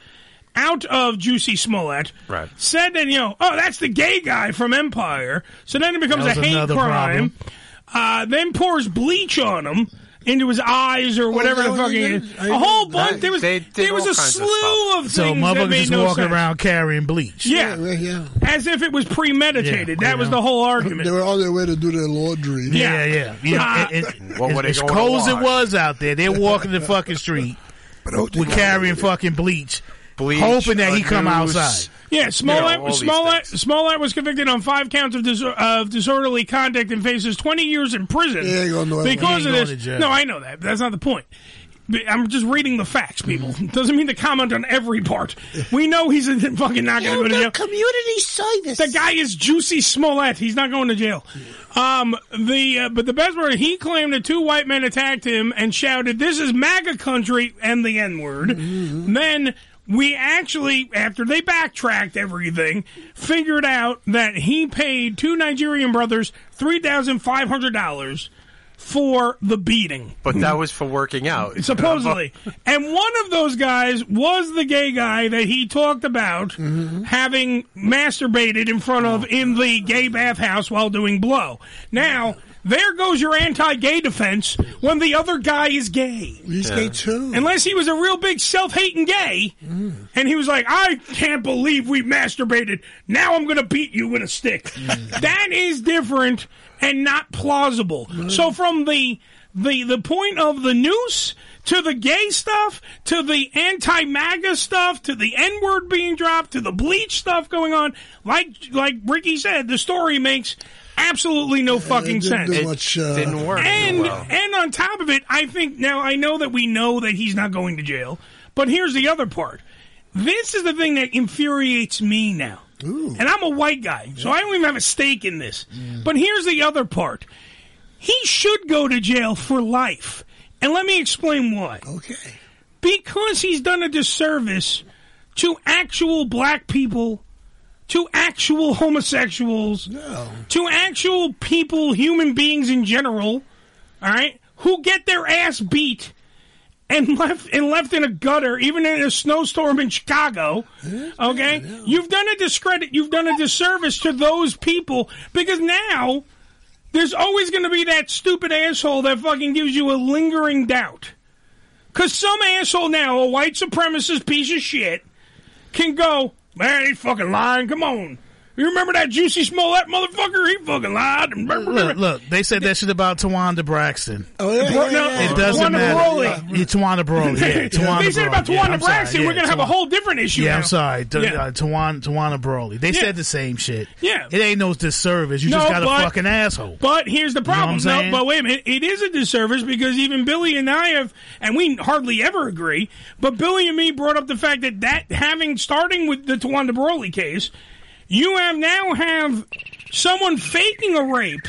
Speaker 1: out of Juicy Smollett,
Speaker 8: Right.
Speaker 1: said that, you know, oh, that's the gay guy from Empire. So then it becomes a
Speaker 4: That was
Speaker 1: hate
Speaker 4: another
Speaker 1: crime. Uh, then pours bleach on him. Into his eyes
Speaker 3: Oh,
Speaker 1: or whatever
Speaker 4: no,
Speaker 1: the fuck
Speaker 4: they
Speaker 1: he
Speaker 4: didn't-
Speaker 1: is.
Speaker 4: I
Speaker 1: A whole
Speaker 4: didn't-
Speaker 1: bunch. There was,
Speaker 4: They did
Speaker 1: there was
Speaker 4: all
Speaker 1: a
Speaker 4: kinds of
Speaker 1: slew of,
Speaker 4: So
Speaker 1: things that
Speaker 4: motherfuckers
Speaker 1: made
Speaker 4: just
Speaker 1: no
Speaker 4: walking
Speaker 1: sense.
Speaker 4: around carrying bleach.
Speaker 1: Yeah. As if it was premeditated. that was the whole argument.
Speaker 3: They were on their way to do their laundry.
Speaker 4: Yeah, yeah, yeah.
Speaker 1: [laughs] Uh,
Speaker 4: It- it-
Speaker 1: What
Speaker 4: as-
Speaker 1: were they
Speaker 4: as
Speaker 1: going to
Speaker 4: cold as it
Speaker 1: wash?
Speaker 4: was out there, they're walking the fucking street. We're carrying fucking bleach,
Speaker 8: bleach,
Speaker 4: hoping that
Speaker 8: a
Speaker 4: he come
Speaker 8: noose.
Speaker 4: outside.
Speaker 1: Yeah, Smollett,
Speaker 8: You know, all these
Speaker 1: Smollett, Smollett was convicted on five counts of, dis- of disorderly conduct and faces 20 years in prison
Speaker 3: He ain't going nowhere.
Speaker 1: because
Speaker 3: He ain't
Speaker 1: of
Speaker 3: going to
Speaker 1: this.
Speaker 3: jail.
Speaker 1: No, I know that. But that's not the point. But I'm just reading the facts, people. Doesn't mean to comment on every part. We know he's in- [laughs] fucking not going to go to jail. Community service. The guy is Juicy Smollett. He's not going to jail. Um, the uh, but the best part, he claimed that two white men attacked him and shouted, "This is MAGA country" and the N word. Then we actually, after they backtracked everything, figured out that he paid two Nigerian brothers three thousand five hundred dollars for the beating.
Speaker 8: But that was for working out.
Speaker 1: [laughs]
Speaker 8: [laughs]
Speaker 1: Supposedly. and one of those guys was the gay guy that he talked about having masturbated in front of in the gay bathhouse while doing blow. Now, there goes your anti gay defense when the other guy is gay.
Speaker 3: He's gay Yeah. too. Mm.
Speaker 1: Unless he was a real big self hating gay and he was like, I can't believe we masturbated. Now I'm going to beat you with a stick.
Speaker 3: Mm.
Speaker 1: that is different and not plausible.
Speaker 3: Mm.
Speaker 1: So from the the the point of the noose to the gay stuff to the anti MAGA stuff to the N word being dropped to the bleach stuff going on, like like Ricky said, the story makes absolutely no fucking
Speaker 3: didn't do
Speaker 1: sense.
Speaker 3: much, uh, Didn't work so
Speaker 1: And
Speaker 3: well.
Speaker 1: and on top of it, I think now I know that we know that he's not going to jail. But here's the other part. This is the thing that infuriates me now. And I'm a white guy, so I don't even have a stake in this. But here's the other part. He should go to jail for life. And let me explain why.
Speaker 3: Okay.
Speaker 1: Because he's done a disservice to actual black people, to actual homosexuals, to actual people, human beings in general, all right, who get their ass beat and left and left in a gutter, even in a snowstorm in Chicago. Okay, you've done a discredit, you've done a disservice to those people because now there's always going to be that stupid asshole that fucking gives you a lingering doubt. Cause some asshole now, a white supremacist piece of shit, can go, man, he's fucking lying. Come on. You remember that Juicy Smollett motherfucker? He fucking lied. And
Speaker 4: Look, look, they said that shit about Tawanda Braxton.
Speaker 3: Oh,
Speaker 1: yeah, yeah, yeah.
Speaker 4: It doesn't
Speaker 1: Tawanda
Speaker 4: matter.
Speaker 1: Brawley.
Speaker 4: Yeah, Tawanda Brawley. Yeah, Tawanda
Speaker 1: [laughs] they said about
Speaker 4: Brawley. Yeah,
Speaker 1: Tawana
Speaker 4: I'm sorry.
Speaker 1: Braxton,
Speaker 4: Yeah,
Speaker 1: we're going to have a
Speaker 4: Tawanda-
Speaker 1: whole different issue
Speaker 4: Yeah,
Speaker 1: now.
Speaker 4: I'm sorry. D-
Speaker 1: Yeah.
Speaker 4: Uh, Tawana, Tawana Brawley. They
Speaker 1: Yeah.
Speaker 4: said the same shit.
Speaker 1: Yeah.
Speaker 4: It ain't no disservice. You just got a fucking asshole.
Speaker 1: But here's the
Speaker 4: know what
Speaker 1: problem.
Speaker 4: I'm
Speaker 1: no,
Speaker 4: saying?
Speaker 1: but wait a minute. It is a disservice because even Billy and I have, and we hardly ever agree, but Billy and me brought up the fact that that having, starting with the Tawanda Broly case, you have now have someone faking a rape,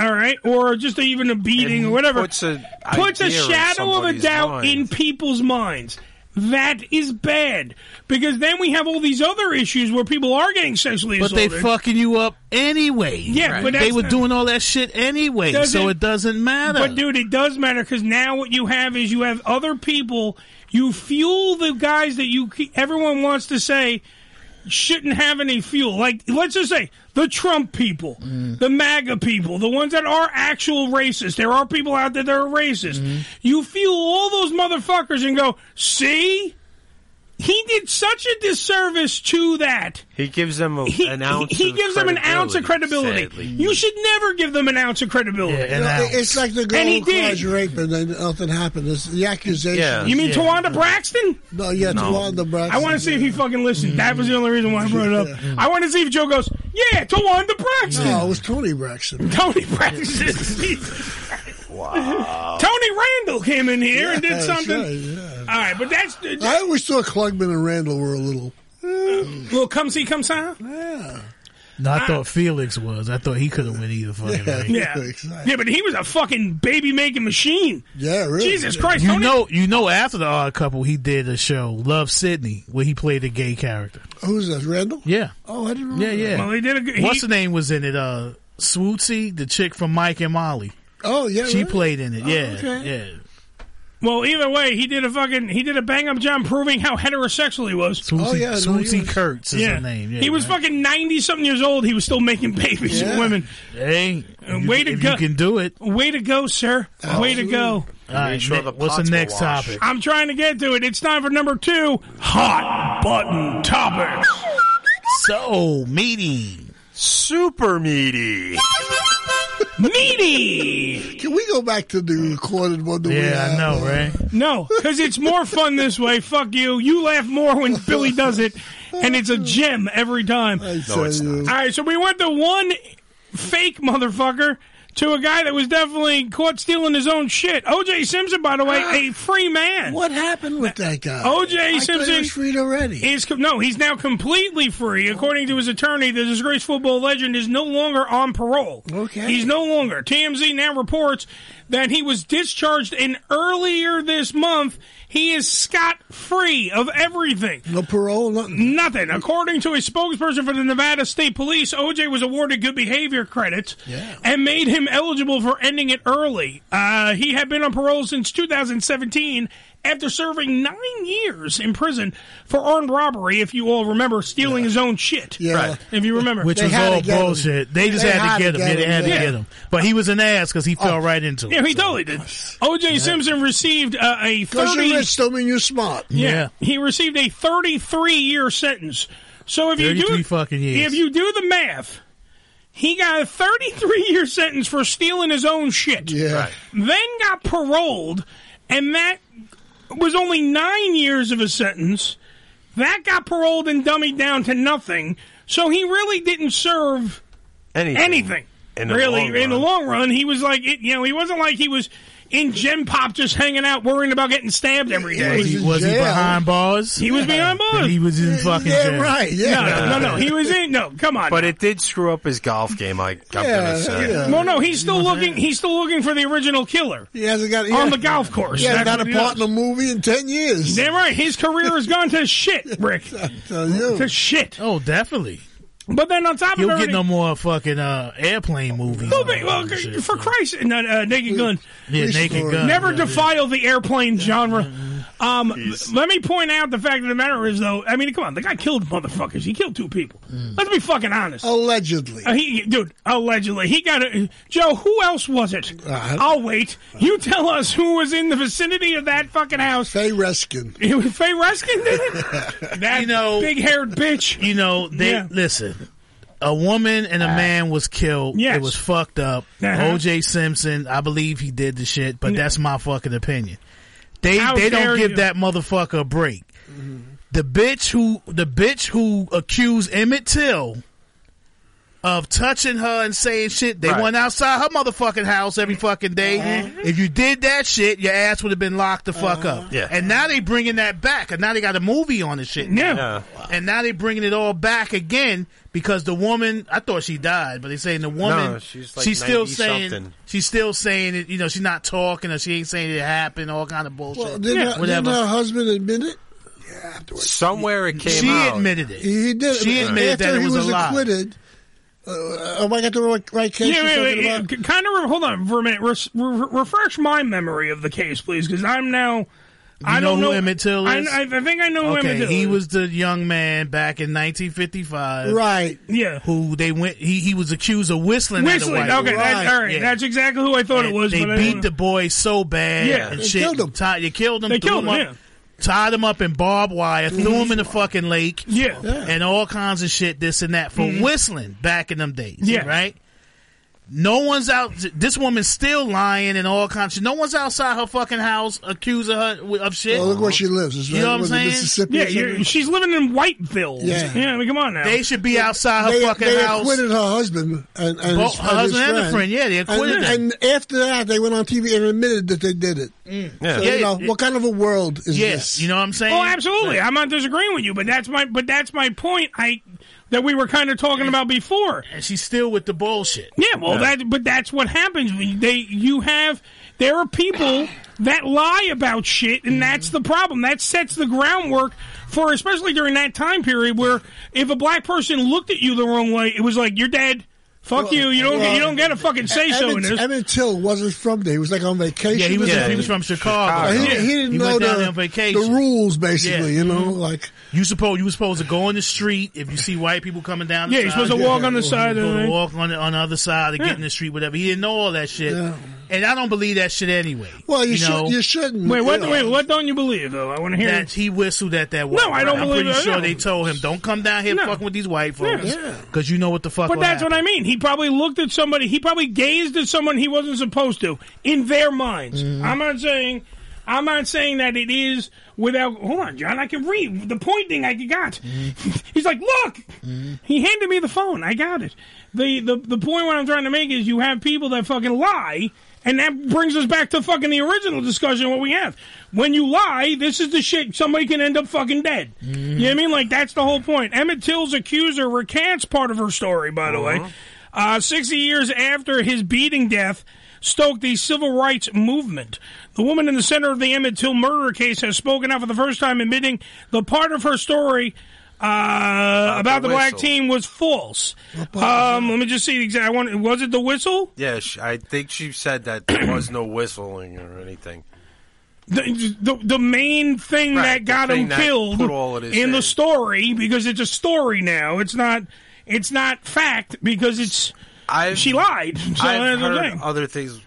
Speaker 1: all right, or just even a beating or whatever,
Speaker 8: puts a
Speaker 1: puts a
Speaker 8: idea in
Speaker 1: shadow of a
Speaker 8: somebody's
Speaker 1: doubt
Speaker 8: mind.
Speaker 1: in people's minds. That is bad because then we have all these other issues where people are getting sexually
Speaker 4: But they
Speaker 1: assaulted.
Speaker 4: fucking you up anyway.
Speaker 1: Yeah, but
Speaker 4: they
Speaker 1: that's
Speaker 4: were
Speaker 1: not-
Speaker 4: doing all that shit anyway, so it doesn't matter.
Speaker 1: But dude, it does matter because now what you have is you have other people. You fuel the guys that you everyone wants to say shouldn't have any fuel. Like let's just say the Trump people,
Speaker 4: Mm.
Speaker 1: the MAGA people, the ones that are actual racist. There are people out there that are racist.
Speaker 4: Mm-hmm.
Speaker 1: You fuel all those motherfuckers and go, see. He did such a disservice to that
Speaker 8: He gives them a, an ounce.
Speaker 1: he
Speaker 8: of
Speaker 1: gives them an ounce of credibility.
Speaker 8: sadly.
Speaker 1: You should never give them an ounce of credibility.
Speaker 3: You know, it's like the girl
Speaker 1: And he
Speaker 3: who
Speaker 1: did.
Speaker 3: cries rape and then nothing happened. It's the accusation.
Speaker 1: You mean Tawanda Braxton?
Speaker 3: No, yeah, No. Tawanda Braxton,
Speaker 1: I want to see if he fucking listened. That was the only reason why I brought it up. I want to see if Joe goes, yeah, Tawanda Braxton.
Speaker 3: No, it was Tony Braxton.
Speaker 1: [laughs] Tony Braxton. wow. Tony Randall came in here and
Speaker 3: Yeah,
Speaker 1: did
Speaker 3: that's
Speaker 1: something.
Speaker 3: right, Oh.
Speaker 1: All right, but that's. uh,
Speaker 3: I always thought Klugman and Randall were a little.
Speaker 1: Well, come see, come sign.
Speaker 3: Yeah.
Speaker 4: No, I thought Felix was. I thought he could have went either fucking [laughs]
Speaker 1: Yeah,
Speaker 4: way.
Speaker 1: yeah. but he was a fucking baby making machine. Yeah, really. Jesus Christ,
Speaker 4: You
Speaker 1: Tony
Speaker 4: know, you know. After the Odd Couple, he did a show, Love Sydney, where he played a gay character.
Speaker 3: Who's that? Randall?
Speaker 4: Yeah.
Speaker 3: Oh, I didn't remember.
Speaker 4: Yeah, yeah.
Speaker 3: that.
Speaker 4: What's the name was in it? Uh, Swootsie, the chick from Mike and Molly.
Speaker 3: Oh yeah,
Speaker 4: she
Speaker 1: really?
Speaker 4: played in it.
Speaker 1: Oh,
Speaker 4: yeah,
Speaker 1: okay.
Speaker 4: yeah.
Speaker 1: Well, either way, he did a fucking he did a bang up job proving how heterosexual he was.
Speaker 4: Swoosie- Oh, yeah, no, Swoosie he was- Kurtz is her name, yeah,
Speaker 1: he was fucking ninety something years old. He was still making babies
Speaker 4: Yeah.
Speaker 1: with women.
Speaker 4: Hey,
Speaker 1: Uh, way to
Speaker 4: if
Speaker 1: go!
Speaker 4: you can do it.
Speaker 1: Way to go, sir. Way to go.
Speaker 4: Oh. All right, Nick, what's the next topic?
Speaker 1: I'm trying to get to it. It's time for number two hot button topics.
Speaker 4: So meaty,
Speaker 8: super meaty,
Speaker 1: meaty.
Speaker 3: Can we go back to the recorded one? That we
Speaker 1: Yeah, I
Speaker 3: had?
Speaker 1: know,
Speaker 4: right?
Speaker 1: No, because it's more fun this way. Fuck you. You laugh more when Billy does it, and it's a gem every time.
Speaker 3: No, it's not.
Speaker 1: All right, so we went to one fake motherfucker to a guy that was definitely caught stealing his own shit. O.J. Simpson, by the way,
Speaker 3: [gasps]
Speaker 1: a free man. What
Speaker 3: happened with that guy?
Speaker 1: O.J.
Speaker 3: I
Speaker 1: Simpson
Speaker 3: thought he was freed already.
Speaker 1: Is com- no, he's now completely free, according to his attorney. The disgraced football legend is no longer on parole. Okay, he's no longer. TMZ now reports that he was discharged in earlier this month. He is scot free of everything.
Speaker 3: No parole, nothing.
Speaker 1: Nothing. According to a spokesperson for the Nevada State Police, OJ was awarded good behavior credits and made him him eligible for ending it early. Uh, he had been on parole since 2017 after serving nine years in prison for armed robbery, if you all remember, stealing his own shit.
Speaker 4: Yeah. Right.
Speaker 1: If you remember.
Speaker 4: Which was all bullshit. They just had, to get him. Yeah, they had to get him. But he was an ass because he fell right into it.
Speaker 1: Yeah, he totally did. O.J. Simpson received uh, a
Speaker 3: 'Cause you're
Speaker 1: 30
Speaker 3: rich don't mean you're smart.
Speaker 1: yeah. He received a 33 year sentence. So if you do
Speaker 4: 33 fucking years.
Speaker 1: if you do the math, he got a 33 year sentence for stealing his own shit. Yeah. Then got paroled and that was only 9 years of his sentence. That got paroled and dummied down to nothing. So he really didn't serve
Speaker 8: Anything. In the
Speaker 1: really,
Speaker 8: long
Speaker 1: in the long run, he was like, it, you know, he wasn't like he was in gym pop just hanging out worrying about getting stabbed every day.
Speaker 4: Was he, was he behind bars?
Speaker 1: He was behind bars.
Speaker 4: He was in fucking jail.
Speaker 1: No, no, no, no. He was in. No, come on.
Speaker 8: [laughs] But it did screw up his golf game. I, I'm gonna say.
Speaker 1: Well, no, he's still looking. He's still looking for the original killer.
Speaker 3: He hasn't got
Speaker 1: on the golf course.
Speaker 3: He hasn't
Speaker 1: That's
Speaker 3: got a
Speaker 1: what
Speaker 3: part in a movie in ten years.
Speaker 1: Damn right, his career has gone
Speaker 3: [laughs]
Speaker 1: to shit, Rick. To shit.
Speaker 4: Oh, definitely.
Speaker 1: But then on top of
Speaker 4: You'll
Speaker 1: everything,
Speaker 4: get no more fucking uh, airplane movies.
Speaker 1: No, but- well, for Christ, no, uh, Naked Gun.
Speaker 4: Yeah, Naked Gun.
Speaker 1: Never
Speaker 4: Yeah,
Speaker 1: defile the airplane genre. Um, let me point out the fact of the matter is, though, I mean, come on, the guy killed motherfuckers. He killed two people.
Speaker 4: Mm.
Speaker 1: Let's be fucking honest. Uh,
Speaker 3: Allegedly,
Speaker 1: he, dude, allegedly, he got a Joe. Who else was it?
Speaker 4: Uh,
Speaker 1: I'll wait. You tell us who was in the vicinity of that fucking house.
Speaker 3: Faye Reskin.
Speaker 1: It was [laughs] Faye Reskin. Did
Speaker 4: [laughs]
Speaker 1: it? that
Speaker 4: you know,
Speaker 1: big haired bitch.
Speaker 4: You know, they
Speaker 1: Yeah.
Speaker 4: listen. A woman and a man was killed.
Speaker 1: Yes.
Speaker 4: It was fucked up.
Speaker 1: Uh-huh.
Speaker 4: OJ Simpson, I believe he did the shit, but
Speaker 1: Yeah.
Speaker 4: that's my fucking opinion. They
Speaker 1: How
Speaker 4: they
Speaker 1: dare
Speaker 4: don't give
Speaker 1: you. Mm-hmm.
Speaker 4: that motherfucker a break. The bitch who the bitch who accused Emmett Till of touching her and saying shit. They
Speaker 8: Right. Uh-huh.
Speaker 4: went outside her motherfucking house every fucking day. If you did that shit, your ass would have been locked the fuck up.
Speaker 8: Yeah.
Speaker 4: And now they bringing that back. And now they got a movie on this shit.
Speaker 1: Yeah.
Speaker 4: And now they bringing it all back again because the woman, I thought she died, but they saying the woman,
Speaker 8: No, she's like
Speaker 4: still
Speaker 8: 90
Speaker 4: saying,
Speaker 8: something.
Speaker 4: she's still saying it, you know, she's not talking or she ain't saying it happened, all kind of bullshit.
Speaker 3: Well, didn't,
Speaker 1: uh,
Speaker 3: her, didn't her husband admit it?
Speaker 8: Somewhere it came
Speaker 4: she
Speaker 8: out.
Speaker 4: admitted it.
Speaker 3: He did.
Speaker 4: She admitted
Speaker 3: after
Speaker 4: that it
Speaker 3: he
Speaker 4: was a
Speaker 3: was
Speaker 4: lie.
Speaker 3: acquitted. Uh, am I got the right, right case?
Speaker 1: Yeah,
Speaker 3: you're
Speaker 1: wait,
Speaker 3: talking
Speaker 1: wait,
Speaker 3: about?
Speaker 1: yeah, kind of. Re- hold on for a minute. Res- re- refresh my memory of the case, please, because I'm now. I
Speaker 4: know
Speaker 1: don't
Speaker 4: who
Speaker 1: know
Speaker 4: Emmett Till
Speaker 1: I-
Speaker 4: is?
Speaker 1: I, I think I know who
Speaker 4: okay,
Speaker 1: Emmett Till.
Speaker 4: he
Speaker 1: is.
Speaker 4: was the young man back in 1955,
Speaker 3: right?
Speaker 1: Yeah,
Speaker 4: who they went. He he was accused of whistling. at a
Speaker 1: Whistling,
Speaker 4: white
Speaker 1: okay,
Speaker 4: woman.
Speaker 1: that's- all right, that's exactly who I thought it
Speaker 4: And
Speaker 1: was,
Speaker 4: They
Speaker 1: but I
Speaker 4: beat
Speaker 1: don't-
Speaker 4: the boy so bad.
Speaker 1: Yeah.
Speaker 4: and
Speaker 1: They
Speaker 4: shit.
Speaker 1: killed
Speaker 4: him. Tied, you killed him.
Speaker 1: They
Speaker 4: threw
Speaker 1: killed him,
Speaker 4: up- Tied him up in barbed wire, threw him in the fucking lake,
Speaker 1: Mm-hmm. yeah,
Speaker 4: and all kinds of shit, this and that, for
Speaker 1: Mhm.
Speaker 4: whistling back in them days,
Speaker 1: Yeah.
Speaker 4: right? No one's out. This woman's still lying and all kinds. Of, no one's outside her fucking house accusing her of shit.
Speaker 3: Well, look where she lives. It's
Speaker 4: You know
Speaker 3: right-
Speaker 4: what I'm
Speaker 3: was it
Speaker 4: saying?
Speaker 3: Mississippi or
Speaker 1: Yeah, you're,
Speaker 3: something?
Speaker 1: she's living in Whiteville.
Speaker 3: Yeah.
Speaker 1: I mean, come on now.
Speaker 4: They should be outside her
Speaker 3: they,
Speaker 4: fucking
Speaker 3: they
Speaker 4: house.
Speaker 3: acquitted her husband and, and
Speaker 4: Both
Speaker 3: his,
Speaker 4: her
Speaker 3: and his
Speaker 4: husband and
Speaker 3: friend.
Speaker 4: her friend, yeah, they acquitted
Speaker 3: and,
Speaker 4: him.
Speaker 3: And after that, they went on TV and admitted that they did it.
Speaker 4: Yeah.
Speaker 3: Mm. So,
Speaker 4: Yeah,
Speaker 3: you know,
Speaker 4: it-
Speaker 3: what kind of a world is
Speaker 4: Yeah,
Speaker 3: this?
Speaker 4: you know what I'm saying?
Speaker 1: Oh, absolutely.
Speaker 4: Like-
Speaker 1: I'm not disagreeing with you, but that's my but that's my point. I that we were kind of talking about before.
Speaker 4: And she's still with the bullshit.
Speaker 1: Yeah, well,
Speaker 4: Yeah.
Speaker 1: that but that's what happens. when you- They you have there are people that lie about shit, and that's the problem. That sets the groundwork for especially during that time period where if a black person looked at you the wrong way, it was like you're dead. Fuck you. You don't. you don't get a fucking say so in
Speaker 3: Emmett,
Speaker 1: this.
Speaker 3: Emmett Till wasn't from there. He was like on vacation.
Speaker 4: Yeah, he was-
Speaker 3: or
Speaker 4: yeah,
Speaker 3: something.
Speaker 4: he was from Chicago.
Speaker 3: Uh, He,
Speaker 4: Yeah.
Speaker 3: he didn't
Speaker 4: He
Speaker 3: know
Speaker 4: went down
Speaker 3: the,
Speaker 4: there on vacation.
Speaker 3: the rules, basically.
Speaker 4: Yeah.
Speaker 3: You know,
Speaker 4: Mhm.
Speaker 3: like
Speaker 4: You supposed you were supposed to go on the street if you see white people coming down. The
Speaker 1: Yeah, you're
Speaker 4: side,
Speaker 1: supposed to walk on the side
Speaker 4: You're supposed
Speaker 1: and-
Speaker 4: to walk on the, on the other side or
Speaker 1: Yeah.
Speaker 4: get in the street, whatever. He didn't know all that shit, and I don't believe that shit anyway.
Speaker 3: Well, you should-
Speaker 4: know?
Speaker 3: you shouldn't,
Speaker 1: Wait, what? Wait, what don't you believe though? I want to hear.
Speaker 4: That he whistled at that white.
Speaker 1: No, I don't
Speaker 4: I'm
Speaker 1: believe
Speaker 4: pretty
Speaker 1: it,
Speaker 4: sure
Speaker 1: no.
Speaker 4: they told him, "Don't come down here
Speaker 1: No.
Speaker 4: fucking with these white folks,"
Speaker 1: Yeah.
Speaker 4: because you know what the fuck.
Speaker 1: But
Speaker 4: will
Speaker 1: that's
Speaker 4: happen.
Speaker 1: what I mean. He probably looked at somebody. He probably gazed at someone he wasn't supposed to in their minds.
Speaker 4: Mm-hmm.
Speaker 1: I'm not saying. I'm not saying that it is without. Hold on, John. I can read the pointing I got.
Speaker 4: Mm-hmm.
Speaker 1: [laughs] He's like, look. He handed me the phone. I got it. The, the the point what I'm trying to make is you have people that fucking lie, and that brings us back to fucking the original discussion what we have. When you lie, this is the shit. Somebody can end up fucking dead. You know what I mean? Like that's the whole point. Emmett Till's accuser recants part of her story, by the way. Uh, 60 years after his beating death stoked the civil rights movement. The woman in the center of the Emmett Till murder case has spoken out for the first time, admitting the part of her story uh, about the,
Speaker 8: the
Speaker 1: black
Speaker 8: whistle.
Speaker 1: team was false. Um, let me just see the exact one. Was it the whistle?
Speaker 8: Yeah, sh I think she said that there was no whistling or anything.
Speaker 1: The, the, the main thing
Speaker 8: Right,
Speaker 1: that
Speaker 8: the
Speaker 1: got
Speaker 8: thing
Speaker 1: him
Speaker 8: that
Speaker 1: killed
Speaker 8: put all of this
Speaker 1: in the
Speaker 8: in.
Speaker 1: story because it's a story now. It's not. It's not fact because it's. she lied. So
Speaker 8: I've
Speaker 1: that's the
Speaker 8: heard
Speaker 1: thing.
Speaker 8: other things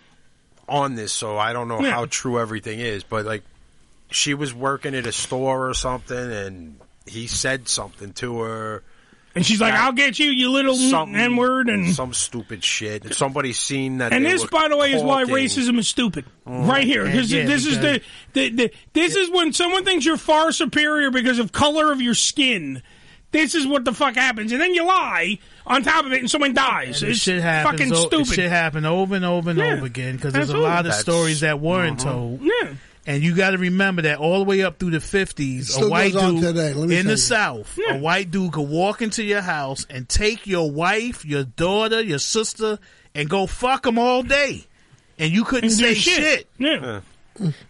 Speaker 8: on this, so I don't know
Speaker 1: Yeah.
Speaker 8: how true everything is. But like, she was working at a store or something, and he said something to her.
Speaker 1: And she's like,
Speaker 8: That-
Speaker 1: "I'll get you, you little
Speaker 8: something-
Speaker 1: n word." And
Speaker 8: some stupid shit. And somebody seen that.
Speaker 1: and
Speaker 8: they
Speaker 1: this,
Speaker 8: were
Speaker 1: by the way, is why
Speaker 8: talking.
Speaker 1: racism is stupid.
Speaker 8: Mm.
Speaker 1: Right here,
Speaker 8: Yeah,
Speaker 1: this,
Speaker 8: yeah,
Speaker 1: this is the,
Speaker 8: because-
Speaker 1: the, the this is when someone thinks you're far superior because of color of your skin. This is what the fuck happens, and then you lie on top of it, and someone dies.
Speaker 4: It
Speaker 1: it's
Speaker 4: should happen.
Speaker 1: fucking
Speaker 4: so,
Speaker 1: stupid.
Speaker 4: It should happen over and over and
Speaker 1: Yeah,
Speaker 4: over again because there's a
Speaker 1: absolutely.
Speaker 4: lot of
Speaker 1: That's-
Speaker 4: stories that weren't
Speaker 1: Mhm.
Speaker 4: told.
Speaker 1: Yeah.
Speaker 4: And you got to remember that all the way up through the fifties, a
Speaker 3: still
Speaker 4: white
Speaker 3: goes on
Speaker 4: dude
Speaker 3: today, let me tell
Speaker 4: in the
Speaker 3: you.
Speaker 4: South,
Speaker 1: Hmm.
Speaker 4: a white dude could walk into your house and take your wife, your daughter, your sister, and go fuck them all day, and you couldn't
Speaker 1: And
Speaker 4: say
Speaker 1: do shit. Yeah.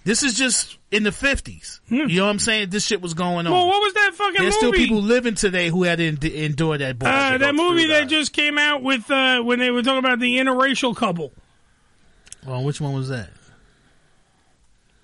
Speaker 4: This is just in the fifties. You know what I'm saying? This shit was going on.
Speaker 1: Hmm. Well, what was that fucking
Speaker 4: There's still
Speaker 1: movie?
Speaker 4: people living today who had to en- endure that bullshit.
Speaker 1: uh, that movie that. just came out with uh, when they were talking about the interracial couple.
Speaker 4: Well, Oh, which one was that?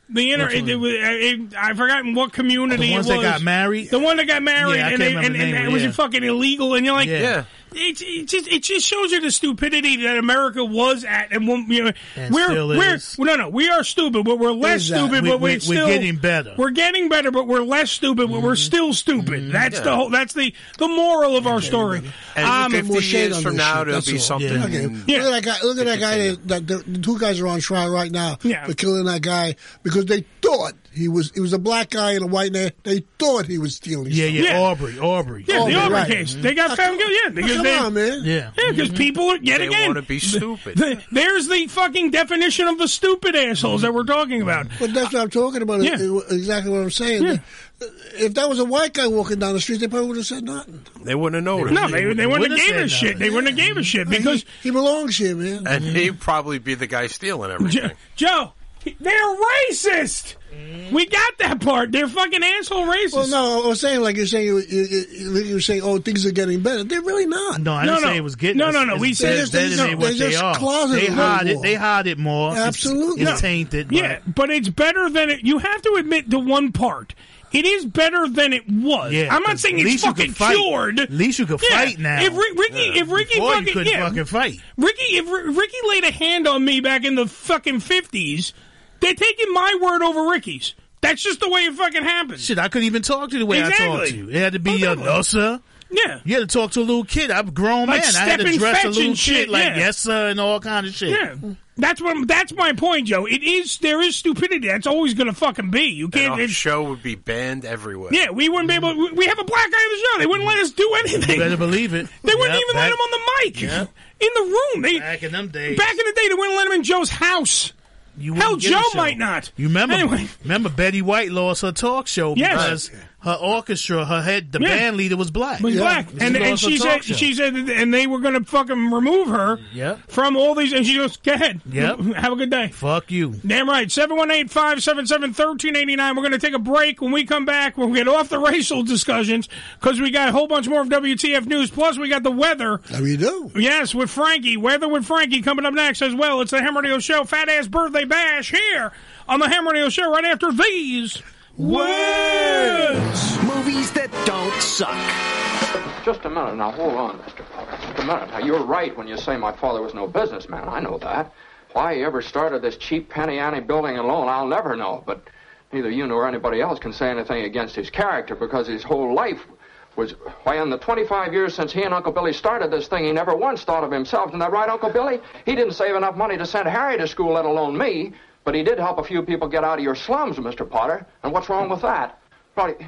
Speaker 1: The inter,
Speaker 4: Which
Speaker 1: it,
Speaker 4: one? Oh,
Speaker 1: it, was- it, I've forgotten what community
Speaker 4: The ones
Speaker 1: it
Speaker 4: that
Speaker 1: was.
Speaker 4: got married?
Speaker 1: The one that got married,
Speaker 4: Yeah, I
Speaker 1: and,
Speaker 4: can't
Speaker 1: they,
Speaker 4: remember
Speaker 1: and,
Speaker 4: the
Speaker 1: and
Speaker 4: name,
Speaker 1: it was
Speaker 4: yeah.
Speaker 1: fucking illegal. And you're like,
Speaker 4: Yeah. Yeah.
Speaker 1: It, it just it just shows you the stupidity that America was at, and one- you know,
Speaker 4: And
Speaker 1: we're
Speaker 4: still
Speaker 1: we're
Speaker 4: is.
Speaker 1: no no we are stupid, but we're less
Speaker 4: Is that-
Speaker 1: stupid,
Speaker 4: we-
Speaker 1: but
Speaker 4: we-
Speaker 1: we're
Speaker 4: we're
Speaker 1: still
Speaker 4: getting better.
Speaker 1: We're getting better, but we're less stupid, but we're still stupid. That's the
Speaker 8: Mm-hmm. Yeah.
Speaker 1: whole. That's the the moral of our story.
Speaker 8: And
Speaker 1: Um,
Speaker 8: 50
Speaker 1: more shade
Speaker 8: years
Speaker 1: on
Speaker 8: from
Speaker 1: this
Speaker 8: now,
Speaker 1: shit,
Speaker 8: it'll
Speaker 1: that's
Speaker 8: be
Speaker 1: all.
Speaker 8: something.
Speaker 1: Yeah.
Speaker 3: Look at that guy. Look at that guy. That, that, the two guys are on trial right now for killing that guy because they thought he was. It was a black guy and a white man. They thought he was stealing.
Speaker 4: Yeah,
Speaker 3: something.
Speaker 4: yeah, Aubrey, Aubrey.
Speaker 3: Yeah, the Aubrey
Speaker 1: Aubrey
Speaker 3: Right.
Speaker 1: case. They got found guilty. Yeah, because
Speaker 3: come
Speaker 1: they,
Speaker 3: on, man.
Speaker 4: Yeah,
Speaker 1: because people are- yet
Speaker 8: Mm-hmm. They
Speaker 1: again
Speaker 8: wanna be
Speaker 1: th-
Speaker 8: stupid.
Speaker 1: th- there's the fucking definition of the stupid assholes that we're talking about.
Speaker 8: Mm-hmm.
Speaker 3: But that's what I'm talking about. is-
Speaker 1: Yeah.
Speaker 3: is exactly what I'm saying. If that was a white guy walking down the street, they probably would have said nothing.
Speaker 8: They wouldn't have noticed.
Speaker 1: No, they, they wouldn't have gave a shit. They wouldn't have gave a shit because
Speaker 3: he belongs here, man.
Speaker 8: And he'd probably be the guy stealing
Speaker 1: Jo- [laughs]
Speaker 8: everything.
Speaker 1: Joe, they're racist.
Speaker 8: Mm-hmm.
Speaker 1: We got that part. They're fucking asshole racist.
Speaker 3: Well, no, I was saying like you're saying you, you, you, you were saying oh things are getting better. They're really not.
Speaker 4: No, I didn't say it was getting.
Speaker 1: No,
Speaker 4: us.
Speaker 1: no, no,
Speaker 4: It's-
Speaker 1: we
Speaker 4: it's-
Speaker 1: said-
Speaker 4: that
Speaker 1: They're
Speaker 4: is
Speaker 1: just-
Speaker 4: ain't what
Speaker 1: they're
Speaker 4: they
Speaker 1: just
Speaker 4: are.
Speaker 1: closeted
Speaker 4: They hide
Speaker 1: liberal.
Speaker 4: it. They hide it more. It's-
Speaker 1: Absolutely.
Speaker 4: it's,
Speaker 1: No.
Speaker 4: tainted.
Speaker 1: Yeah, but it's better than it. You have to admit to one part. It is better than it was.
Speaker 4: Yeah,
Speaker 1: I'm not
Speaker 4: 'cause
Speaker 1: saying
Speaker 4: at
Speaker 1: it's
Speaker 4: least you
Speaker 1: fucking
Speaker 4: could fight.
Speaker 1: cured.
Speaker 4: At least you could
Speaker 1: Yeah,
Speaker 4: fight now.
Speaker 1: If Ri- Ricky, if Ricky
Speaker 4: Before you
Speaker 1: fucking,
Speaker 4: couldn't
Speaker 1: yeah,
Speaker 4: fucking fight.
Speaker 1: Ricky, if Ri- Ricky laid a hand on me back in the fucking fifties, they're taking my word over Ricky's. That's just the way it fucking happens.
Speaker 4: Shit, I couldn't even talk to you the way I
Speaker 1: Exactly. Oh,
Speaker 4: talked to you. It had to be your no, sir.
Speaker 1: Yeah,
Speaker 4: you had to talk to a little kid. I'm a grown
Speaker 1: Like
Speaker 4: man. I had
Speaker 1: step
Speaker 4: to
Speaker 1: and
Speaker 4: dress
Speaker 1: fetch
Speaker 4: a little
Speaker 1: and
Speaker 4: kid
Speaker 1: shit,
Speaker 4: like
Speaker 1: yeah.
Speaker 4: yes sir and all kind of shit.
Speaker 1: Yeah. That's what. That's my point, Joe. It is there is stupidity. That's always going to fucking be. You
Speaker 8: And
Speaker 1: can't.
Speaker 8: our
Speaker 1: it-
Speaker 8: show would be banned everywhere.
Speaker 1: yeah, we wouldn't be able. we- We have a black guy on the show. They wouldn't let us do anything.
Speaker 4: You better believe it.
Speaker 1: [laughs] They wouldn't
Speaker 4: Yep,
Speaker 1: even let
Speaker 4: back-
Speaker 1: him on the mic
Speaker 4: Yep.
Speaker 1: in the room. They
Speaker 4: Back in them days.
Speaker 1: back in the day they wouldn't let him in Joe's house.
Speaker 4: You
Speaker 1: Hell,
Speaker 4: wouldn't get a
Speaker 1: Joe
Speaker 4: show.
Speaker 1: might not.
Speaker 4: You remember?
Speaker 1: Anyway.
Speaker 4: Remember Betty White lost her talk show
Speaker 1: Yes.
Speaker 4: because her orchestra, her head, the
Speaker 1: Yeah.
Speaker 4: band leader was black.
Speaker 1: Was black,
Speaker 4: She
Speaker 1: and, and
Speaker 4: lost her
Speaker 1: she
Speaker 4: talk
Speaker 1: said
Speaker 4: show.
Speaker 1: she said, that- and they were going to fucking remove her
Speaker 4: Yep.
Speaker 1: from all these. And she goes, "Go ahead,
Speaker 4: Yep.
Speaker 1: [laughs] have a good day."
Speaker 4: "Fuck you."
Speaker 1: Damn right. 718 577 1389. We're going to take a break. When we come back, we'll get off the racial discussions because we got a whole bunch more of WTF news. Plus, we got the weather.
Speaker 3: we do.
Speaker 1: Yes, with Frankie. Weather with Frankie coming up next as well. It's the Ham Radio Show Fat Ass Birthday Bash here on the Ham Radio Show right after these words.
Speaker 9: Movies that don't suck.
Speaker 20: Just a minute now, hold on, Mr. Potter. Just a minute. Now, you're right when you say my father was no businessman. I know that. Why he ever started this cheap penny ante building and loan, I'll never know. But neither you nor anybody else can say anything against his character because his whole life was. Why, in the 25 years since he and Uncle Billy started this thing, he never once thought of himself. Isn't that right, Uncle Billy? He didn't save enough money to send Harry to school, let alone me. But he did help a few people get out of your slums, Mr. Potter. And what's wrong with that? Probably.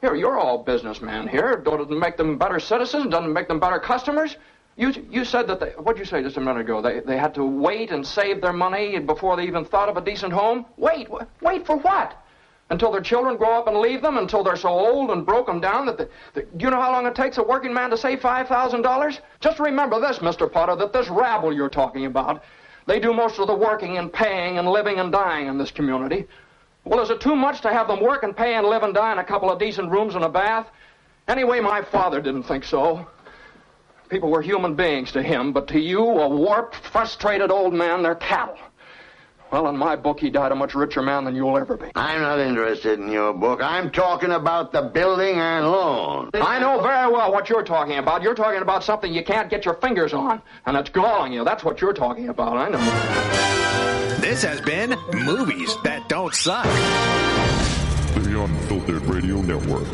Speaker 20: Here, you're all businessmen here. Doesn't make them better citizens, doesn't make them better customers. You, you said that they, what'd you say just a minute ago? They, they had to wait and save their money before they even thought of a decent home? Wait, wh- wait for what? Until their children grow up and leave them, until they're so old and broken down that the, the, do you know how long it takes a working man to save $5,000? Just remember this, Mr. Potter, that this rabble you're talking about, they do most of the working and paying and living and dying in this community. Well, is it too much to have them work and pay and live and die in a couple of decent rooms and a bath? Anyway, my father didn't think so. People were human beings to him, but to you, a warped, frustrated old man, they're cattle. Well, in my book, he died a much richer man than you'll ever be.
Speaker 7: I'm not interested in your book. I'm talking about the building and loan.
Speaker 20: I know very well what you're talking about. You're talking about something you can't get your fingers on, and it's galling you. That's what you're talking about. I know.
Speaker 6: This has been Movies That Don't Suck.
Speaker 12: The Unfiltered Radio Network,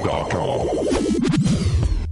Speaker 12: hamradioshow.com.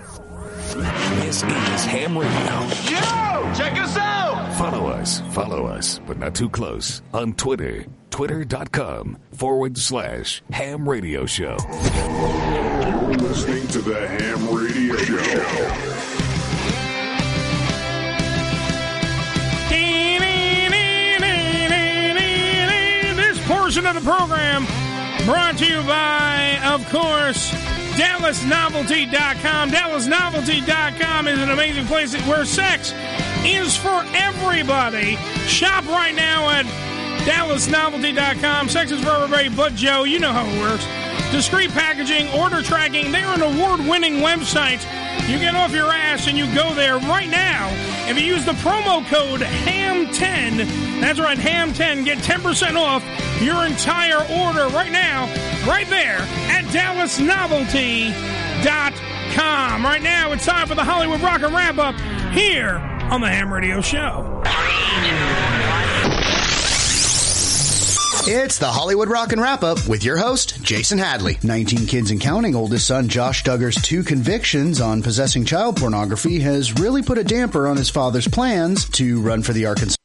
Speaker 17: This is Ham Radio.
Speaker 9: Yo! Check us out!
Speaker 17: Follow us, follow us, but not too close on Twitter. Twitter.com forward slash ham radio show.
Speaker 12: You're listening to the Ham Radio Show.
Speaker 1: This portion of the program brought to you by, of course, DallasNovelty.com. DallasNovelty.com is an amazing place where sex is for everybody. Shop right now at DallasNovelty.com. Sex is for everybody but Joe. You know how it works. Discreet packaging, order tracking. They're an award winning website. You get off your ass and you go there right now. If you use the promo code HAM10, that's right, HAM10, get 10% off your entire order right now, right there at DallasNovelty.com. Right now, it's time for the Hollywood Rock and Wrap Up here on the Ham Radio Show.
Speaker 24: It's the Hollywood Rock and Wrap Up with your host, Jason Hadley. 19 kids and counting, oldest son Josh Duggar's two convictions on possessing child pornography has really put a damper on his father's plans to run for the Arkansas.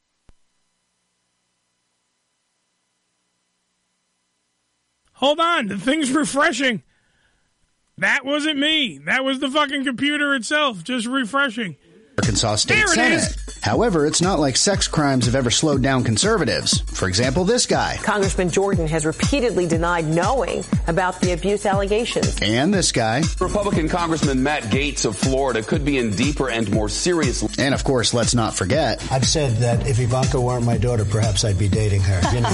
Speaker 1: Hold on, the thing's refreshing. That wasn't me. That was the fucking computer itself just refreshing.
Speaker 24: Arkansas State
Speaker 1: There it
Speaker 24: Senate.
Speaker 1: is.
Speaker 24: However, it's not like sex crimes have ever slowed down conservatives. For example, this guy.
Speaker 25: Congressman Jordan has repeatedly denied knowing about the abuse allegations.
Speaker 24: And this guy.
Speaker 26: Republican Congressman Matt Gates of Florida could be in deeper and more serious.
Speaker 24: And of course, let's not forget.
Speaker 27: I've said that if Ivanka weren't my daughter, perhaps I'd be dating her. You know?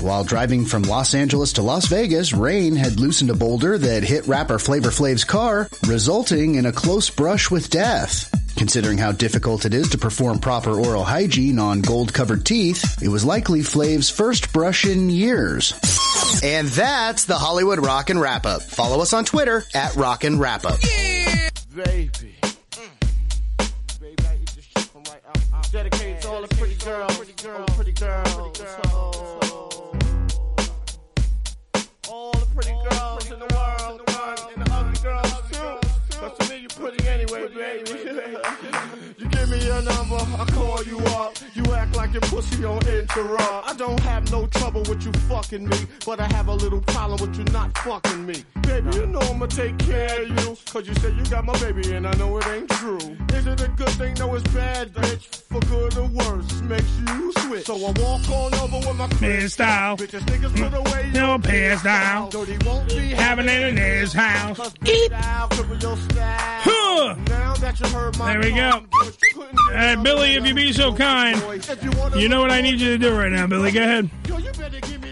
Speaker 24: While driving from Los Angeles to Las Vegas, rain had loosened a boulder that hit rapper Flavor Flav's car, resulting in a close brush with death. Considering how difficult it is to perform proper oral hygiene on gold covered teeth, it was likely Flav's first brush in years. And that's the Hollywood Rock and Wrap Up. Follow us on Twitter at Rock and Wrap Up.
Speaker 28: Baby. Baby, I eat this shit from right out. Dedicated to all the pretty girls. Pretty girls. Pretty girls. Pretty girls. You give me your number, I call you up. You act like your pussy on interrupt. I don't have no trouble with you fucking me, but I have a little problem with you not fucking me. Baby, you know I'ma take care of you, cause you say you got my baby and I know it ain't true. Is it a good thing? No, it's bad, bitch. For good or worse, makes you switch. So I walk on over with my
Speaker 1: Pissed out.
Speaker 28: Bitches, niggas put away
Speaker 1: No pissed out.
Speaker 28: Dirty won't be
Speaker 1: Having it in his house.
Speaker 28: Cause bitch, I'll cripple your style.
Speaker 1: Huh.
Speaker 28: Now that you heard my
Speaker 1: There we go. All right, Billy, if you be so kind, you know what I need you to do right now, Billy. Go ahead.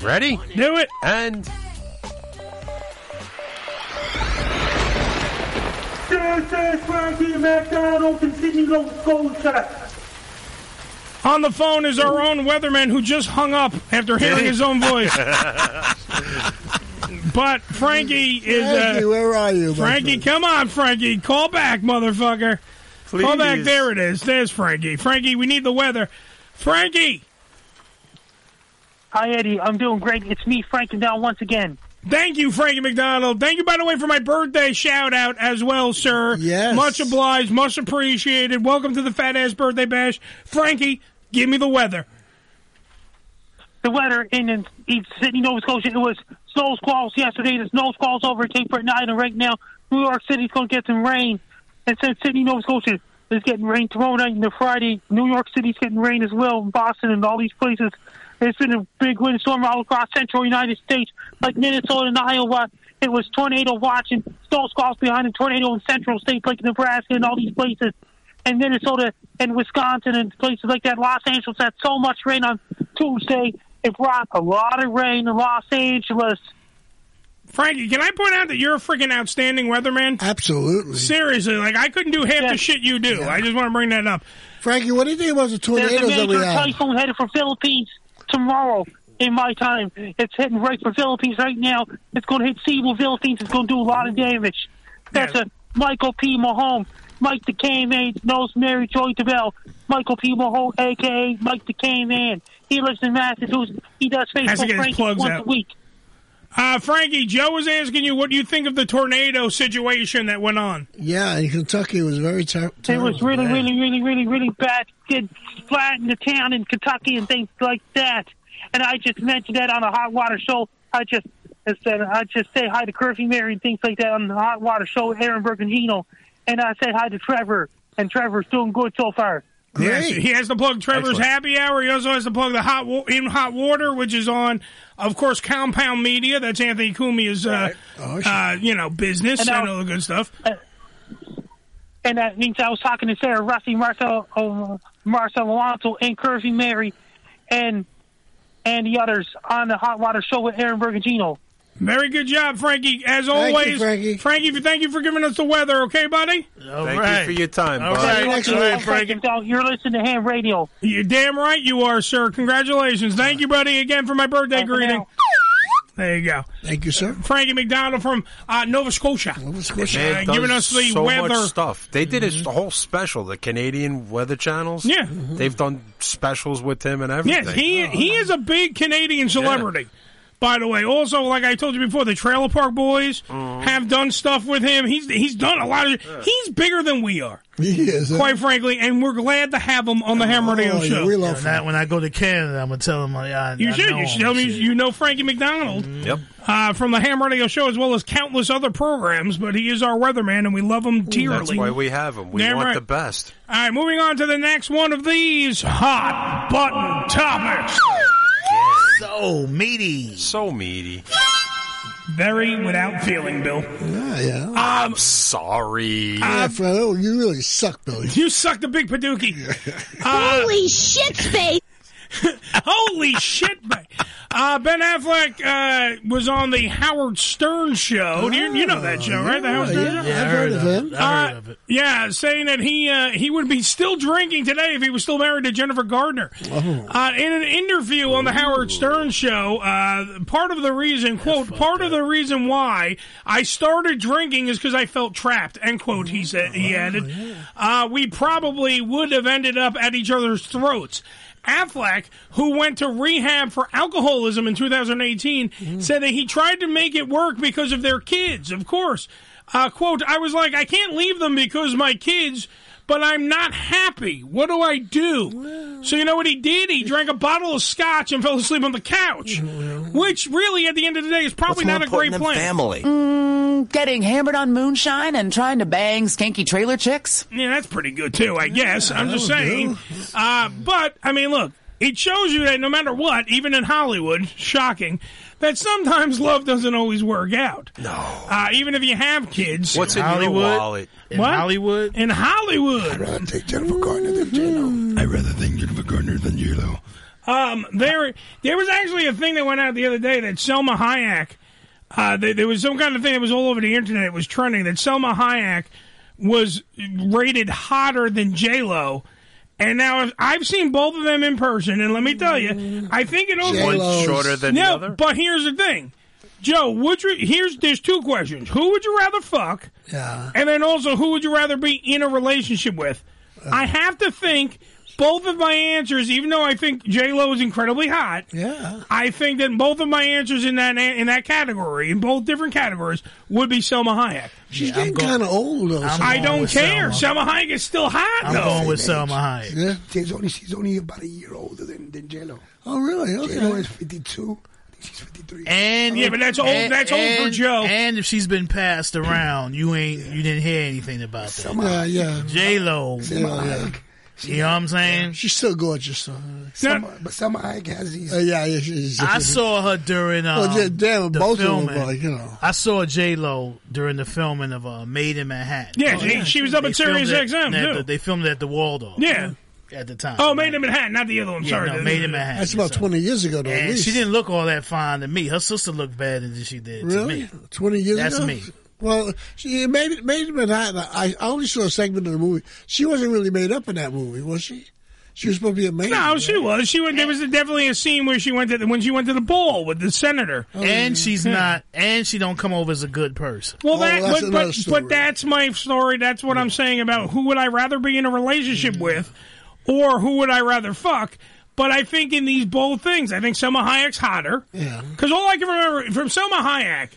Speaker 8: Ready?
Speaker 1: Do it.
Speaker 8: And
Speaker 1: On the phone is our own weatherman who just hung up after hearing his own voice.
Speaker 27: [laughs]
Speaker 1: [laughs] But Frankie is.
Speaker 3: Frankie,
Speaker 1: uh,
Speaker 3: where are you, my
Speaker 1: Frankie, come on, Frankie. Call back, motherfucker. Call back.
Speaker 3: Please.
Speaker 1: There it is. There's Frankie. Frankie, we need the weather. Frankie!
Speaker 2: Hi, Eddie. I'm doing great. It's me, Frankie, down once again.
Speaker 1: Thank you, Frankie McDonald. Thank you, by the way, for my birthday shout out as well, sir. Yes. Much obliged, much appreciated. Welcome to the Fat Ass Birthday Bash. Frankie, give me the weather.
Speaker 2: The weather in, in East Sydney, Nova Scotia, it was snow squalls yesterday. The snow squalls over Cape Nine, and right now, New York City's going to get some rain. And since Sydney, Nova Scotia is getting rain tomorrow night and the Friday, New York City's getting rain as well, and Boston and all these places. It's been a big windstorm all across central United States, like Minnesota and Iowa. It was tornado watching, snow squalls behind a tornado in central states like Nebraska and all these places. and Minnesota and Wisconsin and places like that. Los Angeles had so much rain on Tuesday. It brought a lot of rain in Los Angeles.
Speaker 1: Frankie, can I point out that you're a freaking outstanding weatherman?
Speaker 3: Absolutely.
Speaker 1: Seriously, like I couldn't do half the shit you do. I just want to bring that up.
Speaker 3: Frankie, what do you think about the
Speaker 2: There's a
Speaker 3: tornadoes that we
Speaker 2: major
Speaker 3: have?
Speaker 2: typhoon headed for Philippines tomorrow in my time. It's heading right for Philippines right now. It's going to hit Cebu, Philippines. It's going to do a lot of damage. That's a Michael P. Mahone, Mike the K-Man, knows Mary Joy DeBell, Michael P. Mahone, a.k.a. Mike the K-Man. He lives in Massachusetts. He does
Speaker 1: Has to
Speaker 2: Facebook
Speaker 1: get his
Speaker 2: Frankie
Speaker 1: plugs
Speaker 2: once
Speaker 1: out.
Speaker 2: a week.
Speaker 1: Uh, Frankie, Joe was asking you what you think of the tornado situation that went on.
Speaker 3: Yeah, in Kentucky, it was very ter-
Speaker 2: It
Speaker 3: terrible.
Speaker 2: was really, really, really, really, really bad. Did flatten the town in Kentucky and things like that. And I just mentioned that on the Hot Water Show. I just I said I just say hi to Curfew Mary and things like that on the Hot Water Show. Aaron Bergangino, and I say hi to Trevor. And Trevor's doing good so far.
Speaker 1: Yes, he has to plug Trevor's
Speaker 2: Excellent.
Speaker 1: Happy Hour. He also has to plug the hot wa- in hot water, which is on, of course, Compound Media. That's Anthony Cumia's, uh,
Speaker 3: Oh,
Speaker 1: uh, you know, business and,
Speaker 2: And now-
Speaker 1: all the good stuff.
Speaker 2: and that means I was talking to Sarah Rusty, Marcel, um, Marcel Alonso, and Curvy Mary, and and the others on the Hot Water Show with Aaron Bergangino.
Speaker 1: Very good job, Frankie. As
Speaker 2: Thank you,
Speaker 1: always,
Speaker 2: Frankie.
Speaker 1: Frankie, thank you for giving us the weather. Okay, buddy.
Speaker 8: thank you for your time,
Speaker 1: All
Speaker 8: bud.
Speaker 1: right. All right, Frankie.
Speaker 2: You're listening to ham radio.
Speaker 1: You're damn right you are, sir. Congratulations. Thank you, buddy, again for my birthday greeting. There you go.
Speaker 3: Thank you, sir.
Speaker 1: Frankie McDonald from uh, Nova Scotia. Nova
Speaker 8: Man
Speaker 1: Uh,
Speaker 8: does
Speaker 1: giving us the
Speaker 8: so
Speaker 1: weather. Mm-hmm.
Speaker 8: much stuff. They did a whole special, the Canadian Weather Channels. Mm-hmm.
Speaker 1: Yeah.
Speaker 8: they've done specials with him and everything.
Speaker 1: Yes, he he
Speaker 4: Oh,
Speaker 1: is a big Canadian celebrity. By the way, also like I told you before, the Trailer Park Boys
Speaker 4: Oh.
Speaker 1: have done stuff with him. He's he's done a lot of. He's bigger than we are,
Speaker 3: He is. Oh, uh,
Speaker 1: quite frankly, and we're glad to have him on the Ham Radio Show.
Speaker 4: And that when I go to Canada, I'm gonna tell them I, I
Speaker 1: You
Speaker 4: I
Speaker 1: should.
Speaker 4: know
Speaker 1: You should
Speaker 4: him. Mm-hmm.
Speaker 1: tell me you know Frankie McDonald. Yep. Uh, from the Ham Radio Show, as well as countless other programs, but he is our weatherman, and we love him dearly.
Speaker 8: That's why we have him. We
Speaker 1: Damn
Speaker 8: want
Speaker 1: right.
Speaker 8: the best.
Speaker 1: All right, moving on to the next one of these hot button topics.
Speaker 4: So meaty.
Speaker 8: So meaty.
Speaker 1: Very without feeling, Bill.
Speaker 3: Yeah, yeah.
Speaker 8: I'm sorry.
Speaker 3: yeah, Fred, oh, you really suck, Billy.
Speaker 1: You suck the
Speaker 3: [laughs]
Speaker 1: big Paducah. Holy shit, Faith! [laughs] Holy shit, Faith! Uh, ben Affleck uh, was on the Howard Stern show. Do you, you know that show, right? The Howard Stern show?
Speaker 4: Yeah, I've heard of him.
Speaker 1: Uh, yeah, saying that he uh, he would be still drinking today if he was still married to Jennifer Gardner. Uh, in an interview on the Howard Stern show, uh, part of the reason, quote, part of the reason why I started drinking is because I felt trapped, end quote, he said, he added. Uh, we probably would have ended up at each other's throats. Affleck, who went to rehab for alcoholism in 2018, said that he tried to make it work because of their kids, of course. Uh, quote, I was like, I can't leave them because my kids but I'm not happy. What do I do? So you know what he did? He drank a bottle of scotch and fell asleep on the couch, which really, at the end of the day, is probably
Speaker 5: What's more
Speaker 1: not a great
Speaker 5: important than family?
Speaker 1: plan.
Speaker 5: Mm, getting hammered on moonshine and trying to bang skanky trailer chicks?
Speaker 1: Yeah, that's pretty good too, I guess. I'm just saying. Uh, but I mean, look, it shows you that no matter what, even in Hollywood, shocking that sometimes love doesn't always work out. No, uh, even if you have kids.
Speaker 8: What's in your Hollywood? wallet? In
Speaker 1: What?
Speaker 4: Hollywood?
Speaker 1: In Hollywood. I'd rather
Speaker 10: take Jennifer Gardner than J-Lo. I'd rather think Jennifer Gardner than J-Lo.
Speaker 1: Um, there, there was actually a thing that went out the other day that Selma Hayek. Uh, there, there was some kind of thing that was all over the internet. It was trending that Selma Hayek was rated hotter than J Lo. And now if- I've seen both of them in person, and let me tell you, I think it also
Speaker 8: One's shorter than the
Speaker 1: No,
Speaker 8: other?
Speaker 1: But here's the thing, Joe. Would you? Here's there's two questions. Who would you rather fuck?
Speaker 3: Yeah.
Speaker 1: And then also, who would you rather be in a relationship with? I have to think both of my answers, even though I think J Lo is incredibly hot.
Speaker 3: Yeah.
Speaker 1: I think that both of my answers in that in that category, in both different categories, would be Selma Hayek.
Speaker 3: She's getting kind of old though.
Speaker 1: I'm I don't care. Selma. Hayek is still hot though.
Speaker 4: Hayek.
Speaker 3: Yeah.
Speaker 10: She's only she's only about a year older than than J-Lo.
Speaker 3: Oh, really? Okay.
Speaker 10: J-Lo is 52.
Speaker 4: And
Speaker 10: Oh, Yeah, but that's old- that's old for
Speaker 4: Joe. And if she's been passed around, you ain't you didn't hear anything about that.
Speaker 3: Yeah, yeah.
Speaker 4: J Lo. You know what I'm saying?
Speaker 3: She's still gorgeous. So.
Speaker 10: Selma, but Selma Hayek has these.
Speaker 3: Uh, yeah, yeah. She's,
Speaker 4: I saw her during um,
Speaker 3: Well, yeah, damn,
Speaker 4: the
Speaker 3: both of them,
Speaker 4: filming.
Speaker 3: like, you know.
Speaker 4: I saw J Lo during the filming of uh, Made in Manhattan. Oh,
Speaker 1: Yeah, she- she was up
Speaker 4: They
Speaker 1: at Sirius
Speaker 4: filmed it
Speaker 1: XM,
Speaker 4: at
Speaker 1: too.
Speaker 4: the- they filmed it at the Waldorf.
Speaker 1: Yeah.
Speaker 4: At the time.
Speaker 1: Oh, Made in Manhattan, not the other one.
Speaker 4: Yeah,
Speaker 1: Sorry,
Speaker 4: no, Made in Manhattan.
Speaker 3: That's about
Speaker 4: so.
Speaker 3: 20 years ago, though. at
Speaker 4: And
Speaker 3: least.
Speaker 4: she didn't look all that fine to me. Her sister looked better than she did
Speaker 3: Really?
Speaker 4: to me.
Speaker 3: 20 years
Speaker 4: That's
Speaker 3: ago?
Speaker 4: me.
Speaker 3: Well, she made it made it Manhattan. I, I only saw a segment of the movie. She wasn't really made up in that movie, was she? She was supposed to be a maid.
Speaker 1: No, she was. She went. There was definitely a scene where she went to the, when she went to the ball with the senator,
Speaker 4: and she's
Speaker 1: Oh, Yeah. Oh,
Speaker 4: not, and she don't come over as a good person.
Speaker 1: Well, that, but, but, but that's my story. That's what I'm saying about who would I rather be in a relationship with, or who would I rather fuck. But I think in these bold things, I think Selma Hayek's hotter. Yeah. Because all I can remember from Selma Hayek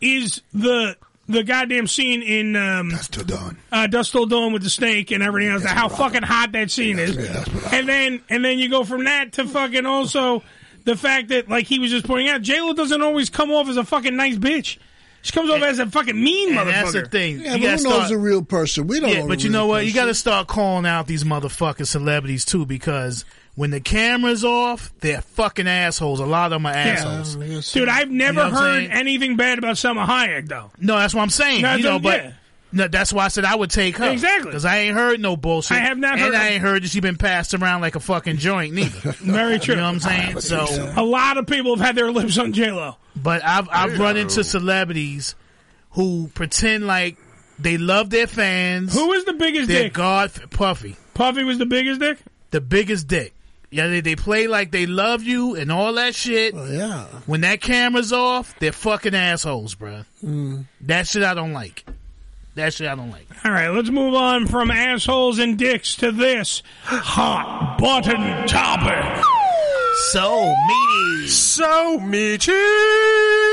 Speaker 1: is the the goddamn scene in um, Dust
Speaker 10: Till Dawn.
Speaker 1: Uh, Dust Till Dawn with the snake and everything else. how fucking hot that scene is. and then and then you go from that to fucking also the fact that like he was just pointing out, J Lo doesn't always come off as a fucking nice bitch. She comes off as a fucking mean motherfucker.
Speaker 4: and that's the thing.
Speaker 3: Yeah,
Speaker 4: You
Speaker 3: but who knows
Speaker 4: gotta start-
Speaker 3: the real person? We don't.
Speaker 4: yeah,
Speaker 3: know
Speaker 4: but
Speaker 3: the
Speaker 4: you
Speaker 3: real
Speaker 4: know what? You
Speaker 3: person.
Speaker 4: got to start calling out these motherfucking celebrities too, because when the camera's off, they're fucking assholes. A lot of them are assholes.
Speaker 1: Dude, I've never
Speaker 4: You know what I'm
Speaker 1: heard
Speaker 4: saying?
Speaker 1: anything bad about Selma Hayek though.
Speaker 4: No, that's what I'm saying.
Speaker 1: No,
Speaker 4: you know,
Speaker 1: that's-
Speaker 4: but
Speaker 1: yeah.
Speaker 4: no, that's why I said I would take her
Speaker 1: Exactly.
Speaker 4: because I ain't heard no bullshit.
Speaker 1: I have not
Speaker 4: and
Speaker 1: heard-
Speaker 4: I ain't heard that she been passed around like a fucking joint neither.
Speaker 1: [laughs] Very true.
Speaker 4: You know what I'm saying? So
Speaker 1: a lot of people have had their lips on J Lo.
Speaker 4: But I've I've run into celebrities who pretend like they love their fans. Who
Speaker 1: is the biggest
Speaker 4: They're
Speaker 1: dick?
Speaker 4: God Puffy.
Speaker 1: Puffy was the biggest dick.
Speaker 4: The biggest dick. Yeah, they, they play like they love you and all that shit.
Speaker 3: yeah.
Speaker 4: When that camera's off, they're fucking assholes, bruh. That shit I don't like. That shit I don't like.
Speaker 1: All right, let's move on from assholes and dicks to this hot button topic.
Speaker 4: So meaty.
Speaker 8: So meaty.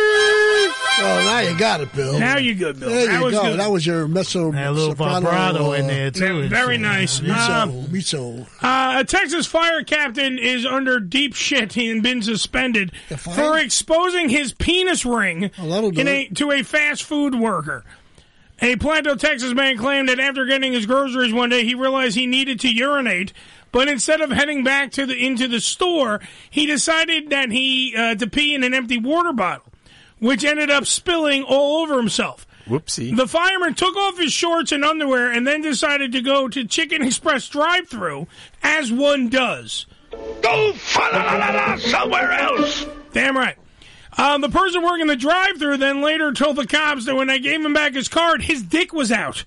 Speaker 3: Oh, now you got it, Bill.
Speaker 1: Now you good, Bill.
Speaker 3: There
Speaker 1: That
Speaker 3: you
Speaker 1: was
Speaker 3: go.
Speaker 1: good.
Speaker 3: That was your mezzo
Speaker 4: That little
Speaker 3: soprano,
Speaker 4: vibrato
Speaker 3: uh,
Speaker 4: in there too.
Speaker 1: Very nice. Um,
Speaker 3: Mezzo, mezzo.
Speaker 1: Uh, a Texas fire captain is under deep shit and been suspended for exposing his penis ring in a, to a fast food worker. A Planto, Texas man claimed that after getting his groceries one day, he realized he needed to urinate. But instead of heading back to the into the store, he decided that he uh, to pee in an empty water bottle, which ended up spilling all over himself.
Speaker 8: Whoopsie.
Speaker 1: The fireman took off his shorts and underwear and then decided to go to Chicken Express drive through as one does. Go fa-la-la-la-la somewhere else! Damn right. Um, the person working the drive through then later told the cops that when they gave him back his card, his dick was out.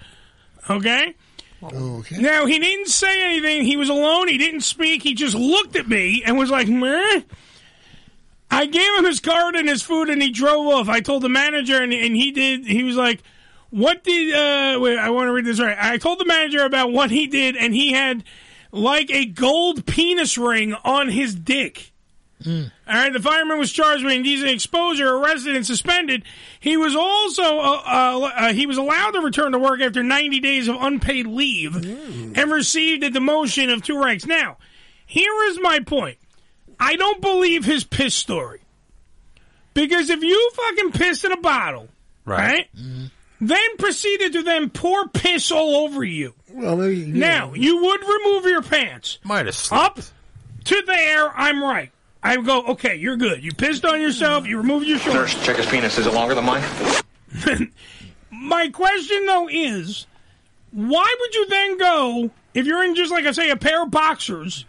Speaker 1: Okay?
Speaker 3: Okay.
Speaker 1: Now, he didn't say anything. He was alone. He didn't speak. He just looked at me and was like, meh. I gave him his card and his food, and he drove off. I told the manager, and, and he did. He was like, "What did?" Uh, wait, I want to read this right. I told the manager about what he did, and he had like a gold penis ring on his dick. All right, the fireman was charged with indecent exposure, arrested, and suspended. He was also uh, uh, uh, he was allowed to return to work after 90 days of unpaid leave, and received a demotion of two ranks. Now, here is my point: I don't believe his piss story because if you fucking piss in a bottle, right, then proceeded to then pour piss all over you.
Speaker 3: Well, maybe,
Speaker 1: Now you would remove your pants.
Speaker 8: Might have
Speaker 1: up to there. I'm right. I go. Okay, you're good. You pissed on yourself. You removed your shorts.
Speaker 7: Nurse, check his penis. Is it longer than mine?
Speaker 1: [laughs] My question though is, why would you then go if you're in just like I say a pair of boxers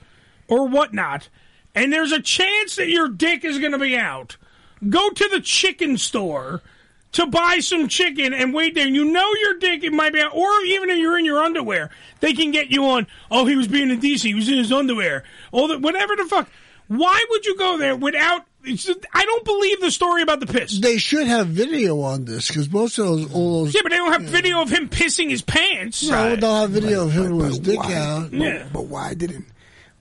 Speaker 1: or whatnot, and there's a chance that your dick is going to be out? Go to the chicken store to buy some chicken and wait there. You know your dick it might be out, or even if you're in your underwear, they can get you on. Oh, he was being indecent. He was in his underwear. All the whatever the fuck. Why would you go there without? It's just, I don't believe the story about the piss.
Speaker 3: They should have video on this because most of those all those
Speaker 1: Yeah, but they
Speaker 8: Hmm.
Speaker 1: don't have video of him pissing his pants.
Speaker 3: no, they'll have video of him with his dick
Speaker 1: why?
Speaker 3: out.
Speaker 1: Yeah.
Speaker 10: But why didn't?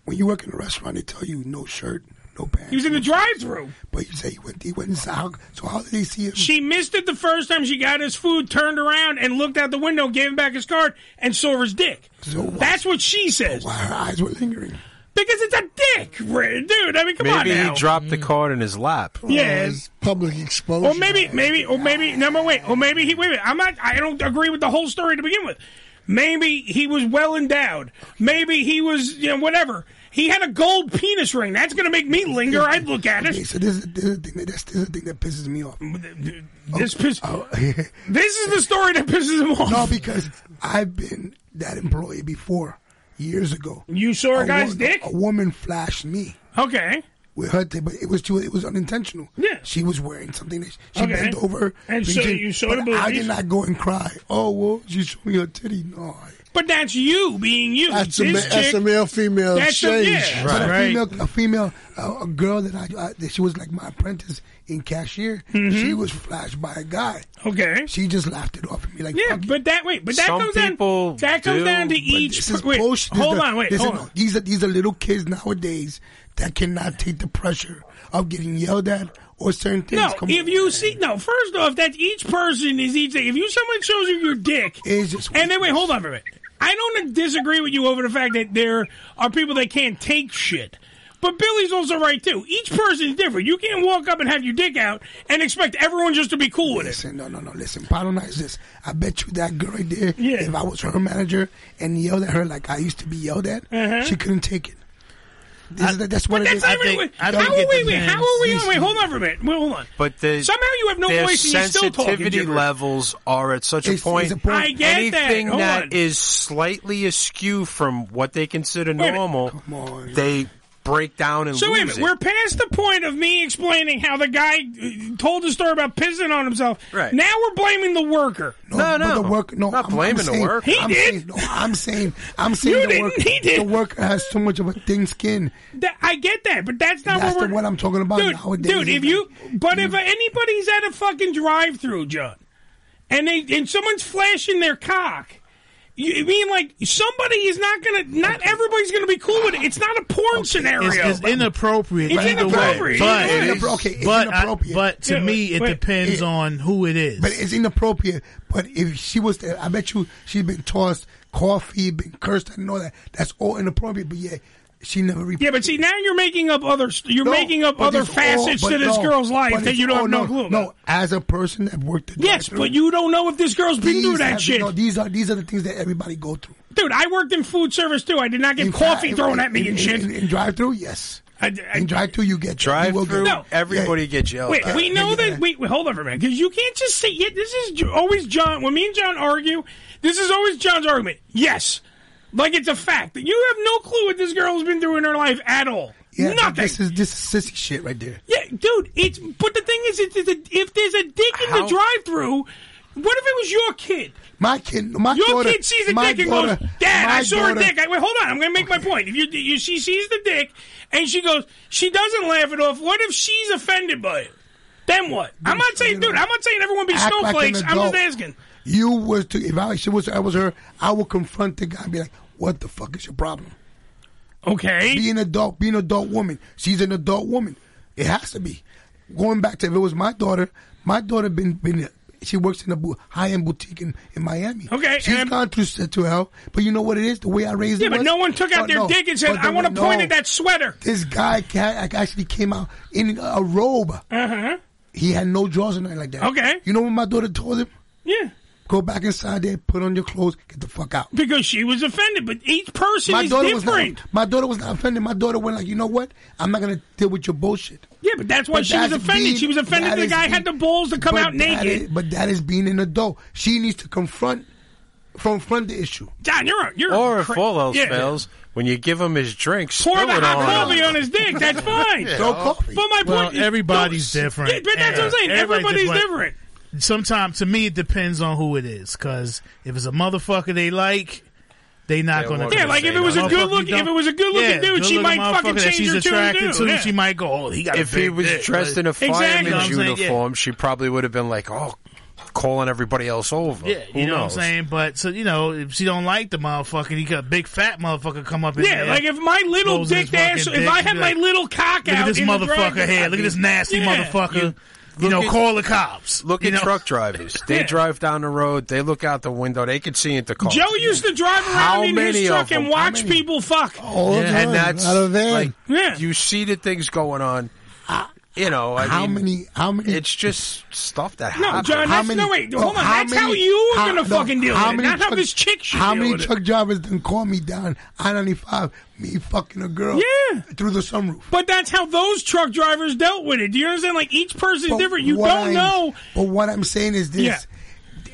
Speaker 10: When you work in a restaurant, they tell you no shirt, no pants.
Speaker 1: He was in the drive-through.
Speaker 10: But you say he went, he went inside. How- So how did they see him?
Speaker 1: She missed it the first time she got his food, turned around and looked out the window, gave him back his card, and saw his dick. That's what she says. Why
Speaker 10: her eyes were lingering?
Speaker 1: Because it's a dick, Red, dude. I mean, come on
Speaker 8: Maybe
Speaker 1: now.
Speaker 8: he dropped the card in his lap.
Speaker 1: Yes.
Speaker 3: public exposure.
Speaker 1: Or maybe, maybe, or maybe, no, but wait, or maybe he, wait a minute, I'm not, I don't agree with the whole story to begin with. Maybe he was well endowed. Maybe he was, you know, whatever. He had a gold penis ring. That's going to make me linger. I'd look at it.
Speaker 10: Okay, so this is, this is the thing that, that's, this is the thing that pisses me off. Oh.
Speaker 1: This piss. [laughs] this is the story that pisses him off.
Speaker 10: No, because I've been that employee before years ago.
Speaker 1: You saw
Speaker 10: a
Speaker 1: guy's
Speaker 10: wo-
Speaker 1: dick?
Speaker 10: A woman flashed me.
Speaker 1: Okay.
Speaker 10: With her, t- but it was too. It was unintentional. Yeah, she was wearing something that she, she
Speaker 1: Okay.
Speaker 10: bent over.
Speaker 1: And so
Speaker 10: reaching,
Speaker 1: you saw
Speaker 10: but
Speaker 1: the
Speaker 10: I
Speaker 1: boobies?
Speaker 10: did not go and cry. Oh well, she showed me her titty. No, I
Speaker 1: But that's you being you.
Speaker 3: That's a, ma-
Speaker 1: this
Speaker 3: that's
Speaker 1: chick-
Speaker 3: a male female
Speaker 1: That's a-
Speaker 3: exchange.
Speaker 1: yeah.
Speaker 10: But
Speaker 1: Right.
Speaker 10: a female, a female, uh, a girl that I, I that she was like my apprentice in cashier. She was flashed by a guy.
Speaker 1: Mm-hmm. Okay,
Speaker 10: she just laughed it off at me like,
Speaker 1: yeah, but that wait, but that
Speaker 10: Some
Speaker 1: comes down.
Speaker 10: people
Speaker 1: That comes
Speaker 10: do,
Speaker 1: down to
Speaker 10: but
Speaker 1: each.
Speaker 10: this is
Speaker 1: wait,
Speaker 10: bullshit. This is
Speaker 1: hold
Speaker 10: the-
Speaker 1: on, wait,
Speaker 10: this is-
Speaker 1: hold on.
Speaker 10: These are these are little kids nowadays that cannot take the pressure of getting yelled at or certain things.
Speaker 1: No,
Speaker 10: Come on.
Speaker 1: if you see no, first off, that each person is each thing. If you someone shows you your dick, and then wait, hold on for a minute. I don't disagree with you over the fact that there are people that can't take shit. But Billy's also right too. Each person is different. You can't walk up and have your dick out and expect everyone just to be cool with it.
Speaker 10: Listen, no, no, no. Listen, bottom line is this. I bet you that girl right there, if I was her manager and yelled at her like I used to be yelled at, she couldn't take it. This is- that's what
Speaker 1: Uh-huh. But
Speaker 10: it
Speaker 1: that's
Speaker 10: is.
Speaker 1: not even- wait, how are we? Wait, how are we? Wait, hold on for a minute. Wait, hold on.
Speaker 8: But the,
Speaker 1: Somehow you have no
Speaker 8: their
Speaker 1: voice and you're still talking
Speaker 8: sensitivity
Speaker 1: gibberish.
Speaker 8: levels are at such a
Speaker 1: It's-
Speaker 8: point.
Speaker 1: it's a point. I get that.
Speaker 8: anything
Speaker 1: Hold
Speaker 8: that
Speaker 1: on.
Speaker 8: is slightly askew from what they consider
Speaker 1: Wait a minute.
Speaker 8: normal, they break down and
Speaker 1: So wait a minute,
Speaker 8: lose it.
Speaker 1: we're past the point of me explaining how the guy uh, told the story about pissing on himself.
Speaker 10: Right.
Speaker 1: Now we're blaming the worker.
Speaker 10: but The work, no,
Speaker 1: Not
Speaker 10: I'm- I'm
Speaker 1: blaming the
Speaker 10: saying-
Speaker 1: worker. He
Speaker 10: I'm
Speaker 1: did.
Speaker 10: Saying, no, I'm saying, I'm saying
Speaker 1: [laughs] You
Speaker 10: the
Speaker 1: didn't,
Speaker 10: worker.
Speaker 1: he did.
Speaker 10: The worker has too much of a thin skin.
Speaker 1: That- I get that, but that's not
Speaker 10: That's
Speaker 1: what
Speaker 10: the
Speaker 1: we're
Speaker 10: what I'm talking about
Speaker 1: dude,
Speaker 10: nowadays.
Speaker 1: Dude, if you but if anybody's at a fucking drive-through, John, and they and someone's flashing their cock, you I mean like somebody is not gonna, not everybody's gonna be cool with it. It's not a porn scenario.
Speaker 4: It's, it's inappropriate.
Speaker 1: It's
Speaker 4: either
Speaker 1: inappropriate.
Speaker 4: Way. But,
Speaker 1: It is. Okay, it's
Speaker 4: but, I-
Speaker 1: inappropriate.
Speaker 4: but to
Speaker 1: Yeah,
Speaker 4: me, it
Speaker 1: wait.
Speaker 4: depends
Speaker 10: It-
Speaker 4: on who it is.
Speaker 10: But it's inappropriate. But if she was there, I bet you she'd been tossed coffee, been cursed, and all that. That's all inappropriate. But yeah, she never. Re-
Speaker 1: Yeah, but see, now you're making up other st- you're making up
Speaker 10: but
Speaker 1: other
Speaker 10: it's all-
Speaker 1: facets
Speaker 10: but
Speaker 1: to this
Speaker 10: no,
Speaker 1: girl's
Speaker 10: but
Speaker 1: life that
Speaker 10: it's
Speaker 1: you don't
Speaker 10: all-
Speaker 1: have
Speaker 10: no,
Speaker 1: no clue. about.
Speaker 10: No, as a person that worked the
Speaker 1: Yes, but you don't know if this girl's been through that shit.
Speaker 10: No, these are these are the things that everybody go through.
Speaker 1: Dude, I worked in food service too. I did not get coffee thrown at me
Speaker 10: in,
Speaker 1: and shit.
Speaker 10: In, drive through, yes.
Speaker 1: I,
Speaker 10: in drive through, you get drive
Speaker 8: Drive-through, everybody gets yelled
Speaker 1: Wait,
Speaker 8: at.
Speaker 1: we know that. Wait, wait, hold on for a minute, because you can't just say. Yeah, this is J- always John. When me and John argue, this is always John's argument. Yes, like it's a fact that you have no clue what this girl has been through in her life at all.
Speaker 10: Yeah, but
Speaker 1: Nothing.
Speaker 10: This is this is sissy shit right there.
Speaker 1: Yeah, dude. It's but the thing is, it's, it's a, if there's a dick in
Speaker 10: How-
Speaker 1: the drive-through, what if it was your kid?
Speaker 10: My kid, my
Speaker 1: your
Speaker 10: daughter,
Speaker 1: kid sees a
Speaker 10: my
Speaker 1: dick and
Speaker 10: daughter,
Speaker 1: goes, "Dad, I
Speaker 10: my
Speaker 1: saw her
Speaker 10: daughter-
Speaker 1: dick." I, wait, hold on. I'm going to make my point. If you, you, she sees the dick and she goes, she doesn't laugh it off. What if she's offended by it? Then what? I'm not saying, dude. I'm not saying everyone be
Speaker 10: Act like an
Speaker 1: snowflakes. I'm
Speaker 10: adult.
Speaker 1: just asking.
Speaker 10: You was to if I she was I was her, I would confront the guy and be like, What the fuck is your problem?
Speaker 1: Okay.
Speaker 10: Be an adult. Be an adult woman. She's an adult woman. It has to be. Going back to if it was my daughter, my daughter been been she works in a bo- high end boutique in, in Miami.
Speaker 1: Okay,
Speaker 10: she's gone through shit to hell, but you know what it is? The way I raised
Speaker 1: Yeah,
Speaker 10: it
Speaker 1: but
Speaker 10: was-
Speaker 1: no one took out their dick and
Speaker 10: but
Speaker 1: said,
Speaker 10: the
Speaker 1: "I wanna
Speaker 10: way-
Speaker 1: point at that sweater."
Speaker 10: This guy ca- actually came out in a robe. Uh huh. He had no drawers or nothing like that.
Speaker 1: Uh-huh. Okay.
Speaker 10: You know what my daughter told him?
Speaker 1: Yeah.
Speaker 10: Go back inside there, put on your clothes, get the fuck out.
Speaker 1: Because she was offended, but each person
Speaker 10: my
Speaker 1: is
Speaker 10: daughter
Speaker 1: different.
Speaker 10: was not. My daughter was not offended. My daughter went like, you know what? I'm not gonna deal with your bullshit.
Speaker 1: Yeah, but that's why she was offended. She was offended
Speaker 10: that
Speaker 1: the
Speaker 10: is
Speaker 1: guy had the balls to come
Speaker 10: but
Speaker 1: out
Speaker 10: that
Speaker 1: naked.
Speaker 10: is- but that is being an adult. She needs to confront, confront the issue.
Speaker 1: John, you're a, you're
Speaker 8: Or
Speaker 1: a
Speaker 8: if
Speaker 1: cra-
Speaker 8: all else
Speaker 1: yeah.
Speaker 8: fails, when you give him his drink,
Speaker 1: Pour
Speaker 8: spill
Speaker 1: the
Speaker 8: it
Speaker 1: hot
Speaker 8: on
Speaker 1: coffee
Speaker 8: him.
Speaker 1: on his dick. That's fine.
Speaker 8: Yeah. Throw coffee.
Speaker 1: But my
Speaker 4: Well,
Speaker 1: point,
Speaker 4: everybody's different.
Speaker 1: Yeah, but that's what I'm saying. Everybody's different.
Speaker 4: Sometimes, to me, it depends on who it is. Because if it's a motherfucker they like, they not
Speaker 1: They
Speaker 4: going
Speaker 1: won't
Speaker 4: to.
Speaker 1: Yeah, like, if it was a good look- if it was a good-looking dude, she might fucking change
Speaker 4: she's
Speaker 1: her tune,
Speaker 4: attracted
Speaker 1: too.
Speaker 4: to.
Speaker 1: Yeah.
Speaker 4: She might go, oh, he got. a
Speaker 8: if he
Speaker 4: big
Speaker 8: was
Speaker 4: dick,
Speaker 8: dressed
Speaker 4: but-
Speaker 8: in a
Speaker 4: You know what
Speaker 8: fireman's
Speaker 4: I'm saying? Yeah.
Speaker 8: uniform, she probably would have been like, "Oh, calling everybody else over."
Speaker 4: Yeah, you know
Speaker 8: Who knows?
Speaker 4: what I'm saying. But so you know, if she don't like the motherfucker, he got a big fat motherfucker come up. In
Speaker 1: Yeah,
Speaker 4: there,
Speaker 1: like if my little
Speaker 4: blows in his
Speaker 1: dick ass-
Speaker 4: fucking
Speaker 1: if
Speaker 4: dick,
Speaker 1: I
Speaker 4: she'd
Speaker 1: had
Speaker 4: be
Speaker 1: my
Speaker 4: like,
Speaker 1: little cock
Speaker 4: look
Speaker 1: out
Speaker 4: at this
Speaker 1: in the
Speaker 4: motherfucker
Speaker 1: driveway."
Speaker 4: here. Look at this nasty
Speaker 1: Yeah.
Speaker 4: motherfucker. You,
Speaker 8: look
Speaker 4: know,
Speaker 8: at-
Speaker 4: call the cops.
Speaker 8: Look
Speaker 4: you
Speaker 8: at
Speaker 4: know?
Speaker 8: truck drivers. They
Speaker 4: Yeah.
Speaker 8: drive down the road. They look out the window. They can see into cars.
Speaker 1: Joe used to drive around
Speaker 8: How
Speaker 1: in
Speaker 8: many
Speaker 1: his
Speaker 8: of
Speaker 1: truck
Speaker 8: them?
Speaker 1: and
Speaker 8: How
Speaker 1: watch
Speaker 8: many?
Speaker 1: people fuck.
Speaker 8: and that's like
Speaker 1: yeah.
Speaker 8: you see the things going on. You know, I
Speaker 10: How
Speaker 8: mean,
Speaker 10: many? How many?
Speaker 8: It's just stuff that
Speaker 1: No,
Speaker 8: happens. Oh,
Speaker 1: John,
Speaker 10: How
Speaker 1: that's-
Speaker 10: many-
Speaker 1: no, wait, hold on. That's how you are gonna fucking deal with it, not how this chick should
Speaker 10: How
Speaker 1: deal
Speaker 10: many
Speaker 1: with it.
Speaker 10: truck drivers done call me down I ninety five? Me fucking a girl.
Speaker 1: Yeah.
Speaker 10: Through the sunroof.
Speaker 1: But that's how those truck drivers dealt with it. Do you understand? Like each person is
Speaker 10: But
Speaker 1: different. You
Speaker 10: what
Speaker 1: don't
Speaker 10: I'm-
Speaker 1: know.
Speaker 10: But what I'm saying is this:
Speaker 1: Yeah.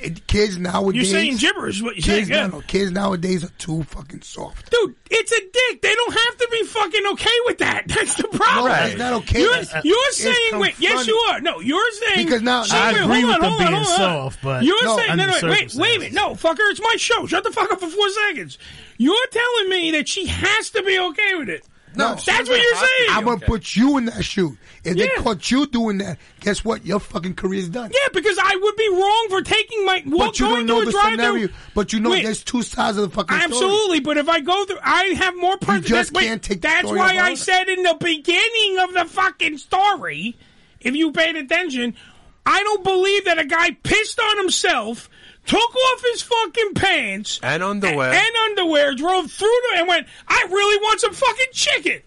Speaker 10: it- kids nowadays.
Speaker 1: saying gibberish, what you
Speaker 10: kids,
Speaker 1: saying, yeah.
Speaker 10: no, no, kids nowadays are too fucking soft.
Speaker 1: Dude, it's a dick. They don't have to be fucking okay with that. [laughs] That's the problem.
Speaker 10: Right. it's not okay.
Speaker 1: You're,
Speaker 10: It's-
Speaker 1: you're
Speaker 10: it's
Speaker 1: saying, wait, yes,
Speaker 10: confronting.
Speaker 1: you are. No, you're saying
Speaker 10: Because now-
Speaker 1: Shit,
Speaker 10: I
Speaker 1: wait,
Speaker 10: agree
Speaker 1: hold
Speaker 10: with
Speaker 1: on,
Speaker 10: them
Speaker 1: hold on,
Speaker 10: being
Speaker 1: hold on.
Speaker 10: soft, but-
Speaker 1: you're
Speaker 10: No,
Speaker 1: saying, no,
Speaker 10: under
Speaker 1: no,
Speaker 10: the
Speaker 1: wait, wait a minute, no, fucker, it's my show. Shut the fuck up for four seconds. You're telling me that she has to be okay with it. that's what you're saying.
Speaker 10: I'm gonna put you in that shoe. If
Speaker 1: Yeah.
Speaker 10: they caught you doing that, guess what? Your fucking career's done.
Speaker 1: Yeah, because I would be wrong for taking my. well,
Speaker 10: But you don't
Speaker 1: going
Speaker 10: know
Speaker 1: to a
Speaker 10: the
Speaker 1: drive-thru-
Speaker 10: scenario. But you know
Speaker 1: Wait.
Speaker 10: there's two sides of the fucking story.
Speaker 1: Absolutely, but if I go through, I have more. Pers-
Speaker 10: just
Speaker 1: that- wait,
Speaker 10: can't take the
Speaker 1: That's
Speaker 10: story
Speaker 1: why I
Speaker 10: apart.
Speaker 1: said in the beginning of the fucking story, if you paid attention, I don't believe that a guy pissed on himself, took off his fucking pants
Speaker 8: and underwear.
Speaker 1: and underwear, drove through the and went, I really want some fucking chicken.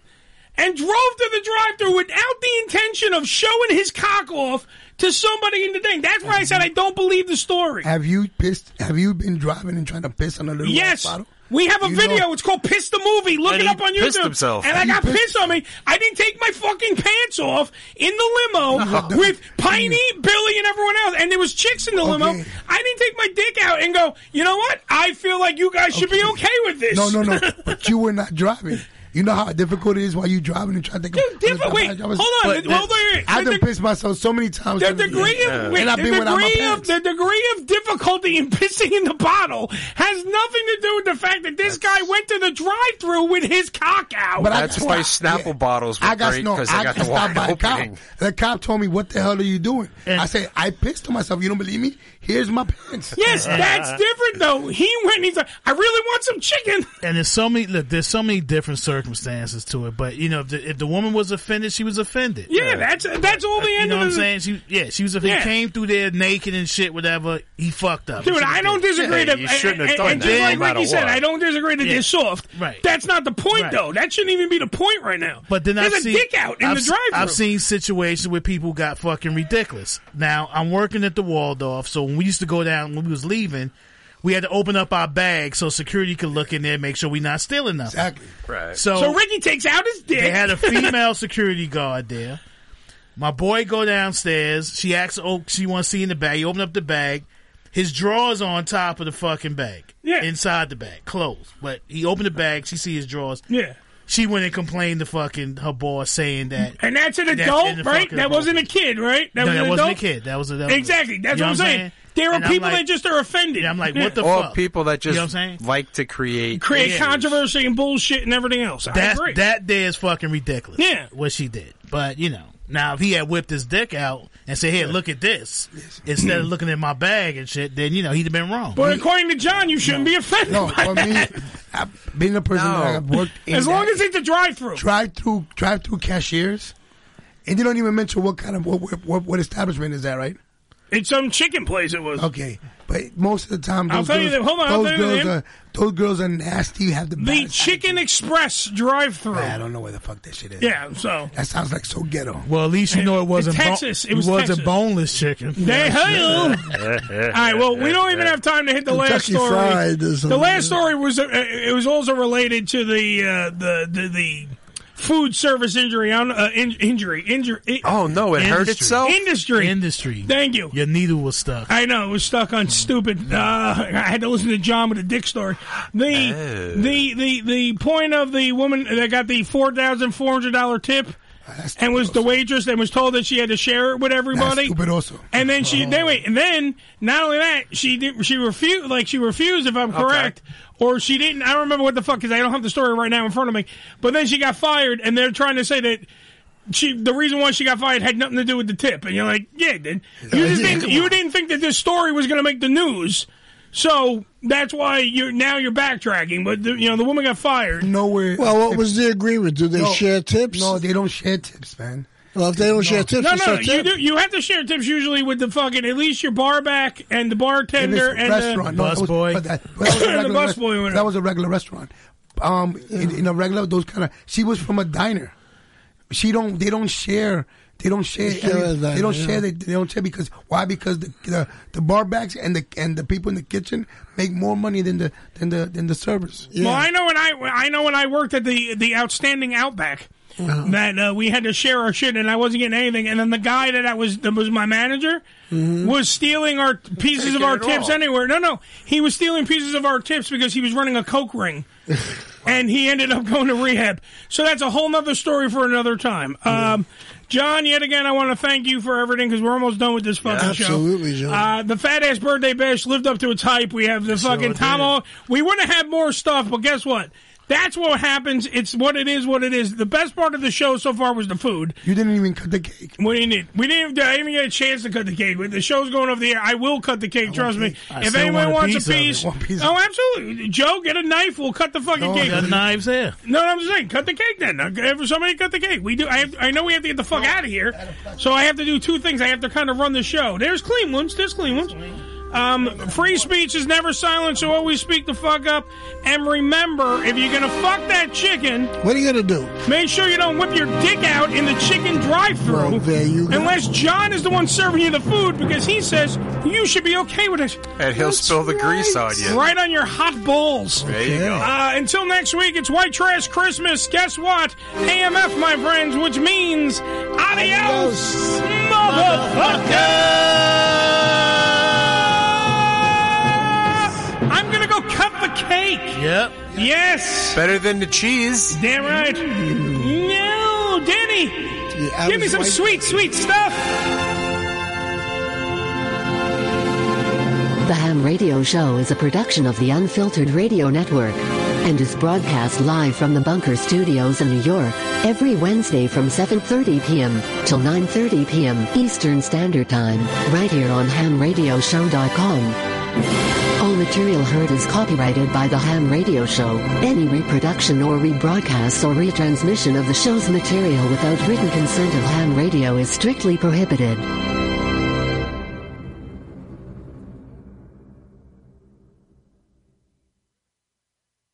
Speaker 1: And drove to the drive thru without the intention of showing his cock off to somebody in the thing. That's why I said I don't believe the story.
Speaker 10: Have you pissed? Have you been driving and trying to piss on a little
Speaker 1: Yes.
Speaker 10: ass bottle?
Speaker 1: We have a
Speaker 10: You
Speaker 1: video.
Speaker 10: know-
Speaker 1: It's called Piss the Movie. Look
Speaker 10: And
Speaker 1: it
Speaker 10: he
Speaker 1: up on
Speaker 10: pissed
Speaker 1: YouTube.
Speaker 10: himself.
Speaker 1: And I
Speaker 10: He
Speaker 1: got
Speaker 10: pissed-
Speaker 1: pissed on me. I didn't take my fucking pants off in the limo [laughs] with Piney, Billy, and everyone else. And there was chicks in the limo.
Speaker 10: Okay.
Speaker 1: I didn't take my dick out and go, you know what? I feel like you guys should be okay with this.
Speaker 10: No, no, no. but you were not driving. You know how difficult it is while you driving and trying to think. Dude,
Speaker 1: different- wait, hold on, hold on, wait, wait.
Speaker 10: I've
Speaker 1: The
Speaker 10: been pissed myself so many times.
Speaker 1: The
Speaker 10: during the
Speaker 1: degree
Speaker 10: day.
Speaker 1: of, wait,
Speaker 10: and I've
Speaker 1: the,
Speaker 10: been without my
Speaker 1: degree
Speaker 10: pants.
Speaker 1: of [laughs] the degree of difficulty in pissing in the bottle has nothing to do with the fact that this guy went to the drive-through with his cock out.
Speaker 8: that's why Snapple bottles were
Speaker 10: I got
Speaker 8: great
Speaker 10: no.
Speaker 8: because I, got the
Speaker 10: stopped
Speaker 8: wide
Speaker 10: by a
Speaker 8: opening.
Speaker 10: cop. The cop told me, "What the hell are you doing?" I said, "I pissed on myself. You don't believe me? Here's my pants."
Speaker 4: [laughs]
Speaker 1: Yes, that's different though. He went. And he's like, I really want some chicken.
Speaker 4: and there's so many look there's so many different circumstances to it but you know if the, if the woman was offended she was offended Uh,
Speaker 1: Yeah, that's that's all the
Speaker 4: you
Speaker 1: end
Speaker 4: know
Speaker 1: of
Speaker 4: what i'm
Speaker 1: the-
Speaker 4: saying she yeah she was offended. he
Speaker 1: Yeah.
Speaker 4: came through there naked and shit whatever he fucked
Speaker 10: Uh,
Speaker 4: up
Speaker 1: Dude,
Speaker 4: He
Speaker 1: I don't
Speaker 4: shouldn't have did
Speaker 1: disagree.
Speaker 4: that.
Speaker 1: that, and, and just like Ricky said, I don't disagree that
Speaker 4: Yeah.
Speaker 1: they're soft.
Speaker 4: Right.
Speaker 1: That's not the point,
Speaker 4: Right.
Speaker 1: though. That shouldn't even be the point right now.
Speaker 4: But then
Speaker 1: there's
Speaker 4: I've
Speaker 1: a
Speaker 4: seen
Speaker 1: dick out in
Speaker 4: I've,
Speaker 1: the drive-through.
Speaker 4: I've seen situations where people got fucking ridiculous. Now I'm working at the Waldorf, so when we used to go down when we was leaving, we had to open up our bag so security could look in there, and make sure we not stealing nothing. Exactly.
Speaker 8: Right.
Speaker 4: So
Speaker 1: so Ricky takes out his dick.
Speaker 4: They
Speaker 1: [laughs]
Speaker 4: had a female security guard there. My boy go downstairs. She asks, "Oh, she wants to see in the bag." You open up the bag. His drawers on top of the fucking bag. Yeah. Inside the bag, closed. But he opened the bag. She see his drawers.
Speaker 1: Yeah.
Speaker 4: She went and complained to fucking her boss, saying that.
Speaker 1: and that's an
Speaker 4: in
Speaker 1: adult,
Speaker 4: the
Speaker 1: right?
Speaker 4: fucking
Speaker 1: That
Speaker 4: book.
Speaker 1: wasn't a kid, right?
Speaker 4: no,
Speaker 1: was
Speaker 4: that
Speaker 1: an
Speaker 4: wasn't a
Speaker 1: adult?
Speaker 4: kid. That was, a, that was a-
Speaker 1: exactly. That's
Speaker 4: You know
Speaker 1: what I'm saying. There are
Speaker 4: And I'm
Speaker 1: people
Speaker 4: like-
Speaker 1: that just are offended.
Speaker 4: Yeah, I'm like, what the
Speaker 8: or
Speaker 4: fuck?
Speaker 8: people that
Speaker 4: You
Speaker 8: just
Speaker 4: know what I'm saying?
Speaker 8: like to create
Speaker 1: create
Speaker 4: Yeah.
Speaker 1: controversy and bullshit and everything else. I
Speaker 4: That
Speaker 1: agree.
Speaker 4: that day is fucking ridiculous.
Speaker 1: Yeah.
Speaker 4: what she did, but you know, Now, if he had whipped his dick out and said, "Here, look at this," instead of looking at my bag and shit, then you know he'd have been wrong.
Speaker 1: But according to John, you shouldn't be offended.
Speaker 4: No,
Speaker 1: by
Speaker 4: I mean,
Speaker 1: that.
Speaker 10: Being a person
Speaker 1: No.
Speaker 10: that I've worked in
Speaker 1: As long
Speaker 10: that-
Speaker 1: as it's a drive-through.
Speaker 10: drive-through, drive-through cashiers, and they don't even mention what kind of what what, what establishment is that, right?
Speaker 1: It's some chicken place. It was
Speaker 10: okay, but most of the time,
Speaker 1: I'll
Speaker 10: those
Speaker 1: tell you
Speaker 10: girls,
Speaker 1: that- hold on, I'll
Speaker 10: those
Speaker 1: tell you the
Speaker 10: girls
Speaker 1: name.
Speaker 10: are those girls are nasty. You have the
Speaker 1: The Chicken Express drive-through. I
Speaker 10: don't know where the fuck that shit is.
Speaker 1: Yeah, so
Speaker 10: that sounds like so ghetto.
Speaker 4: Well, at least you know it wasn't bo-
Speaker 1: Texas. It was Texas.
Speaker 4: wasn't boneless chicken.
Speaker 1: They- hey-o. All right. Well, we don't even have time to hit the last
Speaker 4: Kentucky
Speaker 1: story.
Speaker 4: Fried
Speaker 10: is
Speaker 1: the last story was uh, it was also related to the uh, the, the the food service injury on uh, in, injury injury.
Speaker 8: Oh no, it hurt itself?
Speaker 1: Industry.
Speaker 4: Industry.
Speaker 1: Thank you.
Speaker 4: Your needle was stuck.
Speaker 1: I know it was stuck on stupid. Uh, [laughs] I had to listen to John with a dick story. The the the the point of the woman that got the four thousand four hundred dollar tip. And was the waitress and was told that she had to share it with everybody.
Speaker 10: stupid also.
Speaker 1: And then she, then wait, and then not only that, she did, she refused, like she refused, if I'm correct, or she didn't. I don't remember what the fuck because I don't have the story right now in front of me. But then she got fired, and they're trying to say that she, the reason why she got fired had nothing to do with the tip. And you're like, yeah, it did. you just didn't, you didn't think that this story was going to make the news. So that's why you're now you're backtracking, but the, you know the woman got fired.
Speaker 10: Nowhere.
Speaker 3: Well, what was the agreement? Do they
Speaker 1: No.
Speaker 3: share tips?
Speaker 10: No, they don't share tips, man.
Speaker 3: Well, if they don't share tips,
Speaker 1: No,
Speaker 3: it's
Speaker 1: no,
Speaker 3: a
Speaker 1: you
Speaker 3: tip.
Speaker 1: do, you have to share tips usually with the fucking at least your bar back and the bartender and
Speaker 10: restaurant,
Speaker 1: the
Speaker 10: no, that was- But
Speaker 1: [laughs]
Speaker 10: that, but that was
Speaker 1: And
Speaker 10: a
Speaker 1: the
Speaker 10: regular rest-
Speaker 1: busboy went
Speaker 10: That was a regular restaurant. Um, in, in a regular those kind of. She was from a diner. She don't. They don't share. They don't share.
Speaker 3: They share
Speaker 10: any-
Speaker 3: a diner,
Speaker 10: they don't
Speaker 3: yeah.
Speaker 10: share. They, they don't share because why? Because the, the the bar backs and the and the people in the kitchen make more money than the than the than the servers.
Speaker 1: Well, I know when I I know when I worked at the the outstanding Outback that uh, we had to share our shit and I wasn't getting anything. And then the guy that I was that was my manager was stealing our pieces of
Speaker 8: Taking
Speaker 1: our
Speaker 8: it
Speaker 1: tips
Speaker 8: all.
Speaker 1: anywhere. No, no, he was stealing pieces of our tips because he was running a coke ring. And he ended up going to rehab. So that's a whole nother story for another time. Um, John, yet again, I want to thank you for everything because we're almost done with this fucking show.
Speaker 3: Absolutely, John.
Speaker 1: Uh, the fat ass birthday bash lived up to its hype. We have the fucking Tom. O- we wouldn't have more stuff, but guess what? That's what happens. It's what it is. What it is. The best part of the show so far was the food.
Speaker 10: You didn't even cut the cake.
Speaker 1: What do you need? We didn't even, I didn't even get a chance to cut the cake. When The show's going over the air. I will cut the cake. Trust me.
Speaker 4: I
Speaker 1: if
Speaker 4: still
Speaker 1: anyone
Speaker 4: want a
Speaker 1: wants a
Speaker 4: piece
Speaker 1: piece,
Speaker 4: of it. One piece
Speaker 1: oh, absolutely. Joe, get a knife. We'll cut the fucking
Speaker 3: Oh,
Speaker 4: No,
Speaker 1: cake.
Speaker 4: I got knives here.
Speaker 1: No, no, I'm just saying, cut the cake then. Ever somebody cut the cake. We do. I, have, I know we have to get the fuck out of here, so I have to do two things. I have to kind of run the show. There's clean ones. There's clean ones. Um, free speech is never silent, so always speak the fuck up. And remember, if you're gonna fuck that chicken,
Speaker 3: what are you gonna do?
Speaker 1: Make sure you don't whip your dick out in the chicken drive-through. Unless John is the one serving you the food because he says you should be okay with it.
Speaker 8: And he'll spill the grease on you.
Speaker 1: Right on your hot balls.
Speaker 8: There you go.
Speaker 1: Uh, until next week, it's White Trash Christmas. Guess what? AMF, my friends, which means adios, motherfucker! I'm gonna go cut the cake.
Speaker 4: Yep.
Speaker 1: Yes.
Speaker 8: Better than the cheese. Mm-hmm.
Speaker 1: Damn right. No, Danny.
Speaker 8: I
Speaker 1: Give me
Speaker 8: was
Speaker 1: some sweet,
Speaker 8: white-
Speaker 1: sweet stuff.
Speaker 7: The Ham Radio Show is a production of the Unfiltered Radio Network and is broadcast live from the Bunker Studios in New York every Wednesday from 7:30 p.m. till 9:30 p.m. Eastern Standard Time, right here on hamradioshow.com. All material heard is copyrighted by The Ham Radio Show. Any reproduction or rebroadcast or retransmission of the show's material without written consent of Ham Radio is strictly prohibited.